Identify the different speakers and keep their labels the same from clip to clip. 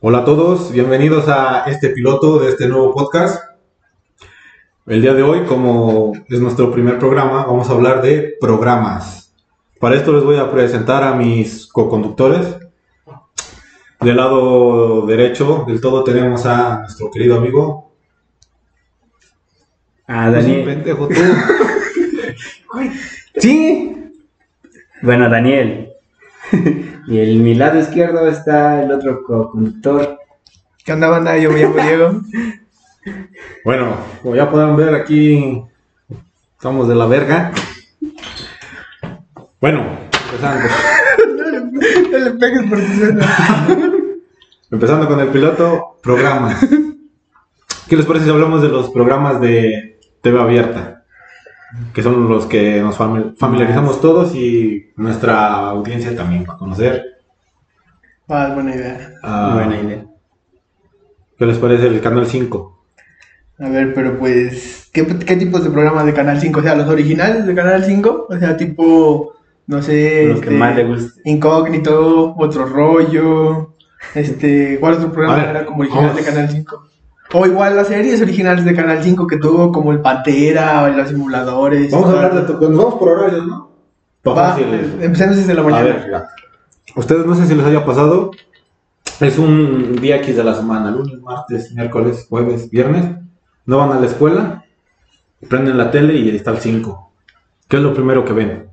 Speaker 1: Hola a todos, bienvenidos a este piloto de este nuevo podcast. El día de hoy, como es nuestro primer programa, vamos a hablar de programas. Para esto les voy a presentar a mis co-conductores. Del lado derecho del todo tenemos a nuestro querido amigo. Es
Speaker 2: Ah,
Speaker 1: un
Speaker 2: Daniel.
Speaker 1: pendejo tú.
Speaker 2: Sí. Bueno, Daniel. y en mi lado izquierdo está el otro co-conductor.
Speaker 3: ¿Qué onda, banda? Yo me llamo Diego.
Speaker 1: Bueno, como ya pueden ver aquí, estamos de la verga. Bueno, empezando.
Speaker 3: No le pegues porque suena.
Speaker 1: Empezando con el piloto, programas. ¿Qué les parece si hablamos de los programas de TV abierta? Que son los que nos fami- familiarizamos todos y nuestra audiencia también va a conocer.
Speaker 3: Ah, es buena idea.
Speaker 1: Ah,
Speaker 2: Buena idea.
Speaker 1: ¿Qué les parece el Canal 5?
Speaker 3: A ver, pero pues, ¿qué, qué tipos de programas de Canal 5? O sea, los originales de Canal 5, o sea, tipo, no sé,
Speaker 2: Lo que
Speaker 3: este,
Speaker 2: más le gusta.
Speaker 3: Incógnito, Otro Rollo, este, ¿cuál otro
Speaker 1: A
Speaker 3: programa
Speaker 1: ver,
Speaker 3: era como original de
Speaker 1: vamos.
Speaker 3: Canal 5? O igual las series originales de Canal 5 que tuvo como El Pantera, o Los Simuladores.
Speaker 1: Vamos a hablar de... Nos vamos por horarios, ¿no?
Speaker 3: Va, em, empecemos desde la
Speaker 1: eh. A
Speaker 3: mañana.
Speaker 1: ver, ya. ustedes no sé si les haya pasado, es un día X de la semana, lunes, martes, miércoles, jueves, viernes, no van a la escuela, prenden la tele y ahí está el 5. ¿Qué es lo primero que ven?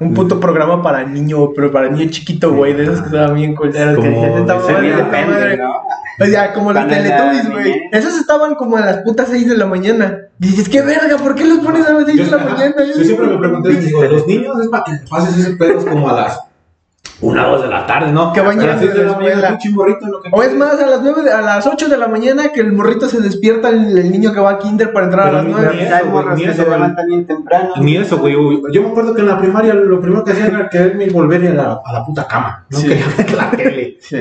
Speaker 3: Un
Speaker 1: Mm.
Speaker 3: puto programa para niño, pero para niño chiquito, güey, de esos que estaban bien culeros. que
Speaker 1: Como
Speaker 3: decías, "Esta
Speaker 1: de
Speaker 3: madre,
Speaker 1: serie
Speaker 3: esta
Speaker 2: Depende,
Speaker 3: madre".
Speaker 2: ¿no?
Speaker 3: O sea, como los
Speaker 2: Van a la
Speaker 3: Teletubbies, güey.
Speaker 2: mañana.
Speaker 3: Esos estaban como a las putas 6 de la mañana. Y dices, qué verga, ¿por qué los pones a las 6 de la
Speaker 1: Yo-
Speaker 3: mañana?
Speaker 1: Yo siempre me pregunté, digo, los niños es para que te pases esos pedos como a las 1 o 2 de la tarde, ¿no?
Speaker 3: Que vayan
Speaker 1: A las seis de
Speaker 3: de
Speaker 1: la
Speaker 3: la
Speaker 1: mañana,
Speaker 3: escuela.
Speaker 1: pinche morrito, lo que
Speaker 3: O es más, a las 9, de- a las 8 de la mañana que el morrito se despierta, el, el niño que va a kinder para entrar
Speaker 1: Pero
Speaker 3: a las
Speaker 1: ni- ni-
Speaker 3: 9.
Speaker 1: eso,
Speaker 2: Hay
Speaker 1: güey,
Speaker 2: morros
Speaker 1: ni
Speaker 2: que
Speaker 1: eso,
Speaker 2: se
Speaker 1: güey.
Speaker 2: levantan bien temprano.
Speaker 1: Ni eso, güey. uy, Yo me acuerdo que en la primaria lo primero que hacía era quererme volver a la, a la puta cama. No
Speaker 3: Sí.
Speaker 1: quería ver la tele.
Speaker 3: Sí.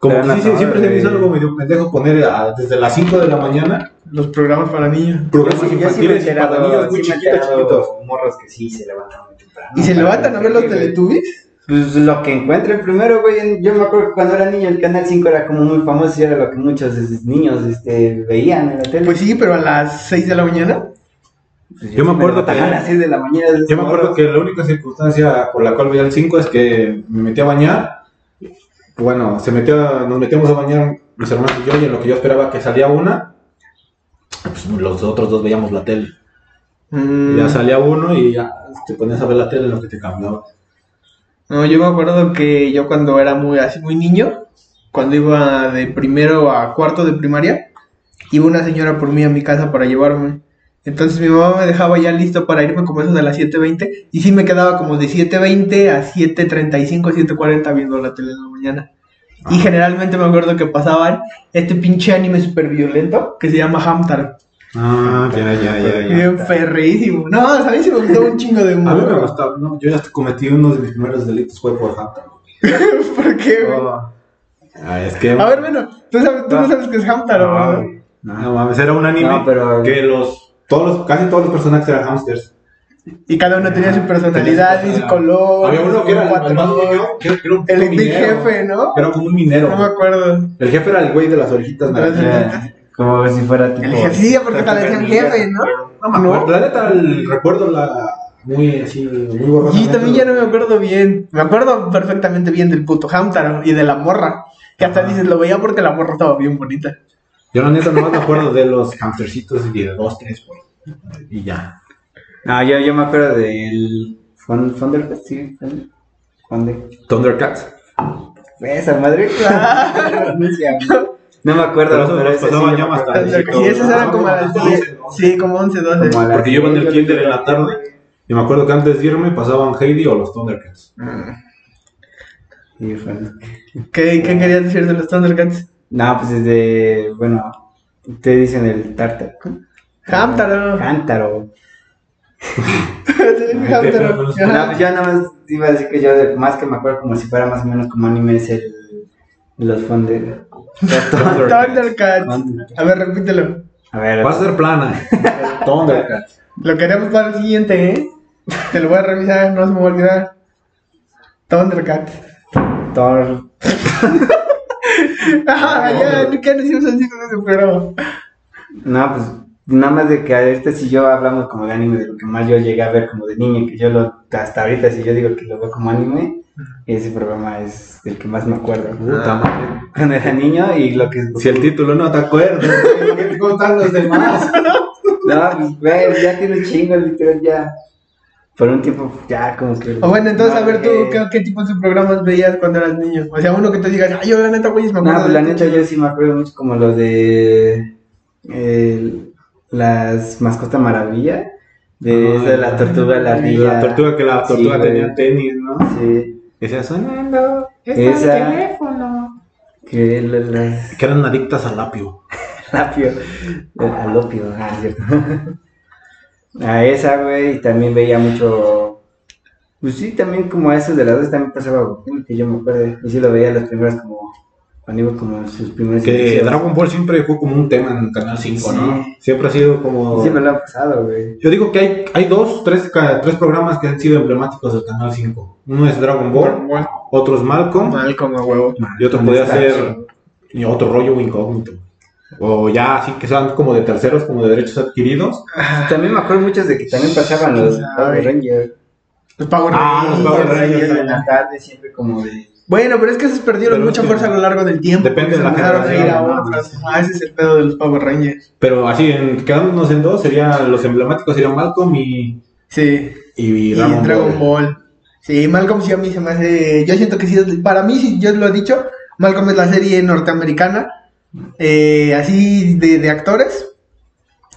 Speaker 1: Como
Speaker 2: Te
Speaker 1: que sí,
Speaker 2: dan la
Speaker 1: sí,
Speaker 2: madre.
Speaker 1: siempre se me hizo algo medio pendejo poner a- desde las 5 de la mañana
Speaker 3: Los programas para niños.
Speaker 1: programas
Speaker 2: Sí, yo sí me he
Speaker 1: infantiles para
Speaker 2: enterado,
Speaker 1: niños muy
Speaker 2: sí me he
Speaker 1: chiquitos,
Speaker 2: enterado
Speaker 1: chiquitos.
Speaker 2: morros que sí se levantan muy temprano.
Speaker 3: ¿Y se
Speaker 1: Ah,
Speaker 2: Para
Speaker 3: levantan a ver los Teletubbies?
Speaker 2: Pues lo que encuentren primero, güey. Yo me acuerdo que cuando era niño el Canal 5 era como muy famoso y era lo que muchos es- niños este, veían en la tele.
Speaker 3: Pues sí, pero a las 6 de la mañana.
Speaker 2: Pues
Speaker 1: yo me acuerdo
Speaker 2: levantaba
Speaker 1: que-
Speaker 2: a las 6 de la mañana. de
Speaker 1: Yo me acuerdo
Speaker 2: morros.
Speaker 1: que la única circunstancia por la cual veía el 5 es que me metí a bañar. Bueno, se metió, nos metíamos a bañar mis hermanos y yo, y en lo que yo esperaba que salía una, pues los otros dos veíamos la tele.
Speaker 3: Mm.
Speaker 1: Ya salía uno y ya te ponías a ver la tele en lo que te cambiaba.
Speaker 3: No, yo me acuerdo que yo cuando era muy así muy niño, cuando iba de primero a cuarto de primaria, iba una señora por mí a mi casa para llevarme. Entonces mi mamá me dejaba ya listo para irme como eso de las 7.20 y sí me quedaba como de 7.20 a 7.35, 7.40 viendo la tele en la mañana. Y generalmente me acuerdo que pasaban este pinche anime súper violento que se llama Hamtaro.
Speaker 1: Ah, ya, ya, ya,
Speaker 3: Bien ferrísimo. No, ¿sabes? Se me gustó un chingo de
Speaker 1: A mí me
Speaker 3: morro.
Speaker 1: gustaba, no, yo ya hasta cometí uno de mis primeros delitos fue por Hampton.
Speaker 3: ¿Por qué, güey?
Speaker 1: Ah, es que.
Speaker 3: A ver, bueno, tú, sabes, tú no
Speaker 1: Ah.
Speaker 3: sabes que es Hamtaro,
Speaker 1: no,
Speaker 3: ¿verdad?
Speaker 1: güey. no mames, era un anime
Speaker 2: No, pero-
Speaker 1: que los. Todos los, casi todos los personajes eran hamsters.
Speaker 3: Y cada uno tenía su personalidad y su
Speaker 1: Tenía-
Speaker 3: color.
Speaker 1: Había uno
Speaker 3: su
Speaker 1: que era el- el más
Speaker 3: patrón,
Speaker 1: niño, que era un
Speaker 3: El
Speaker 1: puto
Speaker 3: big
Speaker 1: minero.
Speaker 3: jefe, ¿no?
Speaker 1: Era como un
Speaker 3: No me
Speaker 1: minero.
Speaker 3: acuerdo.
Speaker 1: El jefe era el güey de las orejitas
Speaker 3: Pero
Speaker 1: naranjas.
Speaker 2: Ya, Como si fuera tipo.
Speaker 3: El
Speaker 1: pues,
Speaker 3: jefe, sí, porque tal vez el jefe, ¿no?
Speaker 1: No me acuerdo. La neta, el- recuerdo la. Muy así, muy borrosa.
Speaker 3: Y también ya no me acuerdo bien. Me acuerdo perfectamente bien del puto Hamtaro y de la morra. Que hasta dices, lo veía porque la morra estaba bien bonita.
Speaker 1: Yo la neta no me acuerdo de los hamstercitos y de dos, tres, güey. Y ya.
Speaker 2: No, yo, yo me acuerdo del. Fun- Thunderfest, sí. Thun- Thunder.
Speaker 1: Thundercats.
Speaker 2: Esa madre, claro. No me acuerdo,
Speaker 1: Pero eso
Speaker 2: pero
Speaker 1: nos
Speaker 2: ese sí
Speaker 1: pasaba
Speaker 2: yo
Speaker 1: ya
Speaker 2: me
Speaker 1: más
Speaker 2: acuerdo.
Speaker 1: tarde.
Speaker 3: Entonces, Y esas eran como a las 10. Sí, como 11, 12.
Speaker 2: Como a las
Speaker 1: Porque yo iba en el
Speaker 2: diez,
Speaker 1: kinder en la tarde. Y me acuerdo que antes de irme pasaban Heidi o los Thundercats.
Speaker 2: Híjole.
Speaker 3: ¿Qué, ¿Qué querías decir de los Thundercats?
Speaker 2: No, pues desde. Bueno, te dicen el tártaro.
Speaker 3: Hamtaro.
Speaker 1: Ah.
Speaker 2: Cántaro.
Speaker 1: Este,
Speaker 3: Hamtaro.
Speaker 2: No,
Speaker 3: Ajá.
Speaker 2: pues yo nada más iba a decir que yo, de- más que me acuerdo, como si fuera más o menos como anime, es el. Los fondos.
Speaker 3: Thundercats. A ver, repítelo.
Speaker 2: A ver.
Speaker 1: Va a ser plana. Thundercats.
Speaker 3: Lo queremos para el siguiente, ¿eh? Te lo voy a revisar, no se me va a olvidar. Thundercat.
Speaker 2: Thor.
Speaker 3: Ah, ya, nunca nos hicimos así en ese programa.
Speaker 2: No, pues nada más de que a este si yo hablamos como de anime, de lo que más yo llegué a ver como de niño, que yo lo, hasta ahorita si yo digo que lo veo como anime, ese programa es el que más me acuerdo.
Speaker 1: Puta madre.
Speaker 2: Cuando era niño y lo que...
Speaker 1: Si el título no te acuerdas, ¿qué contan los demás?
Speaker 2: No, pues güey, ya tiene un chingo, literal, ya. Por un tiempo, ya como que...
Speaker 3: O bueno, entonces a
Speaker 2: No,
Speaker 3: ver tú,
Speaker 2: eh,
Speaker 3: ¿qué, qué tipos de programas veías cuando eras niño? O sea, uno que te digas, ay, yo la neta, güey, me
Speaker 2: No,
Speaker 3: acuerdo.
Speaker 2: pues
Speaker 3: de
Speaker 2: la
Speaker 3: esto".
Speaker 2: neta yo sí me acuerdo mucho como lo de eh, las mascotas maravilla, de
Speaker 1: Ah,
Speaker 2: esa de la tortuga, la ardilla.
Speaker 1: La tortuga que la
Speaker 2: Sí,
Speaker 1: tortuga
Speaker 2: güey.
Speaker 1: tenía tenis, ¿no?
Speaker 2: Sí,
Speaker 1: Decía suena.
Speaker 4: Fernando, está
Speaker 2: Esa.
Speaker 4: el teléfono.
Speaker 2: que la, la-
Speaker 1: Que eran adictas al apio.
Speaker 2: la pio- al opio, ah, es cierto. A esa, güey, y también veía mucho... Pues sí, también como a esos de las dos también pasaba Goku, que yo me acuerdo. Y sí lo veía las primeras como... Cuando iba como en sus primeros...
Speaker 1: Que
Speaker 2: inicios.
Speaker 1: Dragon Ball siempre fue como un tema en Canal 5, ¿no?
Speaker 2: Sí.
Speaker 1: Siempre ha sido como.
Speaker 2: Siempre lo han pasado, güey.
Speaker 1: Yo digo que hay, hay dos, tres, ca- tres programas que han sido emblemáticos del Canal 5. Uno es Dragon Ball,
Speaker 3: Bueno,
Speaker 1: otro es Malcolm,
Speaker 3: mal como a huevo.
Speaker 1: y otro podía
Speaker 2: Está
Speaker 1: ser
Speaker 2: chido.
Speaker 1: y otro rollo incógnito. O ya así que sean como de terceros, como de derechos adquiridos.
Speaker 2: También me acuerdo muchos de que también pasaban los
Speaker 3: Ay.
Speaker 2: Power Rangers.
Speaker 3: Los Power
Speaker 1: Ah, los Power
Speaker 3: Rangers.
Speaker 1: Rangers.
Speaker 2: en la tarde siempre como de...
Speaker 3: Bueno, pero es que esos perdieron
Speaker 1: Pero es
Speaker 3: mucha
Speaker 1: que-
Speaker 3: fuerza a lo largo del tiempo.
Speaker 1: Depende de
Speaker 3: se
Speaker 1: la
Speaker 3: empezaron a ir a
Speaker 1: generación, ¿no?
Speaker 3: otras. Ah, ese es el pedo de los Power Rangers.
Speaker 1: Pero así, en, quedándonos en dos, serían los emblemáticos serían Malcolm y,
Speaker 3: Sí.
Speaker 1: y
Speaker 3: Y
Speaker 1: Dragon, Ball.
Speaker 3: Sí, Malcolm sí a mí se me hace. Yo siento que sí, para mí, sí, yo lo he dicho, Malcolm es la serie norteamericana, eh, así de, de actores,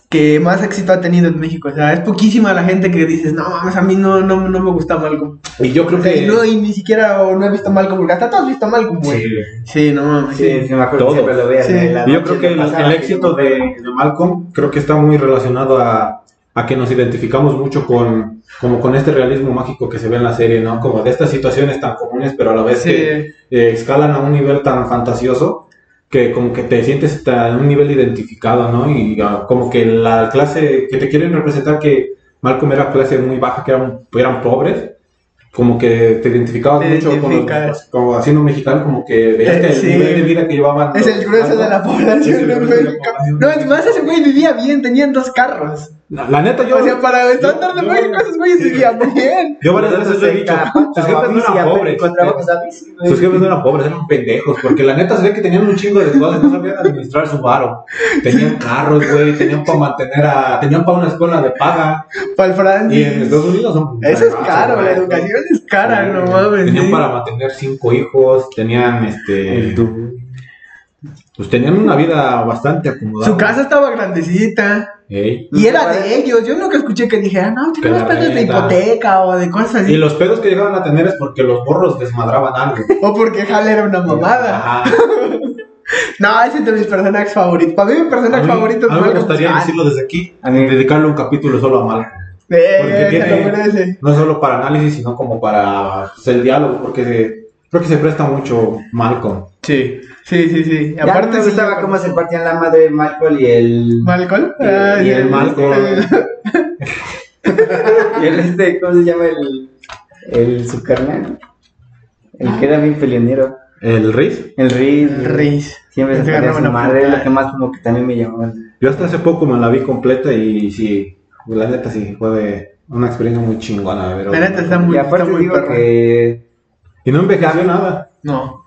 Speaker 3: que más éxito ha tenido en México. O sea, es poquísima la gente que dices, no mames, a mí no, no, no me gusta Malcolm.
Speaker 1: Y yo creo
Speaker 3: O sea, y
Speaker 1: que
Speaker 3: no, y ni siquiera o no he visto Malcolm, porque hasta tú has visto Malcolm, güey.
Speaker 1: Sí.
Speaker 3: Sí, no mames.
Speaker 2: Sí, sí, me acuerdo
Speaker 1: Todo.
Speaker 2: que siempre lo veía.
Speaker 3: Sí.
Speaker 2: en la
Speaker 1: Yo
Speaker 2: noche
Speaker 1: creo
Speaker 2: lo
Speaker 1: que el,
Speaker 2: pasaba,
Speaker 1: el
Speaker 2: que
Speaker 1: éxito
Speaker 2: yo-
Speaker 1: de, de Malcolm creo que está muy relacionado a, a que nos identificamos mucho con, como con este realismo mágico que se ve en la serie, ¿no? Como de estas situaciones tan comunes, pero a la vez
Speaker 3: Sí.
Speaker 1: que eh, escalan a un nivel tan fantasioso que como que te sientes hasta en un nivel identificado, ¿no? Y ah, como que la clase que te quieren representar que Malcolm era clase muy baja, que eran, eran pobres, como que te identificabas
Speaker 3: Te
Speaker 1: mucho con los,
Speaker 3: identificas.
Speaker 1: como haciendo mexicano, como que veías
Speaker 3: Eh,
Speaker 1: que el
Speaker 3: sí.
Speaker 1: nivel de vida que llevaban.
Speaker 3: Es el grueso
Speaker 1: algo-
Speaker 3: de la
Speaker 1: es el
Speaker 3: población de
Speaker 1: grueso de la
Speaker 3: México.
Speaker 1: población.
Speaker 3: No, es más, ese güey vivía bien, tenían dos carros.
Speaker 1: La, la neta, yo...
Speaker 3: o sea, para el estándar de
Speaker 1: yo-
Speaker 3: México, esos güeyes
Speaker 1: sí.
Speaker 3: vivían bien.
Speaker 1: Yo varias
Speaker 2: Nosotros
Speaker 1: veces lo he dicho,
Speaker 2: acá,
Speaker 1: sus jefes no
Speaker 2: sí,
Speaker 1: eran
Speaker 2: apenas
Speaker 1: pobres. eh.
Speaker 2: encontrábamos a bici, güey.
Speaker 1: Sus jefes no eran pobres, eran pendejos, porque la neta se ve que tenían un chingo de cosas, no sabían administrar su varo. Tenían carros, güey, tenían para mantener a. tenían para una escuela de paga.
Speaker 3: Para el Francis.
Speaker 1: Y en Estados Unidos son.
Speaker 3: Eso es
Speaker 1: Ah,
Speaker 3: caro, la
Speaker 1: güey.
Speaker 3: educación es cara, no mames.
Speaker 1: Tenían
Speaker 3: sí.
Speaker 1: para mantener cinco hijos, tenían este. Pues tenían una vida bastante acomodada.
Speaker 3: Su casa estaba grandecita
Speaker 1: Ey.
Speaker 3: y era
Speaker 2: Ahora-
Speaker 3: de ellos. Yo nunca escuché que dije, ah, no, tenemos
Speaker 1: la
Speaker 3: pedos de
Speaker 1: renta.
Speaker 3: hipoteca o de cosas
Speaker 1: Y
Speaker 3: así.
Speaker 1: los pedos que llegaban a tener es porque los borros desmadraban algo.
Speaker 3: O porque Hal era una mamada.
Speaker 1: Ajá.
Speaker 3: No, ese es de mis personajes favoritos. Para mí, mi
Speaker 1: A
Speaker 3: personaje
Speaker 1: mí,
Speaker 3: favorito es
Speaker 1: a mí me
Speaker 3: Malcolm
Speaker 1: gustaría
Speaker 3: Gladwell.
Speaker 1: decirlo desde aquí,
Speaker 2: A mí-
Speaker 1: dedicarle un capítulo solo a Malcolm.
Speaker 3: Eh,
Speaker 1: porque
Speaker 3: se lo
Speaker 1: tiene-
Speaker 3: merece.
Speaker 1: no solo para análisis, sino como para pues, el diálogo, porque se- creo que se presta mucho Malcolm.
Speaker 3: Sí, sí, sí. sí.
Speaker 2: Ya Aparte me gustaba cómo se partían la madre Malcolm y el...
Speaker 3: Malcolm.
Speaker 2: Y-
Speaker 3: Ah,
Speaker 1: y
Speaker 3: sí,
Speaker 1: el Malcolm.
Speaker 2: y el este, ¿cómo se llama? El, el su carnal. El que era bien peleonero.
Speaker 1: ¿El Riz?
Speaker 2: El Riz.
Speaker 3: El
Speaker 2: güey.
Speaker 3: Riz.
Speaker 2: Siempre se
Speaker 3: Se
Speaker 2: ponía
Speaker 3: agarraban
Speaker 2: su
Speaker 3: a
Speaker 2: madre,
Speaker 3: puta.
Speaker 2: lo que más como que también me llamaba.
Speaker 1: Yo hasta hace poco me la vi completa y sí, la neta sí, fue de- una experiencia muy chingona. de ver.
Speaker 3: La neta está muy,
Speaker 2: Y
Speaker 3: está
Speaker 2: aparte
Speaker 3: muy
Speaker 2: digo
Speaker 3: perra.
Speaker 2: que...
Speaker 1: Y no envejeció nada.
Speaker 3: No.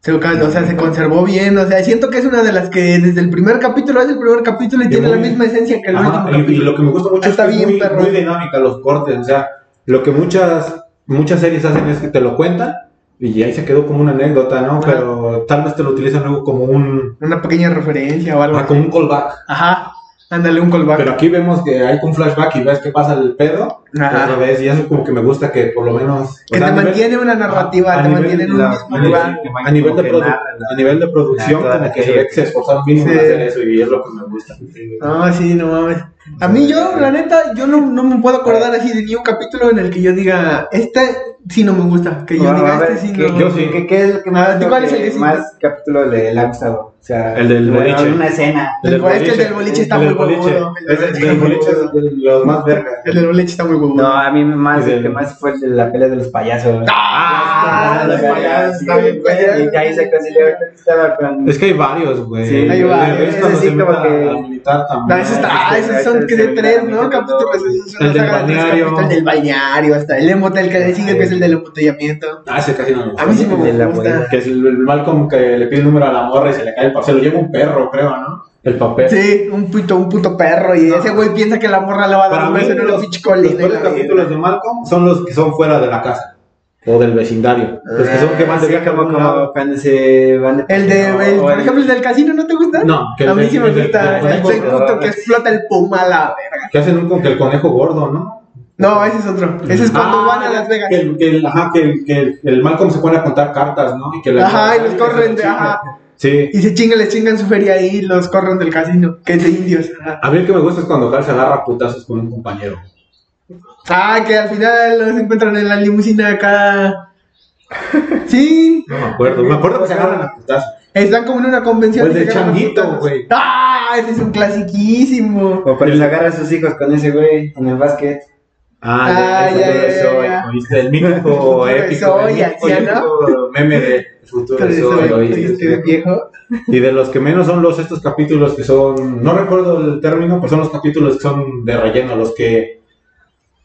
Speaker 3: Se, o sea, se conservó bien. O sea, siento que es una de las que desde el primer capítulo es el primer capítulo y
Speaker 1: Y
Speaker 3: tiene la
Speaker 1: muy-
Speaker 3: misma esencia que el
Speaker 1: Ajá,
Speaker 3: último
Speaker 1: y- y,
Speaker 3: capítulo.
Speaker 1: lo que me gusta mucho
Speaker 3: Está
Speaker 1: es que es
Speaker 3: bien,
Speaker 1: muy,
Speaker 3: perro.
Speaker 1: muy dinámica los cortes, o sea, lo que muchas, muchas series hacen es que te lo cuentan y ahí se quedó como una anécdota, ¿no?
Speaker 3: Ajá.
Speaker 1: Pero tal vez te lo utilizan luego como un,
Speaker 3: Una pequeña referencia o algo.
Speaker 1: ah, como un callback.
Speaker 3: Ajá. Ándale un callback.
Speaker 1: Pero aquí vemos que hay un flashback y ves que pasa el pedo
Speaker 3: Ajá.
Speaker 1: otra vez y eso como que me gusta que por lo menos...
Speaker 3: que
Speaker 1: o sea,
Speaker 3: te
Speaker 1: a nivel-
Speaker 3: mantiene una
Speaker 1: a
Speaker 3: narrativa, te
Speaker 1: nivel
Speaker 3: mantiene en
Speaker 1: de
Speaker 3: un
Speaker 1: la-
Speaker 3: mismo
Speaker 1: a nivel-
Speaker 3: lugar.
Speaker 1: A nivel, de
Speaker 2: Como que
Speaker 1: produ-
Speaker 2: nada, la-
Speaker 1: a nivel de producción,
Speaker 2: toda
Speaker 1: como
Speaker 2: la
Speaker 1: que se
Speaker 2: serie.
Speaker 1: ve que se esforzaron mismo en
Speaker 3: Sí.
Speaker 1: hacer eso y es lo que me gusta.
Speaker 3: No, sí, no mames. A mí yo, la neta, yo no, no me puedo acordar así de ni un capítulo en el que yo diga, este sí no me gusta. Que yo
Speaker 2: Bueno,
Speaker 3: diga
Speaker 2: a ver,
Speaker 3: este sí
Speaker 2: ¿qué-
Speaker 3: no.
Speaker 1: yo sí.
Speaker 2: ¿Qué, qué es lo que más,
Speaker 3: ¿Y cuál es el
Speaker 2: que
Speaker 3: que sí?
Speaker 2: más capítulo le, le ha gustado? O sea,
Speaker 1: El del
Speaker 2: le-
Speaker 1: boliche.
Speaker 2: Una escena.
Speaker 3: El del- es que el del boliche está
Speaker 1: El del
Speaker 3: muy
Speaker 1: boliche.
Speaker 3: huevudo.
Speaker 1: Es el- El del boliche es de los más vergas.
Speaker 3: El del boliche está muy huevón.
Speaker 2: No, a mí más,
Speaker 1: Y
Speaker 2: el
Speaker 1: del-
Speaker 2: que más fue el de la pelea de los payasos.
Speaker 3: Ah, los payasos, está bien,
Speaker 2: Y de ahí se consiguió ahorita que estaba con.
Speaker 1: Es que hay varios, güey.
Speaker 2: Sí,
Speaker 3: hay
Speaker 1: El de
Speaker 3: varios.
Speaker 1: Reyes
Speaker 2: Ese
Speaker 1: cuando
Speaker 2: sí
Speaker 1: se
Speaker 2: como
Speaker 1: mete a-
Speaker 2: que-
Speaker 1: a militar también.
Speaker 3: No, esos está,
Speaker 2: Ah,
Speaker 3: ah,
Speaker 2: es que
Speaker 3: esos son que de tres, ¿no? Capítulos. esos son
Speaker 1: El del
Speaker 3: una saga de tres
Speaker 1: balneario.
Speaker 3: capítulos. El del balneario, hasta el emotel que le sigue, que es el del embotellamiento.
Speaker 1: Ah, ese casi no me gusta.
Speaker 3: A mí sí
Speaker 2: El de la
Speaker 3: me gusta.
Speaker 2: abuela.
Speaker 1: Que es el, el mal como que le pide el número a la morra y se le cae el papel. Se lo lleva un perro, creo, ¿no? El papel.
Speaker 3: Sí, un puto, un puto perro. Y
Speaker 1: No.
Speaker 3: ese güey piensa que la morra le va a dar un beso en una pinche colina. y
Speaker 1: mejores
Speaker 3: la
Speaker 1: capítulos de Malcolm son los que son fuera de la casa o del vecindario. Los que son que van de
Speaker 2: Sí,
Speaker 3: Ah,
Speaker 1: viaje a
Speaker 2: como,
Speaker 1: algún lado.
Speaker 2: como cuando se van de.
Speaker 3: El de, el- por ejemplo, el del casino, ¿no te gusta?
Speaker 1: No, que
Speaker 3: a
Speaker 1: el
Speaker 3: mí
Speaker 1: del-
Speaker 3: sí me
Speaker 1: el del-
Speaker 3: gusta.
Speaker 1: del
Speaker 3: El
Speaker 1: conejo,
Speaker 3: del puto
Speaker 1: ¿verdad?
Speaker 3: que explota el puma a la verga.
Speaker 1: Que hacen un con que el conejo gordo, ¿no?
Speaker 3: No, ese es otro. Ese es cuando
Speaker 1: Ah,
Speaker 3: van a Las Vegas.
Speaker 1: Que el, que el- ajá, que el, que el- el Malcolm se pone a contar cartas, ¿no? Y que la-
Speaker 3: Ajá, y los
Speaker 1: que
Speaker 3: corren
Speaker 1: se
Speaker 3: de-
Speaker 1: chinga.
Speaker 3: ajá.
Speaker 1: Sí.
Speaker 3: Y se chingan, les chingan su feria ahí y los corren del casino, que es de indios. Ajá.
Speaker 1: A mí el que me gusta es cuando Hal se agarra a putazos con un compañero.
Speaker 3: Ah, que al final los encuentran en la limusina acá. Sí,
Speaker 1: No me acuerdo. Me acuerdo que se agarran a putazos.
Speaker 3: están como en una convención.
Speaker 1: O el
Speaker 3: y
Speaker 1: del
Speaker 3: se agarran a
Speaker 1: Pues changuito,
Speaker 3: putazos.
Speaker 1: güey.
Speaker 3: Ah, ese es un clasiquísimo.
Speaker 2: O cuando se agarra a sus hijos con ese güey en el básquet.
Speaker 1: Ah,
Speaker 3: Ah,
Speaker 1: el
Speaker 3: ya,
Speaker 1: futuro de
Speaker 3: ya,
Speaker 1: Zoe,
Speaker 3: ya.
Speaker 1: ¿oíste? El
Speaker 2: El
Speaker 1: mítico
Speaker 3: futuro de
Speaker 1: épico.
Speaker 3: Zoe,
Speaker 1: el mítico y
Speaker 3: anciano.
Speaker 1: épico meme de el futuro de
Speaker 3: Entonces,
Speaker 1: Zoe,
Speaker 3: oye, este
Speaker 1: ¿oíste?
Speaker 3: viejo.
Speaker 1: Y de los que menos son los estos capítulos que son, no recuerdo el término, pero son los capítulos que son de relleno, los que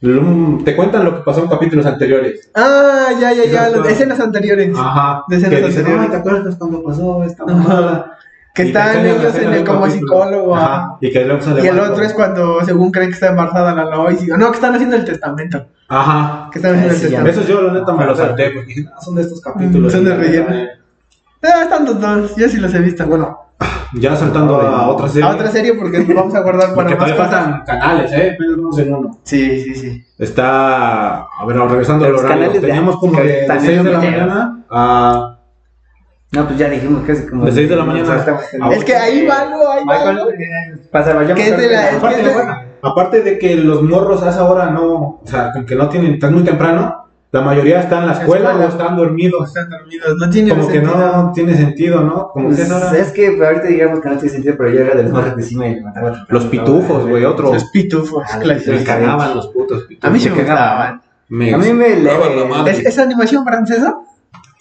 Speaker 1: mm, te cuentan lo que pasó en capítulos anteriores.
Speaker 3: Ah, ya, ya, ya.
Speaker 1: Exacto.
Speaker 3: Las escenas anteriores.
Speaker 1: Ajá.
Speaker 3: De escenas
Speaker 1: que dicen,
Speaker 3: anteriores.
Speaker 1: "Ay, ¿te acuerdas cuando pasó esta
Speaker 3: Ajá.
Speaker 1: mamada?
Speaker 3: que
Speaker 1: Y te
Speaker 3: están
Speaker 1: enseñan la
Speaker 3: ellos en
Speaker 1: escena
Speaker 3: el
Speaker 1: del
Speaker 3: como
Speaker 1: capítulo.
Speaker 3: psicólogo.
Speaker 1: Ajá. Y que el otro se
Speaker 3: Y el
Speaker 1: levanta.
Speaker 3: otro es cuando, según creen que está embarazada la Lois, y no, que están haciendo el testamento.
Speaker 1: Ajá.
Speaker 3: Que están haciendo
Speaker 1: Ah,
Speaker 3: el
Speaker 2: Ese ya.
Speaker 3: testamento.
Speaker 1: Esos yo, la neta, me los salté, porque dije, "Ah, son de estos capítulos.
Speaker 3: Son de
Speaker 1: Y la neta,
Speaker 3: relleno.
Speaker 1: eh,
Speaker 3: Ah, están los dos, yo sí los he visto.
Speaker 1: Bueno, ya saltando a otra serie.
Speaker 3: A otra serie porque nos vamos a guardar para
Speaker 1: Porque
Speaker 3: más
Speaker 1: todavía
Speaker 3: cosas.
Speaker 1: faltan canales, ¿eh? Pero vamos en uno.
Speaker 3: Sí, sí, sí.
Speaker 1: Está, a ver, regresando al
Speaker 2: Los
Speaker 1: horario,
Speaker 2: canales de-
Speaker 1: teníamos como
Speaker 2: que
Speaker 1: de,
Speaker 2: están
Speaker 1: 6 de la
Speaker 2: en-
Speaker 1: mañana a...
Speaker 2: No, pues ya dijimos que es como.
Speaker 1: De seis de la mañana. Ah,
Speaker 3: Es que ahí va algo, ahí va algo.
Speaker 2: Pasa, vaya.
Speaker 3: Que es de la- es
Speaker 1: Aparte,
Speaker 3: que-
Speaker 1: bueno, aparte de que los morros a esa hora no, o sea, con que no tienen, están muy temprano, la mayoría están en la escuela o
Speaker 3: escuela.
Speaker 1: están dormidos.
Speaker 3: Están dormidos, no tiene
Speaker 1: Como que
Speaker 3: sentido.
Speaker 1: no tiene sentido, ¿no? Como que
Speaker 2: Pues,
Speaker 1: esa hora-
Speaker 2: es que ahorita digamos que no tiene sentido, pero yo era de los morros que sí me levantaba temprano.
Speaker 1: Los pitufos, güey, otro.
Speaker 3: Los pitufos,
Speaker 2: Ah,
Speaker 1: Me
Speaker 3: clásicos.
Speaker 2: los-
Speaker 1: cagaban los putos pitufos.
Speaker 3: A mí sí
Speaker 2: me
Speaker 3: me gustaban.
Speaker 2: cagaban. A mí me
Speaker 1: cagaban la
Speaker 2: leve.
Speaker 1: madre.
Speaker 3: ¿Es, es animación francesa?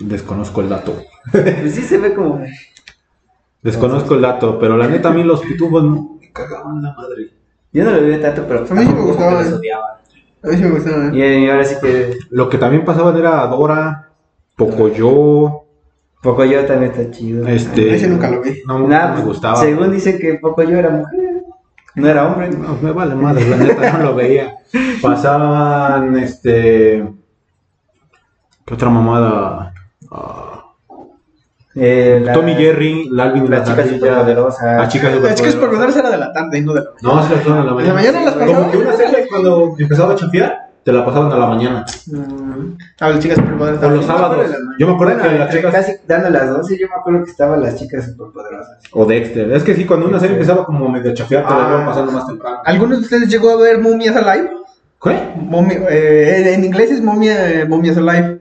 Speaker 1: Desconozco el dato.
Speaker 2: Pues sí se ve como.
Speaker 1: Desconozco el dato, pero la neta a mí los pitufos no me cagaban la madre.
Speaker 2: Yo no lo vi tanto, pero.
Speaker 3: A mí sí me
Speaker 2: tampoco
Speaker 3: gustaba.
Speaker 2: los odiaba.
Speaker 3: A mí sí me ¿eh? gustaban.
Speaker 2: Y, y ahora sí que.
Speaker 1: Lo que también pasaban era Dora, Pocoyo,
Speaker 2: Poco yo también está chido.
Speaker 1: este...
Speaker 3: Ese nunca lo vi.
Speaker 1: No, no
Speaker 2: Nada,
Speaker 1: me
Speaker 2: pues,
Speaker 1: gustaba.
Speaker 2: Según dicen que poco yo era mujer, no era hombre.
Speaker 1: No, me vale madre, la neta no lo veía. Pasaban, este. ¿Qué otra mamada? Ah,
Speaker 2: Eh, la-
Speaker 1: Tommy Jerry, la Alvin y
Speaker 2: La chica superpoderosa.
Speaker 1: La chica
Speaker 3: Es que es por
Speaker 1: superpoderosa.
Speaker 3: era de la tarde y no de la
Speaker 1: No, se las daban a la
Speaker 3: ¿En
Speaker 1: mañana.
Speaker 3: la mañana las
Speaker 1: Como
Speaker 3: pasaban?
Speaker 1: que una serie cuando empezaba a chafiar, te la pasaban a la mañana.
Speaker 3: Ah, las chicas superpoderes.
Speaker 1: O los sábados. Yo me acuerdo que
Speaker 2: Bueno,
Speaker 1: las
Speaker 2: entre
Speaker 1: chicas.
Speaker 2: casi dando las 12, yo me acuerdo que estaban las chicas superpoderosas.
Speaker 1: O Dexter. Es que sí, cuando una serie empezaba como medio a chafiar, te la
Speaker 3: Ah.
Speaker 1: iban pasando más temprano.
Speaker 3: ¿Alguno de ustedes llegó a ver Momias Alive?
Speaker 1: ¿Qué?
Speaker 3: Momia- eh, en inglés es momia, eh, Momias Alive,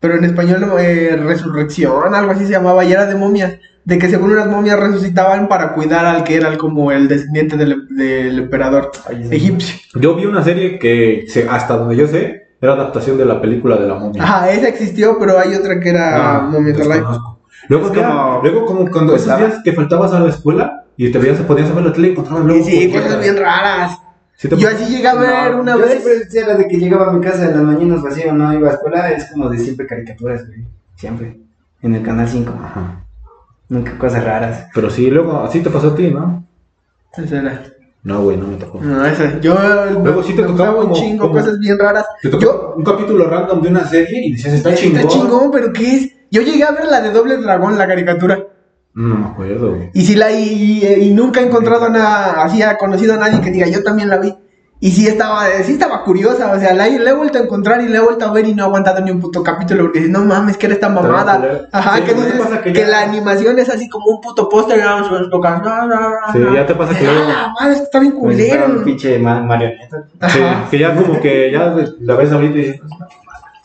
Speaker 3: pero en español eh, Resurrección, algo así se llamaba, y era de momias, de que según unas momias resucitaban para cuidar al que era el- como el descendiente del, del emperador
Speaker 2: Oye, sí.
Speaker 3: egipcio.
Speaker 1: Yo vi una serie que, se- hasta donde yo sé, era adaptación de la película de la momia.
Speaker 3: Ajá, esa existió, pero hay otra que era
Speaker 1: Ah,
Speaker 3: Momias Alive.
Speaker 1: desconozco. Luego,
Speaker 2: Es
Speaker 1: que era-
Speaker 2: como-
Speaker 1: luego como cuando
Speaker 3: pues,
Speaker 2: Costaba.
Speaker 1: esos días que faltabas a la escuela y te veías, podías ver la tele y encontrabas luego.
Speaker 3: Y sí,
Speaker 1: cosas.
Speaker 3: cosas bien raras.
Speaker 1: Sí te-
Speaker 3: Yo así llegué a ver
Speaker 2: No,
Speaker 3: una
Speaker 2: yo
Speaker 3: vez.
Speaker 2: siempre decía la de que llegaba a mi casa en las mañanas vacío, no iba a escuela, es como de siempre caricaturas, güey. Siempre. En el canal 5.
Speaker 1: Ajá.
Speaker 2: Nunca cosas raras.
Speaker 1: Pero sí, luego así te pasó a ti, ¿no?
Speaker 3: Esa era.
Speaker 1: No, güey, no me tocó.
Speaker 3: No, esa. Yo
Speaker 1: Luego sí te
Speaker 3: me
Speaker 1: tocaba
Speaker 3: gustaba un
Speaker 1: como-
Speaker 3: chingo,
Speaker 1: como-
Speaker 3: cosas bien raras.
Speaker 1: Te tocó
Speaker 3: Yo
Speaker 1: un capítulo random de una serie y decías, está chingón.
Speaker 3: Está chingón, pero ¿qué es? Yo llegué a ver la de Doble Dragón, la caricatura.
Speaker 1: No me acuerdo, güey.
Speaker 3: Y si la y, y- y nunca he encontrado nada, así ha conocido a nadie que diga, yo también la vi. Y sí estaba, sí estaba curiosa, o sea, la, la he vuelto a encontrar y la he vuelto a ver y no he aguantado ni un puto capítulo porque dices, no mames, que era esta mamada.
Speaker 1: culero.
Speaker 3: Ajá,
Speaker 1: Sí,
Speaker 3: que
Speaker 1: ¿no te
Speaker 3: dices
Speaker 1: pasa que
Speaker 3: que,
Speaker 1: ya-
Speaker 3: la animación es así como un puto póster. no, no, no, no, no,
Speaker 1: Sí, ya te pasa que luego-
Speaker 3: Ah, madre, está bien
Speaker 2: Como si fuera
Speaker 3: culero.
Speaker 2: un pinche ma- marioneta.
Speaker 1: Sí,
Speaker 3: Ajá.
Speaker 1: que ya como que ya la ves ahorita y dices,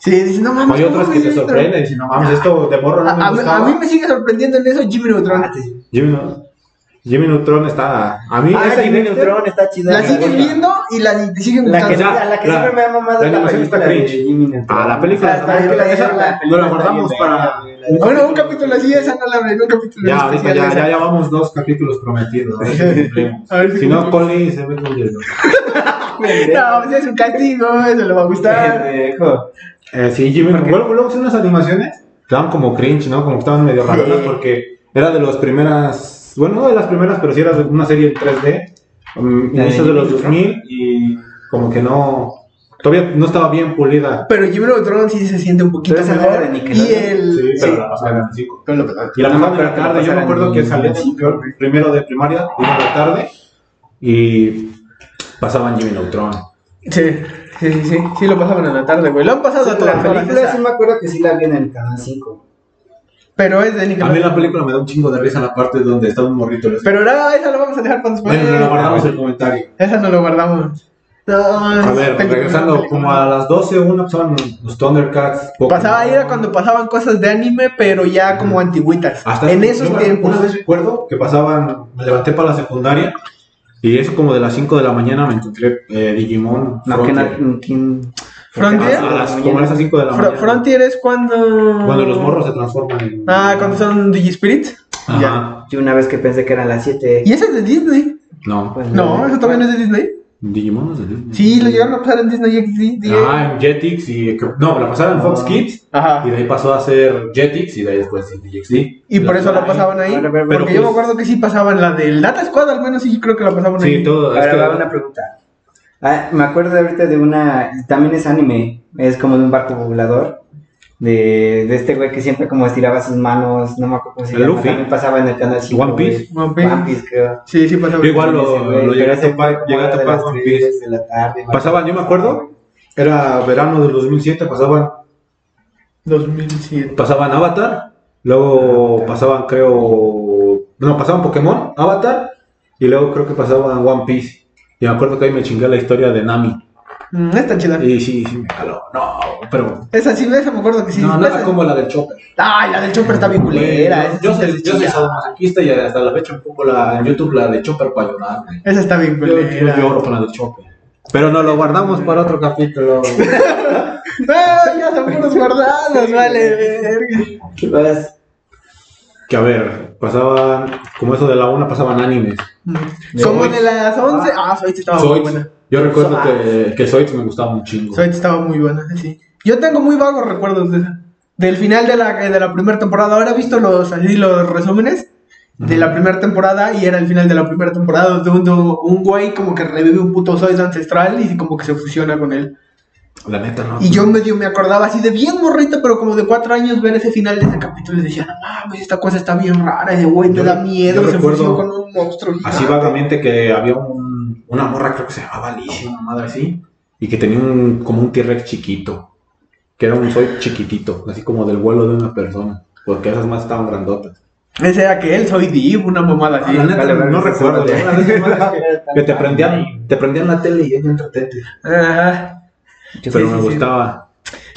Speaker 3: Sí, dices, no mames.
Speaker 1: Hay
Speaker 3: ¿cómo
Speaker 1: otros que
Speaker 3: ves
Speaker 1: se
Speaker 3: esto?
Speaker 1: sorprenden. Dicen, no mames, esto de morro no
Speaker 3: A,
Speaker 1: me
Speaker 3: a- a
Speaker 1: gustaba.
Speaker 3: mí me sigue sorprendiendo en eso Jimmy Neutron.
Speaker 2: Ah,
Speaker 1: Jimmy, Neu- Jimmy Neutron está. A mí
Speaker 2: Ah,
Speaker 1: esa
Speaker 2: Jimmy
Speaker 1: idea-
Speaker 2: Neutron está chida.
Speaker 3: La
Speaker 2: me
Speaker 3: sigues
Speaker 2: gusta.
Speaker 3: viendo y la y te siguen
Speaker 2: La que,
Speaker 3: gustando.
Speaker 1: Ya,
Speaker 2: a la que
Speaker 1: la-
Speaker 2: siempre me ha mamado
Speaker 1: la
Speaker 2: es la
Speaker 1: animación está
Speaker 2: película de
Speaker 1: cringe.
Speaker 2: Jimmy Neutron.
Speaker 1: Ah, la película
Speaker 2: O sea,
Speaker 1: está
Speaker 2: está
Speaker 1: bien
Speaker 2: bien
Speaker 1: esa- no
Speaker 2: verga,
Speaker 1: la
Speaker 2: película está
Speaker 1: guardamos
Speaker 2: bien
Speaker 1: para-
Speaker 2: verga, güey, la-
Speaker 3: Bueno, un capítulo así, esa no la hablé, un capítulo
Speaker 1: Ya, ahorita
Speaker 3: especial
Speaker 1: ya,
Speaker 3: de
Speaker 1: ya,
Speaker 3: esa.
Speaker 1: ya vamos dos capítulos prometidos. a ver si cumplimos.
Speaker 3: A ver si
Speaker 1: Si no,
Speaker 3: cumplimos.
Speaker 1: Connie se ve con hielo.
Speaker 3: No, pues es un castigo, eso le va a gustar.
Speaker 2: Pendejo.
Speaker 1: Eh, sí, Jimmy
Speaker 3: Porque-
Speaker 1: Neutron. Luego, son unas animaciones dan como cringe, ¿no? Como que estaban medio raras
Speaker 3: Sí.
Speaker 1: porque era de las primeras. Bueno, no de las primeras, pero sí era de una serie en 3D. um,
Speaker 2: La de
Speaker 1: Inicios de los
Speaker 2: Jimmy
Speaker 1: 2000 y como que no. Todavía no estaba bien pulida.
Speaker 3: Pero Jimmy Neutron sí se siente un poquito
Speaker 2: Pero esa no
Speaker 3: mejor.
Speaker 2: era de
Speaker 3: y
Speaker 2: Nickelodeon.
Speaker 3: el.
Speaker 1: Sí,
Speaker 3: sí.
Speaker 1: pero la pasaban en cinco.
Speaker 3: Pero lo pasaban.
Speaker 1: Y la
Speaker 2: No,
Speaker 1: pasaban en
Speaker 2: pero
Speaker 1: la
Speaker 2: que la
Speaker 1: tarde. Yo me
Speaker 2: pasaran
Speaker 1: acuerdo que
Speaker 2: en-
Speaker 1: salía de- yo primero de primaria, iba de tarde y pasaban Jimmy Neutron.
Speaker 3: Sí, sí, sí, sí, sí, lo pasaban en la tarde, güey. Lo han pasado a todas
Speaker 2: La
Speaker 3: horas
Speaker 2: película
Speaker 3: esa.
Speaker 2: sí me acuerdo que sí la vi en el canal 5.
Speaker 3: Pero es de
Speaker 1: A mí la
Speaker 3: Nickelodeon.
Speaker 1: película me da un chingo de risa la parte donde está un morrito. les-
Speaker 3: Pero no, esa la vamos a dejar para después.
Speaker 1: Bueno, no, no guardamos el comentario.
Speaker 3: Esa no lo guardamos. No,
Speaker 1: A ver, regresando, como a las 12 una pasaban los Thundercats. Pokémon.
Speaker 3: Pasaba, ahí era cuando pasaban cosas de anime, pero ya como antigüitas.
Speaker 1: Hasta
Speaker 3: en
Speaker 1: yo
Speaker 3: esos
Speaker 1: me-
Speaker 3: tiempos.
Speaker 1: Una vez recuerdo que pasaban, me levanté para la secundaria y eso como de las 5 de la mañana me encontré eh, Digimon.
Speaker 2: No, que
Speaker 1: Frontier.
Speaker 2: no. ¿Quién?
Speaker 3: ¿Frontier?
Speaker 1: A las, como a las 5 de la
Speaker 3: Fro-
Speaker 1: mañana.
Speaker 3: Frontier es cuando.
Speaker 1: Cuando los morros se transforman en.
Speaker 3: Ah, cuando son Digispirit.
Speaker 1: Ajá.
Speaker 3: Ya.
Speaker 2: Yo una vez que pensé que eran las 7.
Speaker 3: Y ese es de Disney.
Speaker 1: No.
Speaker 2: Pues,
Speaker 3: No, eso también es de Disney.
Speaker 1: Digimon es de Disney.
Speaker 3: Sí, lo llegaron a pasar en Disney XD.
Speaker 1: Ah, en Jetix y. No, la pasaron en Fox
Speaker 2: Ah.
Speaker 1: Kids
Speaker 3: Ajá.
Speaker 1: y de ahí pasó a ser Jetix y de ahí después en DXD.
Speaker 3: Y por eso
Speaker 1: la
Speaker 3: lo pasaban ahí.
Speaker 2: Bueno, pero-
Speaker 3: porque
Speaker 1: pero
Speaker 3: yo me
Speaker 1: pues-
Speaker 3: acuerdo que sí pasaban la del Data Squad, al menos sí creo que la pasaban ahí.
Speaker 1: Sí, todo. es
Speaker 2: Ahora
Speaker 1: que-
Speaker 2: va una pregunta. Ah, me acuerdo ahorita de una. También es anime. Es como de un barco volador. De, de este güey que siempre como estiraba sus manos. No me acuerdo cómo se
Speaker 1: El
Speaker 2: llama.
Speaker 1: Luffy.
Speaker 2: También pasaba en el canal 5.
Speaker 1: One Piece.
Speaker 3: One Piece.
Speaker 2: One Piece, creo.
Speaker 3: Sí, sí pasaba.
Speaker 1: Yo igual lo,
Speaker 2: Ese güey,
Speaker 1: lo llegué
Speaker 2: pero
Speaker 1: a
Speaker 2: ese
Speaker 1: topar,
Speaker 2: fue
Speaker 1: llegué a
Speaker 2: como de
Speaker 1: topar
Speaker 2: las
Speaker 1: One
Speaker 2: tres
Speaker 1: Piece.
Speaker 2: de la tarde, ¿no?
Speaker 1: Pasaban, yo me acuerdo, era verano del 2007, pasaban,
Speaker 3: 2007.
Speaker 1: pasaban Avatar, luego
Speaker 2: Avatar.
Speaker 1: pasaban, creo, no, pasaban Pokémon, Avatar, y luego creo que pasaban One Piece. Y me acuerdo que ahí me chingué la historia de Nami.
Speaker 3: Mm, está chida.
Speaker 1: Y sí, sí, me caló. No, pero.
Speaker 3: Esa sí, esa me acuerdo que sí.
Speaker 1: no, no
Speaker 3: Esa-
Speaker 1: era como la del Chopper.
Speaker 3: Ay, la del Chopper está bien culera.
Speaker 1: Güey,
Speaker 3: esa
Speaker 1: yo,
Speaker 3: sí
Speaker 1: soy,
Speaker 3: está
Speaker 1: yo soy
Speaker 3: chida.
Speaker 1: sadomasoquista y hasta la fecha un poco la, en YouTube la de Chopper para llorar, güey.
Speaker 3: Esa está bien
Speaker 1: Yo, yo
Speaker 3: culera.
Speaker 1: lloro con la de Chopper. Pero no lo guardamos para otro capítulo.
Speaker 3: Ay, ya son puros guardados, vale, verga.
Speaker 2: ¿Qué vas?
Speaker 1: que a ver, pasaban, como eso de la una pasaban animes.
Speaker 3: Como
Speaker 1: Zoids.
Speaker 3: de las 11. Ah, Soy estaba muy
Speaker 1: Zoids.
Speaker 3: buena. Ah.
Speaker 1: Yo recuerdo que, que Zoids me gustaba un chingo.
Speaker 3: Soy estaba muy buena, sí. Yo tengo muy vagos recuerdos de esa. Del final de la, eh, de la primera temporada. Ahora he visto los, así, los resúmenes de la primera temporada y era el final de la primera temporada donde un, un güey como que revive un puto Zoid ancestral y como que se fusiona con él.
Speaker 1: La neta, no.
Speaker 3: Y yo medio me acordaba así de bien morrito, pero como de cuatro años ver ese final de ese capítulo y decía, no mames, esta cosa está bien rara, ese güey me
Speaker 1: Yo-
Speaker 3: da miedo,
Speaker 1: yo
Speaker 3: se
Speaker 1: recuerdo
Speaker 3: fusionó con un monstruo.
Speaker 1: Así vagamente que había un, una morra, creo que se llamaba Alicia, una madre así, y que tenía un, como un T-Rex chiquito, que era un Zoid chiquitito, así como del vuelo de una persona, porque esas más estaban grandotas.
Speaker 3: Ese era que él, soy Div, una mamada así.
Speaker 1: la neta,
Speaker 2: vale,
Speaker 1: no,
Speaker 2: vale, sí,
Speaker 1: recuerdo.
Speaker 2: sí,
Speaker 1: ¿no?
Speaker 2: sí.
Speaker 1: Esas madres que- Que te prendían, te prendían la tele y ella entretente.
Speaker 3: Ajá.
Speaker 2: Yo-
Speaker 1: Pero
Speaker 3: sí,
Speaker 1: me
Speaker 3: sí.
Speaker 1: gustaba.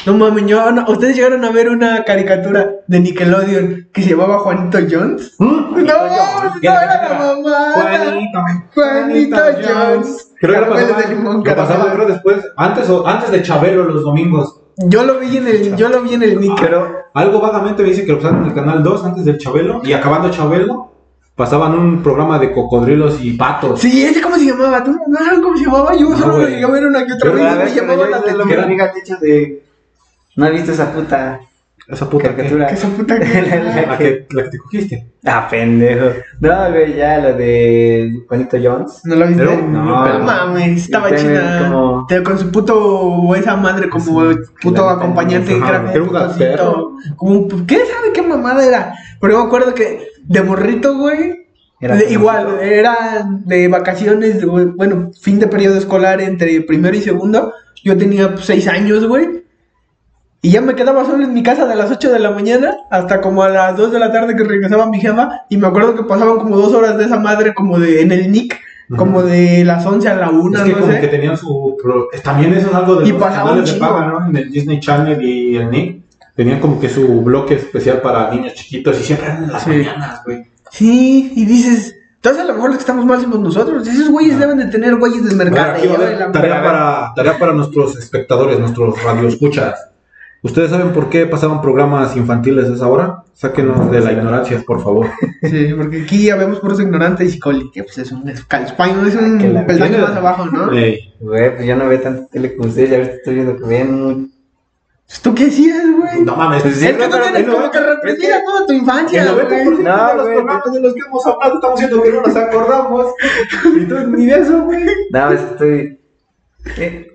Speaker 3: No mames, yo, no, ustedes llegaron a ver una caricatura de Nickelodeon que se llamaba Juanito Jones.
Speaker 1: ¿Mm?
Speaker 3: No, no era la mamada. Juanito Jones.
Speaker 1: Creo que lo
Speaker 3: Caramelos
Speaker 1: pasaba,
Speaker 3: de limón,
Speaker 1: lo
Speaker 3: caramelos.
Speaker 1: pasaba, creo, después, antes, o, antes de Chabelo los domingos.
Speaker 3: Yo lo vi en el, yo lo vi en el
Speaker 2: Ah,
Speaker 3: Nickel.
Speaker 1: Pero algo vagamente me dice que lo pasaban en el canal 2 antes del Chabelo y acabando Chabelo pasaban un programa de cocodrilos y patos.
Speaker 3: Sí, ese cómo se llamaba, tú no sabes cómo se llamaba, yo
Speaker 1: No,
Speaker 3: solo lo
Speaker 1: güey.
Speaker 3: llegué a ver una que otra
Speaker 1: Pero
Speaker 3: vez
Speaker 2: Pero a
Speaker 3: y
Speaker 2: ver,
Speaker 3: me
Speaker 2: pero
Speaker 3: llamaba
Speaker 2: yo
Speaker 3: la
Speaker 2: es lo
Speaker 3: atención.
Speaker 2: que amiga te he dicho de. No he visto esa puta
Speaker 1: Esa puta que,
Speaker 2: caricatura.
Speaker 3: Que esa puta
Speaker 2: La-
Speaker 1: la, que, la que te cogiste.
Speaker 2: Ah, pendejo. No, güey, ya lo de Juanito Jones.
Speaker 3: ¿No la viste?
Speaker 1: Era un-
Speaker 2: No,
Speaker 3: No mames, estaba
Speaker 2: También
Speaker 3: chida.
Speaker 2: como-
Speaker 3: Te- Con su puto, esa madre, como
Speaker 2: Sí,
Speaker 3: puto
Speaker 2: la-
Speaker 3: acompañante, que
Speaker 1: ajá,
Speaker 3: era como
Speaker 1: era
Speaker 3: un
Speaker 1: un
Speaker 3: putocito,
Speaker 1: gaperro.
Speaker 3: como un- ¿Qué sabe qué mamada era? Pero yo me acuerdo que de morrito, güey.
Speaker 2: Era
Speaker 3: de-
Speaker 2: como-
Speaker 3: igual, era de vacaciones, güey, bueno, fin de periodo escolar entre primero y segundo. Yo tenía pues, seis años, güey. Y ya me quedaba solo en mi casa de las 8 de la mañana hasta como a las 2 de la tarde que regresaba mi jefa. Y me acuerdo que pasaban como dos horas de esa madre como de en el Nick. Como de las 11 a la 1,
Speaker 1: Es que
Speaker 3: no
Speaker 1: como
Speaker 3: sé.
Speaker 1: que tenían su... pro- eh, También eso es algo de
Speaker 3: Y
Speaker 1: los
Speaker 3: pasaba
Speaker 1: canales
Speaker 3: un
Speaker 1: de
Speaker 3: chingo.
Speaker 1: paga, ¿no? En el Disney Channel y el Nick. Tenían como que su bloque especial para niños chiquitos y siempre eran en las
Speaker 3: Sí.
Speaker 1: mañanas, güey.
Speaker 3: Sí, y dices, entonces a lo mejor los que estamos mal somos nosotros. Esos güeyes
Speaker 1: Ah.
Speaker 3: deben de tener güeyes del
Speaker 1: A ver,
Speaker 3: mercado.
Speaker 1: aquí va a haber tarea, para, tarea para nuestros espectadores, nuestros radioescuchas. ¿Ustedes saben por qué pasaban programas infantiles a esa hora? Sáquenos de la ignorancia, por favor.
Speaker 3: Sí, porque aquí ya vemos puros ignorantes y coli, que pues es un escalpaño, es
Speaker 2: Ah, que la
Speaker 3: un peldaño
Speaker 1: tiene.
Speaker 3: más abajo, ¿no?
Speaker 1: Ey,
Speaker 2: Güey, pues yo no veo tanta tele como ustedes, ya ahorita estoy viendo que ven mucho.
Speaker 3: Pues, ¿Tú qué hacías, güey?
Speaker 1: no mames.
Speaker 2: Pues sí,
Speaker 3: es que tú
Speaker 2: pero-
Speaker 3: tienes
Speaker 1: el
Speaker 3: como que
Speaker 1: 90%
Speaker 3: reprendida toda tu
Speaker 1: El
Speaker 3: infancia,
Speaker 1: 90%
Speaker 3: güey.
Speaker 1: de los
Speaker 2: güey.
Speaker 1: programas de los que hemos hablado estamos diciendo que no nos acordamos. Y tú ni de eso, güey.
Speaker 2: No, es que estoy. eh,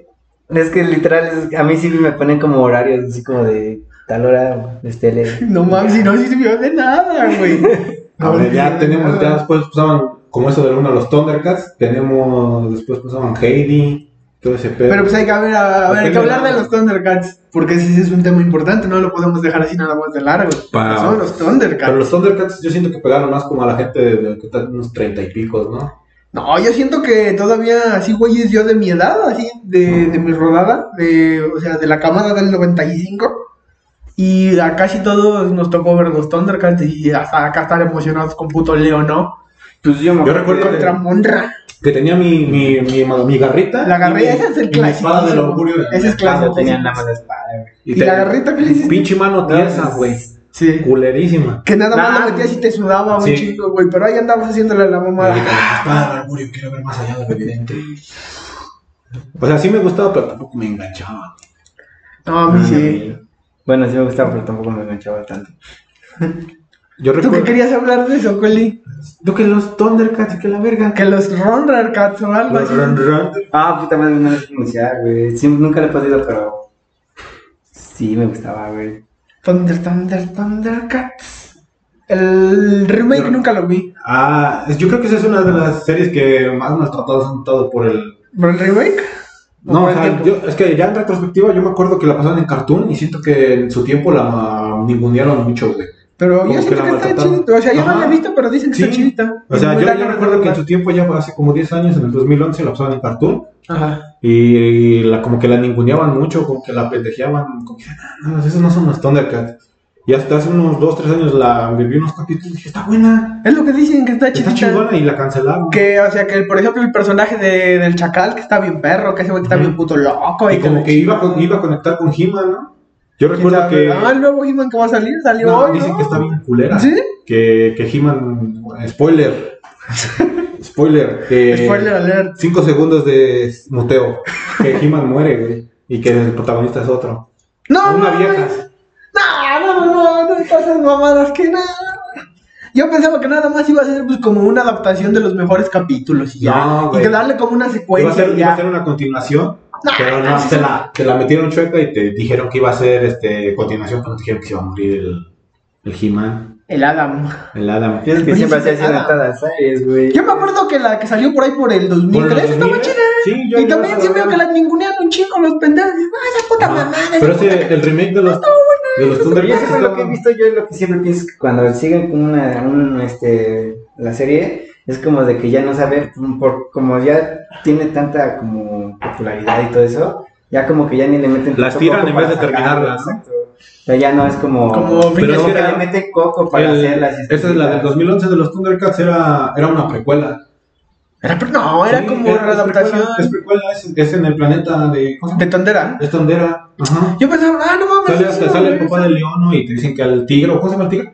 Speaker 2: Es que literal, es- a mí sí me ponen como horarios, así como de tal hora de tele.
Speaker 3: No mames, si no sirvió de nada, güey.
Speaker 1: A
Speaker 3: No
Speaker 1: ver, ya
Speaker 3: sirvió de
Speaker 1: tenemos, ya
Speaker 3: nada.
Speaker 1: después pasaban como eso de uno de los Thundercats. Tenemos, después pasaban Heidi, todo ese pedo.
Speaker 3: Pero pues hay que, haber, a, a ver, hay que
Speaker 1: Depende
Speaker 3: hablar
Speaker 1: de-
Speaker 3: de los Thundercats, porque ese es un tema importante, no lo podemos dejar así nada más de largo.
Speaker 1: Pa-
Speaker 3: Son los Thundercats.
Speaker 1: Pero los Thundercats yo siento que pegaron más como a la gente de, de- que está en unos treinta y picos, ¿no?
Speaker 3: No, yo siento que todavía así, güeyes, yo de mi edad, así, de, de mi rodada, de, o sea, de la camada del 95. Y a casi todos nos tocó ver los Thundercats y hasta acá estar emocionados con puto Leo, ¿no?
Speaker 2: Pues me
Speaker 1: Yo recuerdo
Speaker 3: Contra
Speaker 1: que,
Speaker 3: Monra.
Speaker 1: que tenía mi, mi, mi, mi garrita.
Speaker 3: La
Speaker 1: y
Speaker 3: garrita,
Speaker 1: mi-
Speaker 3: ese es
Speaker 1: y
Speaker 3: el
Speaker 1: mi
Speaker 3: clásico.
Speaker 1: espada del augurio.
Speaker 3: Ese es clásico.
Speaker 2: tenían nada más la espada, güey.
Speaker 3: ¿Y la garrita qué le hiciste?
Speaker 1: Pinche mano tiesa, güey.
Speaker 3: Sí.
Speaker 1: Culerísima.
Speaker 3: Que nada más
Speaker 1: Nah.
Speaker 3: lo metías y te sudaba un
Speaker 1: Sí.
Speaker 3: chingo, güey. Pero ahí andabas haciéndole a Ah, la mamada.
Speaker 1: Garrita, la espada del augurio, quiero ver más allá de lo evidente. O sea, sí me gustaba, pero tampoco me enganchaba.
Speaker 3: No, a mí sí.
Speaker 2: Bueno, sí me gustaba, pero tampoco me enganchaba tanto.
Speaker 1: Yo
Speaker 3: ¿Tú
Speaker 1: recuerdo
Speaker 3: qué querías hablar de eso, Coli?
Speaker 1: Yo que los Thundercats y que la verga.
Speaker 3: Que los Ronrarcats o algo
Speaker 1: Los
Speaker 3: así.
Speaker 1: Run Run.
Speaker 2: Ah, puta madre, no lo pronunciar, güey. Sí, nunca lo he podido, pero. Sí, me gustaba, güey.
Speaker 3: Thunder, Thunder, Thundercats. El remake
Speaker 1: Yo-
Speaker 3: nunca lo vi.
Speaker 1: Ah, es- yo creo que esa es una de las series que más maltratadas han estado por el
Speaker 3: ¿Pero el remake?
Speaker 1: No, o
Speaker 3: Por el
Speaker 1: sea,
Speaker 3: tiempo.
Speaker 1: yo- es que ya en retrospectiva yo me acuerdo que la pasaban en Cartoon y siento que en su tiempo la ningunearon mucho, güey.
Speaker 3: Pero
Speaker 1: Como
Speaker 3: yo
Speaker 1: que la
Speaker 3: siento que está
Speaker 1: maltrataron.
Speaker 3: chidito. O sea, yo no
Speaker 1: Ajá.
Speaker 3: la he visto, pero dicen que está
Speaker 1: Sí.
Speaker 3: chidita.
Speaker 1: O sea,
Speaker 3: Muy
Speaker 1: yo,
Speaker 3: larga
Speaker 1: yo
Speaker 3: de
Speaker 1: recuerdo que en
Speaker 3: verdad.
Speaker 1: su tiempo ya hace como 10 años, en el 2011 la pasaban en Cartoon
Speaker 3: Ajá.
Speaker 1: y la, como que la ninguneaban mucho, como que la pendejeaban, como que decían, "Ah, no, esos no son los Thundercats. Y hasta hace unos 2, 3 años la viví unos capítulos y dije, está buena,
Speaker 3: Es lo que dicen que está chidita.
Speaker 1: está chingona y la cancelaron.
Speaker 3: Que, o sea, que por ejemplo el personaje de- del chacal que está bien perro, que ese güey que está
Speaker 1: Ujú.
Speaker 3: bien puto loco.
Speaker 1: Y como
Speaker 3: la
Speaker 1: que iba,
Speaker 3: chingada.
Speaker 1: con- iba a conectar con He-Man, ¿no? Yo
Speaker 3: ¿Quién
Speaker 1: recuerdo
Speaker 3: sabe?
Speaker 1: que...
Speaker 3: Ah, el nuevo He-Man que va a salir salió
Speaker 1: No,
Speaker 3: hoy.
Speaker 1: dicen
Speaker 3: ¿no?
Speaker 1: que está bien culera.
Speaker 3: ¿Sí?
Speaker 1: Que, que He-Man. Spoiler. Spoiler. Que
Speaker 3: Spoiler alert.
Speaker 1: Cinco segundos de muteo. Que He-Man muere, güey. Y que el protagonista es otro.
Speaker 3: No,
Speaker 1: una
Speaker 3: no,
Speaker 1: vieja.
Speaker 3: No, no, no, no, no pasan mamadas que nada. Yo pensaba que nada más iba a ser pues como una adaptación de los mejores capítulos y ya.
Speaker 1: No,
Speaker 3: y
Speaker 1: güey.
Speaker 3: que darle como una
Speaker 1: Iba a,
Speaker 3: secuencia
Speaker 1: ser, iba
Speaker 3: y ya.
Speaker 1: a ser una continuación.
Speaker 3: No,
Speaker 1: Pero no, te la, te la metieron chueca y te dijeron que iba a ser este, continuación, pero te dijeron que se iba a morir el, el He-Man,
Speaker 3: El Adam.
Speaker 1: el Adam.
Speaker 2: Tienes que
Speaker 3: Oye,
Speaker 2: siempre
Speaker 3: sí,
Speaker 2: hacía
Speaker 3: nada.
Speaker 2: accidentadas, ¿sabes, güey?
Speaker 3: Yo me acuerdo que la que salió por ahí por el
Speaker 1: Por
Speaker 3: 2003
Speaker 1: los
Speaker 3: estaba
Speaker 1: 2000,
Speaker 3: chida.
Speaker 1: Sí, yo
Speaker 3: Y
Speaker 1: yo
Speaker 3: también
Speaker 1: la
Speaker 3: siempre
Speaker 1: verdad-
Speaker 3: que la ningunean un chingo los pendejos. Ah, esa puta
Speaker 1: Ah,
Speaker 3: mamada.
Speaker 1: Pero
Speaker 3: esa puta
Speaker 1: ese, el remake de los, de los
Speaker 2: Pero
Speaker 1: Thundercats
Speaker 2: yo siempre lo que he
Speaker 1: estaba-
Speaker 2: visto, yo lo que siempre pienso es que cuando siguen con una, un, este, la serie, es como de que ya no sabe, mm, por, como ya tiene tanta como popularidad y todo eso, ya como que ya ni le meten
Speaker 1: Las
Speaker 2: tanto
Speaker 1: tiran
Speaker 2: coco
Speaker 1: en vez
Speaker 2: para
Speaker 1: de terminarlas, ¿no?
Speaker 2: exacto. O sea, ya no es como...
Speaker 3: Como
Speaker 2: como
Speaker 3: Pero
Speaker 1: es que
Speaker 2: que
Speaker 1: era-
Speaker 2: le meten coco para
Speaker 1: El-
Speaker 2: hacerlas. y-
Speaker 1: Esa es la del 2011 de los Thundercats, era, era una precuela.
Speaker 3: Era, pero no, Ah, era
Speaker 1: Sí,
Speaker 3: como una
Speaker 1: es
Speaker 3: adaptación
Speaker 1: precuela, Es precuela, es, es en el planeta de. ¿cómo se
Speaker 3: de
Speaker 1: llama?
Speaker 3: Tondera.
Speaker 1: Es Tondera. Ajá.
Speaker 3: Yo pensaba, ah, no mames.
Speaker 1: Sale,
Speaker 3: sí,
Speaker 1: hasta
Speaker 3: sí,
Speaker 1: sale el
Speaker 3: no,
Speaker 1: papá del león y te dicen que al tigro. ¿Cómo se llama el tigro?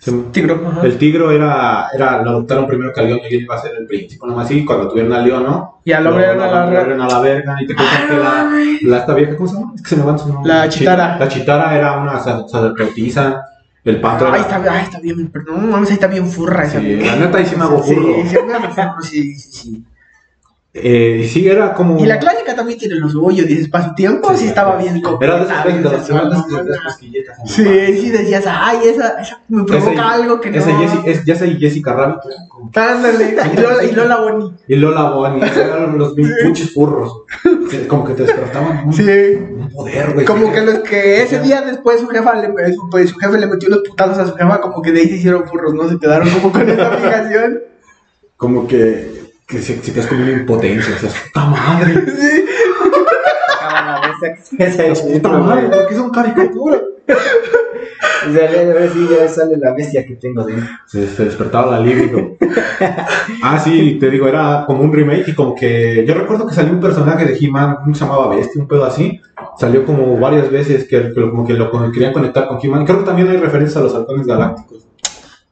Speaker 1: Se me-
Speaker 3: Tigro. ajá.
Speaker 1: El tigro era, era. Lo adoptaron primero que al león y él iba a ser el príncipe. Nomás así, cuando tuvieron al león, ¿no?
Speaker 3: Y a la
Speaker 1: Lo-
Speaker 3: obrera
Speaker 1: lo
Speaker 3: a la
Speaker 1: abrieron a la verga y te cuentan que la. La esta vieja, ¿cómo se llama? Es que se me van sus nombres.
Speaker 3: La Chitara.
Speaker 1: La chitara era una sa- sacerdotisa. El patrón.
Speaker 3: Ay, está, ay, está bien, pero no mames, ahí está bien furra esa
Speaker 1: Sí,
Speaker 3: vieja.
Speaker 1: la neta, ahí sí me hago furro.
Speaker 3: Sí, sí, me hago furro, sí, sí, sí.
Speaker 1: Eh, y sí, era como.
Speaker 3: Y la clásica también tiene los suyo, dices, para su tiempo sí, estaba bien
Speaker 1: Era de
Speaker 3: coqueta,
Speaker 1: esas veces
Speaker 3: bien
Speaker 1: de las
Speaker 3: sensual,
Speaker 1: grandes
Speaker 3: ¿no?
Speaker 1: que te das cosquilletas. en la
Speaker 3: Sí, sí, decías, ay, esa, esa me provoca
Speaker 1: Ese- eh.
Speaker 3: algo que no.
Speaker 1: Esa Jessi- es, ya sé Jessica Rabbit. como-
Speaker 3: Ándale, y Lola, y Lola Boni.
Speaker 1: Y Lola Bonnie. esos Eran los mil pinches furros. que Como que te despertaban un,
Speaker 3: Sí.
Speaker 1: un poder, güey.
Speaker 3: Como que los que ese día después su jefa le, su, pues, su jefe le metió los putazos a su jefa, como que de ahí se hicieron furros, ¿no? Se quedaron como con esa fijación.
Speaker 1: Como que que se sentías como una impotencia. Decías, puta madre,
Speaker 2: Sacaban Ah, la mesa que es el
Speaker 1: puta
Speaker 2: libro, güey.
Speaker 1: madre, ¿por qué son caricaturas?
Speaker 2: O sea, ya, a ver si ya sale la bestia que tengo de
Speaker 1: Se, se despertaba la libido. ah, sí, te digo, era como un remake y como que. Yo recuerdo que salió un personaje de He-Man, un que se llamaba Bestia, un pedo así. Salió como varias veces que, que lo- como que lo con- querían conectar con He-Man. Creo que también hay referencias a los halcones galácticos.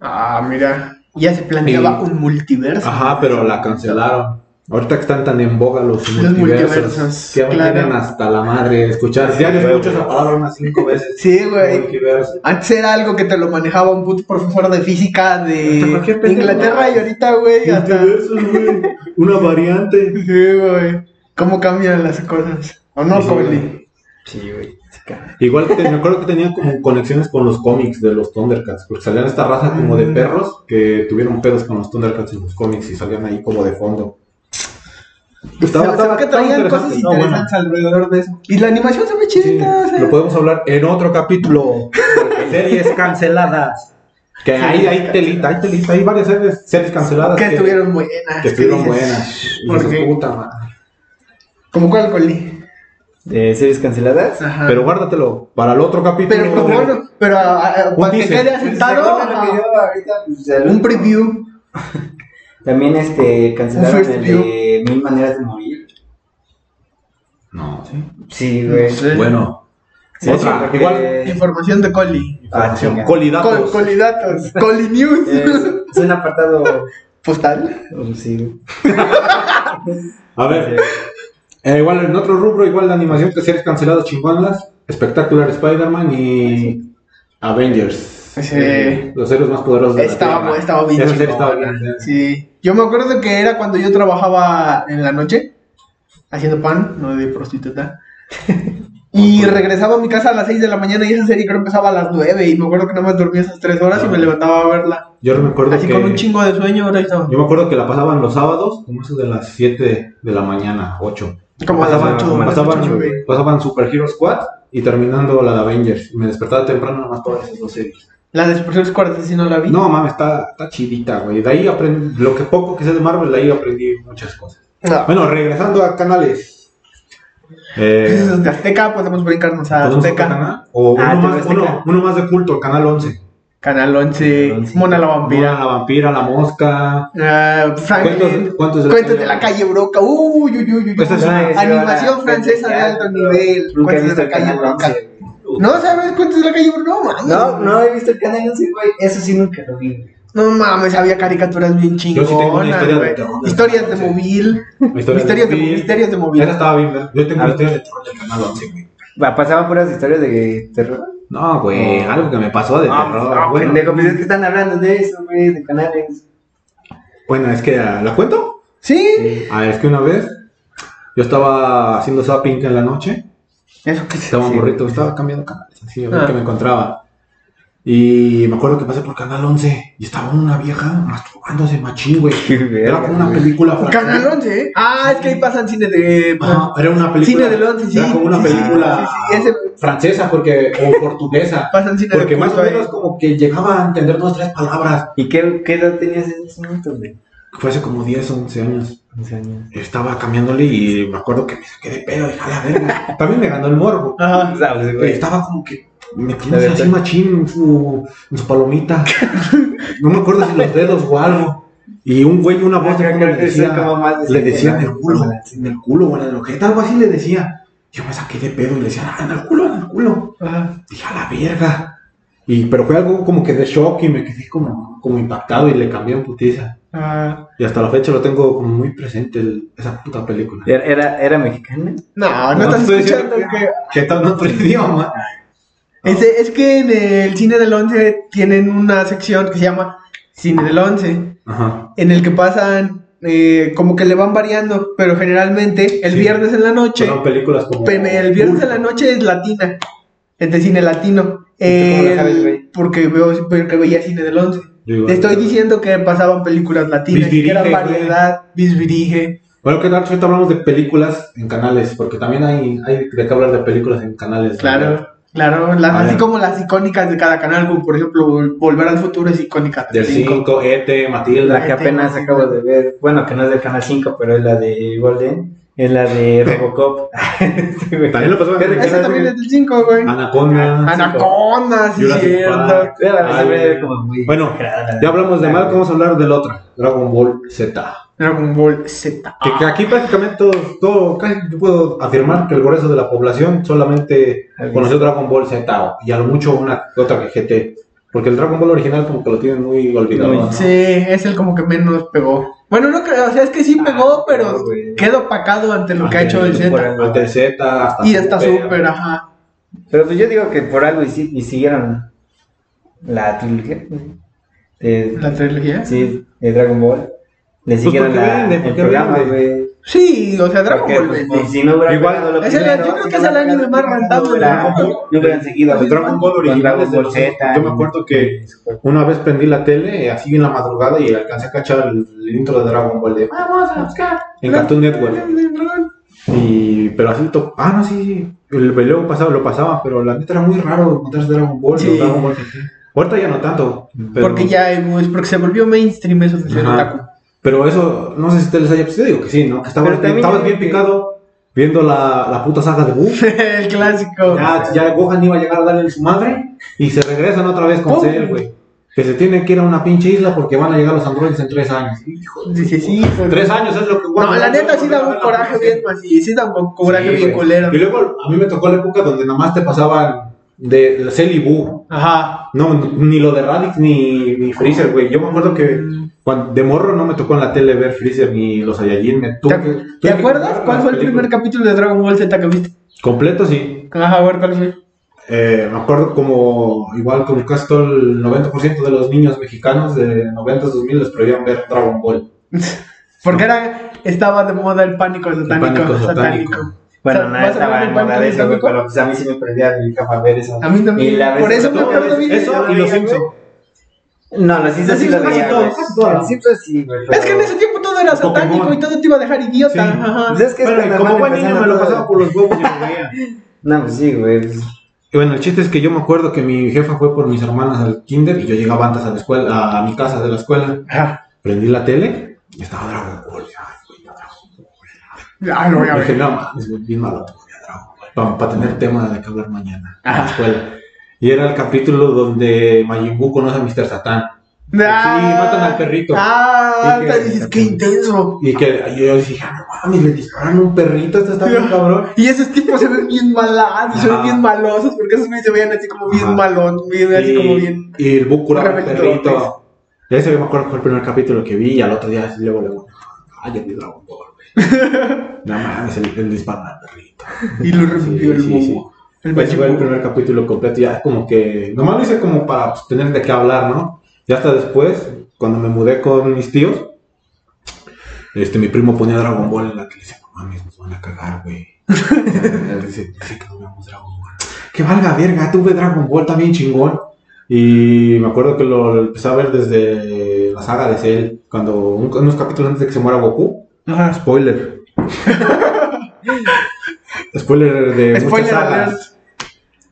Speaker 3: Ah, mira. Ya se planeaba
Speaker 1: Sí.
Speaker 3: un multiverso.
Speaker 1: Ajá, pero la cancelaron. Ahorita que están tan en boga los
Speaker 3: Los
Speaker 1: multiversos.
Speaker 3: multiversos,
Speaker 1: que ya me
Speaker 3: claro.
Speaker 1: tienen hasta la madre de escuchar. Ya les escucho esa palabra unas cinco veces.
Speaker 3: Sí, güey.
Speaker 1: Multiverso.
Speaker 3: Antes era algo que te lo manejaba un puto profesor de física de
Speaker 1: Hasta cualquier pendejo.
Speaker 3: Inglaterra y ahorita, güey, hasta...
Speaker 1: Multiversos, güey. Una variante.
Speaker 3: Sí, güey. ¿Cómo cambian las cosas? ¿O no,
Speaker 1: Sí,
Speaker 3: Coli?
Speaker 1: güey.
Speaker 2: Sí, güey. se cae.
Speaker 1: Igual que me acuerdo que tenían como conexiones con los cómics de los Thundercats, porque salían esta raza como
Speaker 3: Ah.
Speaker 1: de perros que tuvieron pedos con los Thundercats en los cómics y salían ahí como de fondo.
Speaker 3: Se- se ve que traían cosas
Speaker 1: No, bueno,
Speaker 3: interesantes alrededor de eso. Y la animación se ve chidita, o
Speaker 1: sí,
Speaker 3: sea.
Speaker 1: lo podemos hablar en otro capítulo. porque series canceladas. Que ahí hay telita, hay telita, hay varias series, series canceladas
Speaker 3: que estuvieron buenas.
Speaker 1: que estuvieron
Speaker 3: dices,
Speaker 1: buenas. Y
Speaker 3: ¿Por
Speaker 1: dices,
Speaker 3: qué?
Speaker 1: puta madre.
Speaker 3: ¿Como cuál, Coli?
Speaker 2: ¿De series canceladas?
Speaker 3: Ajá.
Speaker 1: Pero guárdatelo para el otro capítulo.
Speaker 3: Ah. Pero, pero bueno, pero a- a-
Speaker 1: Un
Speaker 3: para que
Speaker 1: teaser.
Speaker 3: quede
Speaker 2: Pero
Speaker 3: asentado,
Speaker 2: bueno,
Speaker 3: ajá,
Speaker 2: que yo ahorita, pues, al-
Speaker 3: un preview.
Speaker 2: También este,
Speaker 3: Un
Speaker 2: cancelaron
Speaker 3: first
Speaker 2: el
Speaker 3: view.
Speaker 2: de Mil Maneras de Morir.
Speaker 1: No,
Speaker 2: Sí, güey.
Speaker 3: No sé.
Speaker 1: Bueno,
Speaker 2: Sí,
Speaker 1: Otra,
Speaker 2: porque-
Speaker 1: igual-
Speaker 3: Información de Coli.
Speaker 2: Ah, chinga.
Speaker 1: colidatos.
Speaker 3: Col- Colidatos. Coli News.
Speaker 1: Eh.
Speaker 2: Es, es un apartado. pues,
Speaker 3: Postal.
Speaker 2: Sí, güey.
Speaker 1: A ver, Eh, igual en otro rubro, igual la animación que series canceladas chingonas, Spectacular Spider-Man y Avengers.
Speaker 3: Sí.
Speaker 1: Eh, los héroes más poderosos de la
Speaker 3: Estaba,
Speaker 1: Tierra.
Speaker 3: estaba bien.
Speaker 1: Esa
Speaker 3: chingón.
Speaker 1: serie estaba bien.
Speaker 3: Sí. Yo me acuerdo que era cuando yo trabajaba en la noche haciendo pan, no de prostituta. Y regresaba a mi casa a las 6 de la mañana y esa serie creo que empezaba a las 9 y me acuerdo que nada más dormía esas 3 horas y me levantaba a verla.
Speaker 1: Yo me acuerdo
Speaker 3: Así
Speaker 1: que...
Speaker 3: con un chingo de sueño ahora estaba.
Speaker 1: Yo me acuerdo que la pasaban los sábados, como eso de las 7 de la mañana, 8.
Speaker 3: Como a las
Speaker 1: Pasaban-
Speaker 3: 8,
Speaker 1: pasaban,
Speaker 3: nueve.
Speaker 1: pasaban Super Hero Squad y terminando la de Avengers. Y me despertaba temprano nada más para ver esas dos series.
Speaker 3: La de Super Hero Squad, si no la vi.
Speaker 1: No, mames, está, está chidita, güey. De ahí aprendí, lo que poco que sé de Marvel, de ahí aprendí muchas cosas.
Speaker 3: No.
Speaker 1: Bueno, regresando a canales.
Speaker 3: Eso
Speaker 1: Eh,
Speaker 3: es de Azteca, podemos brincarnos a
Speaker 1: ¿podemos otro
Speaker 3: Azteca.
Speaker 1: canal? O
Speaker 2: Ah,
Speaker 1: uno,
Speaker 2: te
Speaker 1: más,
Speaker 2: ves Azteca.
Speaker 1: uno- uno más de culto, el canal 11.
Speaker 3: Canal 11,
Speaker 2: Once.
Speaker 3: Mona la
Speaker 1: Vampira,
Speaker 3: Vampira.
Speaker 1: la vampira, la mosca.
Speaker 3: Ah, Franklin.
Speaker 1: ¿Cuentos, cuentos de,
Speaker 3: Cuentos de la calle Broca. Uy, uy, uy, uy.
Speaker 1: Esta es
Speaker 3: uy.
Speaker 1: una-
Speaker 2: Ah, ese
Speaker 3: Animación
Speaker 2: ahora-
Speaker 3: francesa de alto nivel.
Speaker 2: Nunca he
Speaker 3: Cuentos
Speaker 2: visto
Speaker 3: de
Speaker 2: el
Speaker 3: la calle
Speaker 2: canal
Speaker 3: Broca.
Speaker 2: 11. güey.
Speaker 3: No sabes cuántos de la calle Broca. No mames.
Speaker 2: No, no he visto el canal 11, güey. Eso sí nunca lo vi. güey.
Speaker 3: No mames, había caricaturas bien chingonas.
Speaker 1: tengo una historia
Speaker 3: güey.
Speaker 1: de terror.
Speaker 3: Historias de
Speaker 1: Sí.
Speaker 3: móvil.
Speaker 1: Historia
Speaker 3: Misterios de,
Speaker 1: Mobile.
Speaker 3: misterios de móvil.
Speaker 1: Esa estaba bien, ¿verdad? Yo tengo
Speaker 2: A
Speaker 1: una
Speaker 2: ver.
Speaker 1: historia de terror del canal 11, güey.
Speaker 2: Va, Pasaban puras historias de terror.
Speaker 1: No, Ah, güey,
Speaker 2: No.
Speaker 1: algo que me pasó de
Speaker 2: No,
Speaker 1: terror.
Speaker 2: no,
Speaker 1: bueno,
Speaker 2: pendejo, pues es que están hablando de eso, güey, de canales.
Speaker 1: bueno, es que ah, la cuento.
Speaker 3: ¿Sí?
Speaker 2: Sí.
Speaker 1: Ah, es que una vez yo estaba haciendo zapping en la noche.
Speaker 3: Eso que se
Speaker 1: Estaba
Speaker 2: Sí.
Speaker 1: morrito, estaba cambiando canales, así, a ver
Speaker 3: Ah.
Speaker 1: qué me encontraba. Y me acuerdo que pasé por Canal 11 y estaba una vieja masturbándose machín, güey.
Speaker 2: Qué verga,
Speaker 1: Era como una
Speaker 2: güey.
Speaker 1: película francesa.
Speaker 3: Canal 11, ¿eh? Ah, es que ahí pasan cine de.
Speaker 1: Ajá, era una Ah, película.
Speaker 3: Cine del 11, sí.
Speaker 1: Era como una
Speaker 3: sí, sí,
Speaker 1: película
Speaker 3: Sí, sí, ese-
Speaker 1: francesa porque, o portuguesa.
Speaker 3: pasan cine
Speaker 1: Porque
Speaker 3: de
Speaker 1: más o
Speaker 3: culto, eh.
Speaker 1: menos como que llegaba a entender dos tres palabras.
Speaker 2: ¿Y qué, qué edad tenías en ese momento, güey?
Speaker 1: Fue hace como 10, 11 años.
Speaker 2: 11 años.
Speaker 1: Estaba cambiándole y me acuerdo que me saqué de pedo, hija de la verga. También me ganó el morbo.
Speaker 3: Ajá.
Speaker 2: ¿Sabes,
Speaker 1: Pero
Speaker 2: Ah, pues, güey?
Speaker 1: estaba como que
Speaker 2: La
Speaker 1: metiéndose
Speaker 2: verdad.
Speaker 1: así machín en su, en su palomita. No me acuerdo si los dedos o algo. Y un güey, una voz de
Speaker 2: Creo
Speaker 1: fondo
Speaker 2: que
Speaker 1: le
Speaker 2: eso es como
Speaker 1: decía,
Speaker 2: más de
Speaker 1: le
Speaker 2: siete,
Speaker 1: decía
Speaker 2: ¿no?
Speaker 1: en el culo, en el culo o en el ojete, algo así le decía. Yo me saqué de pedo y le decía, "Ah, en el culo, en el culo.
Speaker 3: Ajá.
Speaker 1: Dije, a la verga. Y, pero fue algo como que de shock y me quedé como, como impactado y le cambié en putiza.
Speaker 3: Ah.
Speaker 1: Y hasta la fecha lo tengo como muy presente el- esa puta película.
Speaker 2: ¿Era, era, era mexicana?
Speaker 3: No, no,
Speaker 1: No,
Speaker 3: estás
Speaker 1: estoy
Speaker 3: escuchando
Speaker 1: diciendo
Speaker 3: que.
Speaker 1: ¿Qué tal otro idioma?
Speaker 2: Oh.
Speaker 3: Ese- es que en el cine del 11 tienen una sección que se llama Cine del 11,
Speaker 1: Ajá.
Speaker 3: en el que pasan. eh, como que le van variando, pero generalmente el
Speaker 1: Sí.
Speaker 3: viernes en la noche.
Speaker 1: Son películas como...
Speaker 3: Pene- El viernes
Speaker 1: Uy,
Speaker 3: de la noche es latina. Es de cine latino.
Speaker 2: ¿Y tú cómo la
Speaker 3: El-
Speaker 2: sabes, güey?
Speaker 3: porque veo porque veía cine del 11.
Speaker 1: yo igual.
Speaker 3: Te estoy diciendo que pasaban películas latinas, que
Speaker 1: Bisbirige,
Speaker 3: eran
Speaker 1: güey.
Speaker 3: variedad, bisbirige.
Speaker 1: Bueno, ¿qué tal? Ahorita hablamos de películas en canales, porque también hay, hay de qué hablar de películas en canales.
Speaker 3: Claro.
Speaker 1: ¿verdad?
Speaker 3: Claro, las-
Speaker 1: Ah,
Speaker 3: así
Speaker 1: ya.
Speaker 3: como las icónicas de cada canal, como por ejemplo Vol- Volver al Futuro es icónica.
Speaker 1: Del 5, ET,
Speaker 2: La
Speaker 1: E Matilda.
Speaker 2: que apenas acabo de ver, bueno, que no es del canal 5, pero es la de Golden, es la de Robocop. Sí, güey.
Speaker 1: También lo pasaba en
Speaker 2: Fíjate
Speaker 1: el
Speaker 2: que
Speaker 3: Esa también es del 5, güey.
Speaker 1: Anaconda.
Speaker 3: Anaconda, sí,
Speaker 1: Jurassic
Speaker 3: cierto.
Speaker 1: Park.
Speaker 2: Pero a mí se me
Speaker 1: Ay.
Speaker 2: ve como muy
Speaker 1: Bueno,
Speaker 2: exagerada.
Speaker 1: ya hablamos de Marco, vamos a hablar del otro. Dragon Ball Z.
Speaker 3: Dragon Ball Z.
Speaker 1: Que, que aquí prácticamente todo, todo- casi yo puedo afirmar que el grueso de la población solamente
Speaker 2: Ah, bien.
Speaker 1: conoció Dragon Ball Z y a lo mucho una otra que GT. Porque el Dragon Ball original como que lo tienen muy olvidado.
Speaker 2: Muy-
Speaker 1: ¿no?
Speaker 3: Sí, es el como que menos pegó. Bueno, no creo, o sea, es que
Speaker 1: Ah,
Speaker 3: sí pegó,
Speaker 2: no,
Speaker 3: pero
Speaker 2: güey.
Speaker 3: queda opacado ante lo que ha hecho el
Speaker 2: Por
Speaker 3: Z.
Speaker 2: algo.
Speaker 1: Ante el Z hasta
Speaker 3: Y está súper, ajá.
Speaker 2: Pero pues yo digo que por algo y, si- y siguieron la trilogía güey, de,
Speaker 3: La trilogía.
Speaker 2: sí, de Dragon Ball. Le siguieron
Speaker 1: Pues, porque
Speaker 2: la-
Speaker 1: vende,
Speaker 2: el
Speaker 1: porque
Speaker 2: programa,
Speaker 1: vende.
Speaker 2: güey.
Speaker 3: Sí, o sea, Dragon
Speaker 2: Porque,
Speaker 3: Ball
Speaker 2: pues,
Speaker 3: vende.
Speaker 2: si no hubiera
Speaker 1: Igual,
Speaker 2: pegado lo
Speaker 3: es el-
Speaker 2: primero,
Speaker 3: yo creo que
Speaker 2: no
Speaker 3: es el
Speaker 2: hubieran
Speaker 3: anime más
Speaker 2: pegado,
Speaker 3: rentable
Speaker 2: no hubieran-
Speaker 3: del mundo.
Speaker 2: No hubieran seguido.
Speaker 1: El Dragon Ball
Speaker 2: con
Speaker 1: original es de
Speaker 2: Ball
Speaker 1: los-
Speaker 2: Z,
Speaker 1: Yo me acuerdo que una vez prendí la tele, eh, así en la madrugada, y alcancé a cachar el, el intro de Dragon Ball de
Speaker 3: Vamos a buscar.
Speaker 1: en Cartoon Network. Y, pero así, to- ah, no, sí, sí. El veleo pasaba, lo pasaba, pero la neta era muy raro encontrarse Dragon Ball.
Speaker 3: Sí.
Speaker 1: Y Dragon Ball GT. Ahorita ya no tanto. Pero,
Speaker 3: Porque ya es porque se volvió mainstream eso de ser
Speaker 1: Ajá.
Speaker 3: otaku.
Speaker 1: Pero eso, no sé si te les haya pasado, digo que sí, ¿no? Que estabas,
Speaker 2: Pero también
Speaker 1: estabas
Speaker 2: yo
Speaker 1: bien
Speaker 2: creo que-
Speaker 1: picado viendo la, la puta saga de Buu.
Speaker 3: El clásico.
Speaker 1: Ya, ya Gohan iba a llegar a darle en su madre y se regresan otra vez con
Speaker 3: ¡Pum!
Speaker 1: Cell, güey. Que se tienen que ir a una pinche isla porque van a llegar los androides en tres años.
Speaker 3: Dice, sí, pues.
Speaker 1: Tres años es lo que
Speaker 3: No, la neta sí da un coraje bien así, sí da un coraje
Speaker 1: Sí,
Speaker 3: bien
Speaker 1: güey.
Speaker 3: colero.
Speaker 1: Y luego a mí me tocó la época donde nada más te pasaban de la Cell y Boo.
Speaker 3: Ajá.
Speaker 1: No, ni lo de Raditz ni, ni Freezer, güey. Yo me acuerdo que cuando, de morro no me tocó en la tele ver Freezer ni los Saiyajin. Me tuve
Speaker 3: ¿Te,
Speaker 1: que-
Speaker 3: ac-
Speaker 1: tuve que
Speaker 3: te acuerdas
Speaker 1: comprar
Speaker 3: cuál
Speaker 1: las
Speaker 3: fue el primer
Speaker 1: películas.
Speaker 3: capítulo de Dragon Ball Z que viste?
Speaker 1: Completo, sí.
Speaker 3: Ajá, a ver cuál fue.
Speaker 1: Eh, me acuerdo como, igual como casi todo el 90% de los niños mexicanos de 90 2000 les prohibían ver Dragon Ball.
Speaker 3: Porque era, estaba de moda el pánico satánico.
Speaker 1: pánico satánico.
Speaker 3: satánico. O
Speaker 2: Bueno,
Speaker 3: sea,
Speaker 2: nada
Speaker 3: ¿vas a ver
Speaker 2: estaba
Speaker 3: el
Speaker 2: en
Speaker 3: pánico
Speaker 2: moda de eso, güey,
Speaker 3: satánico?
Speaker 2: pero pues a mí sí me prendía mi cama ver eso.
Speaker 3: A mí también.
Speaker 2: Y la vez-
Speaker 3: Por eso me
Speaker 2: No,
Speaker 3: acuerdo
Speaker 2: ves-
Speaker 3: bien. de
Speaker 1: Eso
Speaker 3: esa
Speaker 1: y los
Speaker 3: vez, güey.
Speaker 1: Simpsons.
Speaker 2: No, los Simpsons sí
Speaker 1: Los Simpsons
Speaker 2: lo veía,
Speaker 1: casi
Speaker 2: güey.
Speaker 1: todo, casi todo.
Speaker 2: Los Simpsons sí, güey.
Speaker 3: Es que en ese tiempo todo era
Speaker 1: Pokémon.
Speaker 3: satánico y todo te iba a dejar idiota.
Speaker 1: Sí.
Speaker 3: Ajá.
Speaker 2: Pues es que es
Speaker 1: Pero
Speaker 2: cuando
Speaker 1: como
Speaker 2: van
Speaker 1: buen niño
Speaker 2: empezando
Speaker 1: me lo
Speaker 2: todo.
Speaker 1: pasaba por los huevos y lo veía.
Speaker 2: No, pues sí, güey. pues,
Speaker 1: Y bueno, el chiste es que yo me acuerdo que mi jefa fue por mis hermanas al kinder y yo llegaba antes a la escuela, a, mi casa de la escuela.
Speaker 3: Ajá.
Speaker 1: Prendí la tele y estaba Dragon Ball. Ay, güey, Dragon
Speaker 3: Ah, lo voy a
Speaker 1: Ball. Dije,
Speaker 3: ver.
Speaker 1: no mames, güey, bien malo Dragon Ball. Para, tener tema de qué hablar mañana en la
Speaker 3: Ajá.
Speaker 1: escuela. Y era el capítulo donde Majin Buu conoce a Mr. Satán.
Speaker 3: Ah.
Speaker 1: matan al perrito.
Speaker 3: Ah,
Speaker 1: Y que-
Speaker 3: te dices, qué intenso.
Speaker 1: Y que yo dije, ah, no mames, le disparan a un perrito, esto está bien cabrón.
Speaker 3: Y esos tipos se ven bien malados, se ven
Speaker 1: Ajá.
Speaker 3: bien malosos, porque esos güeyes se veían así como bien
Speaker 1: Ajá.
Speaker 3: malón, bien así
Speaker 1: y,
Speaker 3: como bien. pues.
Speaker 1: y el Buu curaba al
Speaker 3: rebeldotes.
Speaker 1: perrito. Y ese me acuerdo que fue el primer capítulo que vi y al otro día así luego le digo, ay, ya vi Dragon Ball, güey. No mames, el, el disparo al perrito.
Speaker 3: Y lo revivió el
Speaker 1: sí, Pues
Speaker 3: bobo. El
Speaker 1: Ese fue el
Speaker 3: machibuco.
Speaker 1: primer capítulo completo, ya como que, nomás lo hice como para pues, tener de qué hablar, ¿no? Y hasta después, cuando me mudé con mis tíos, este, mi primo ponía Dragon Ball en la tele y dice, no mames, nos van a cagar, güey. Él dice, dice que no veamos Dragon Ball. Que valga verga, tuve Dragon Ball también chingón. Y me acuerdo que lo empecé a ver desde la saga de Cell, cuando un- unos capítulos antes de que se muera Goku.
Speaker 3: Ajá.
Speaker 1: Spoiler. Spoiler de muchas
Speaker 3: Spoiler
Speaker 1: sagas.
Speaker 3: alert.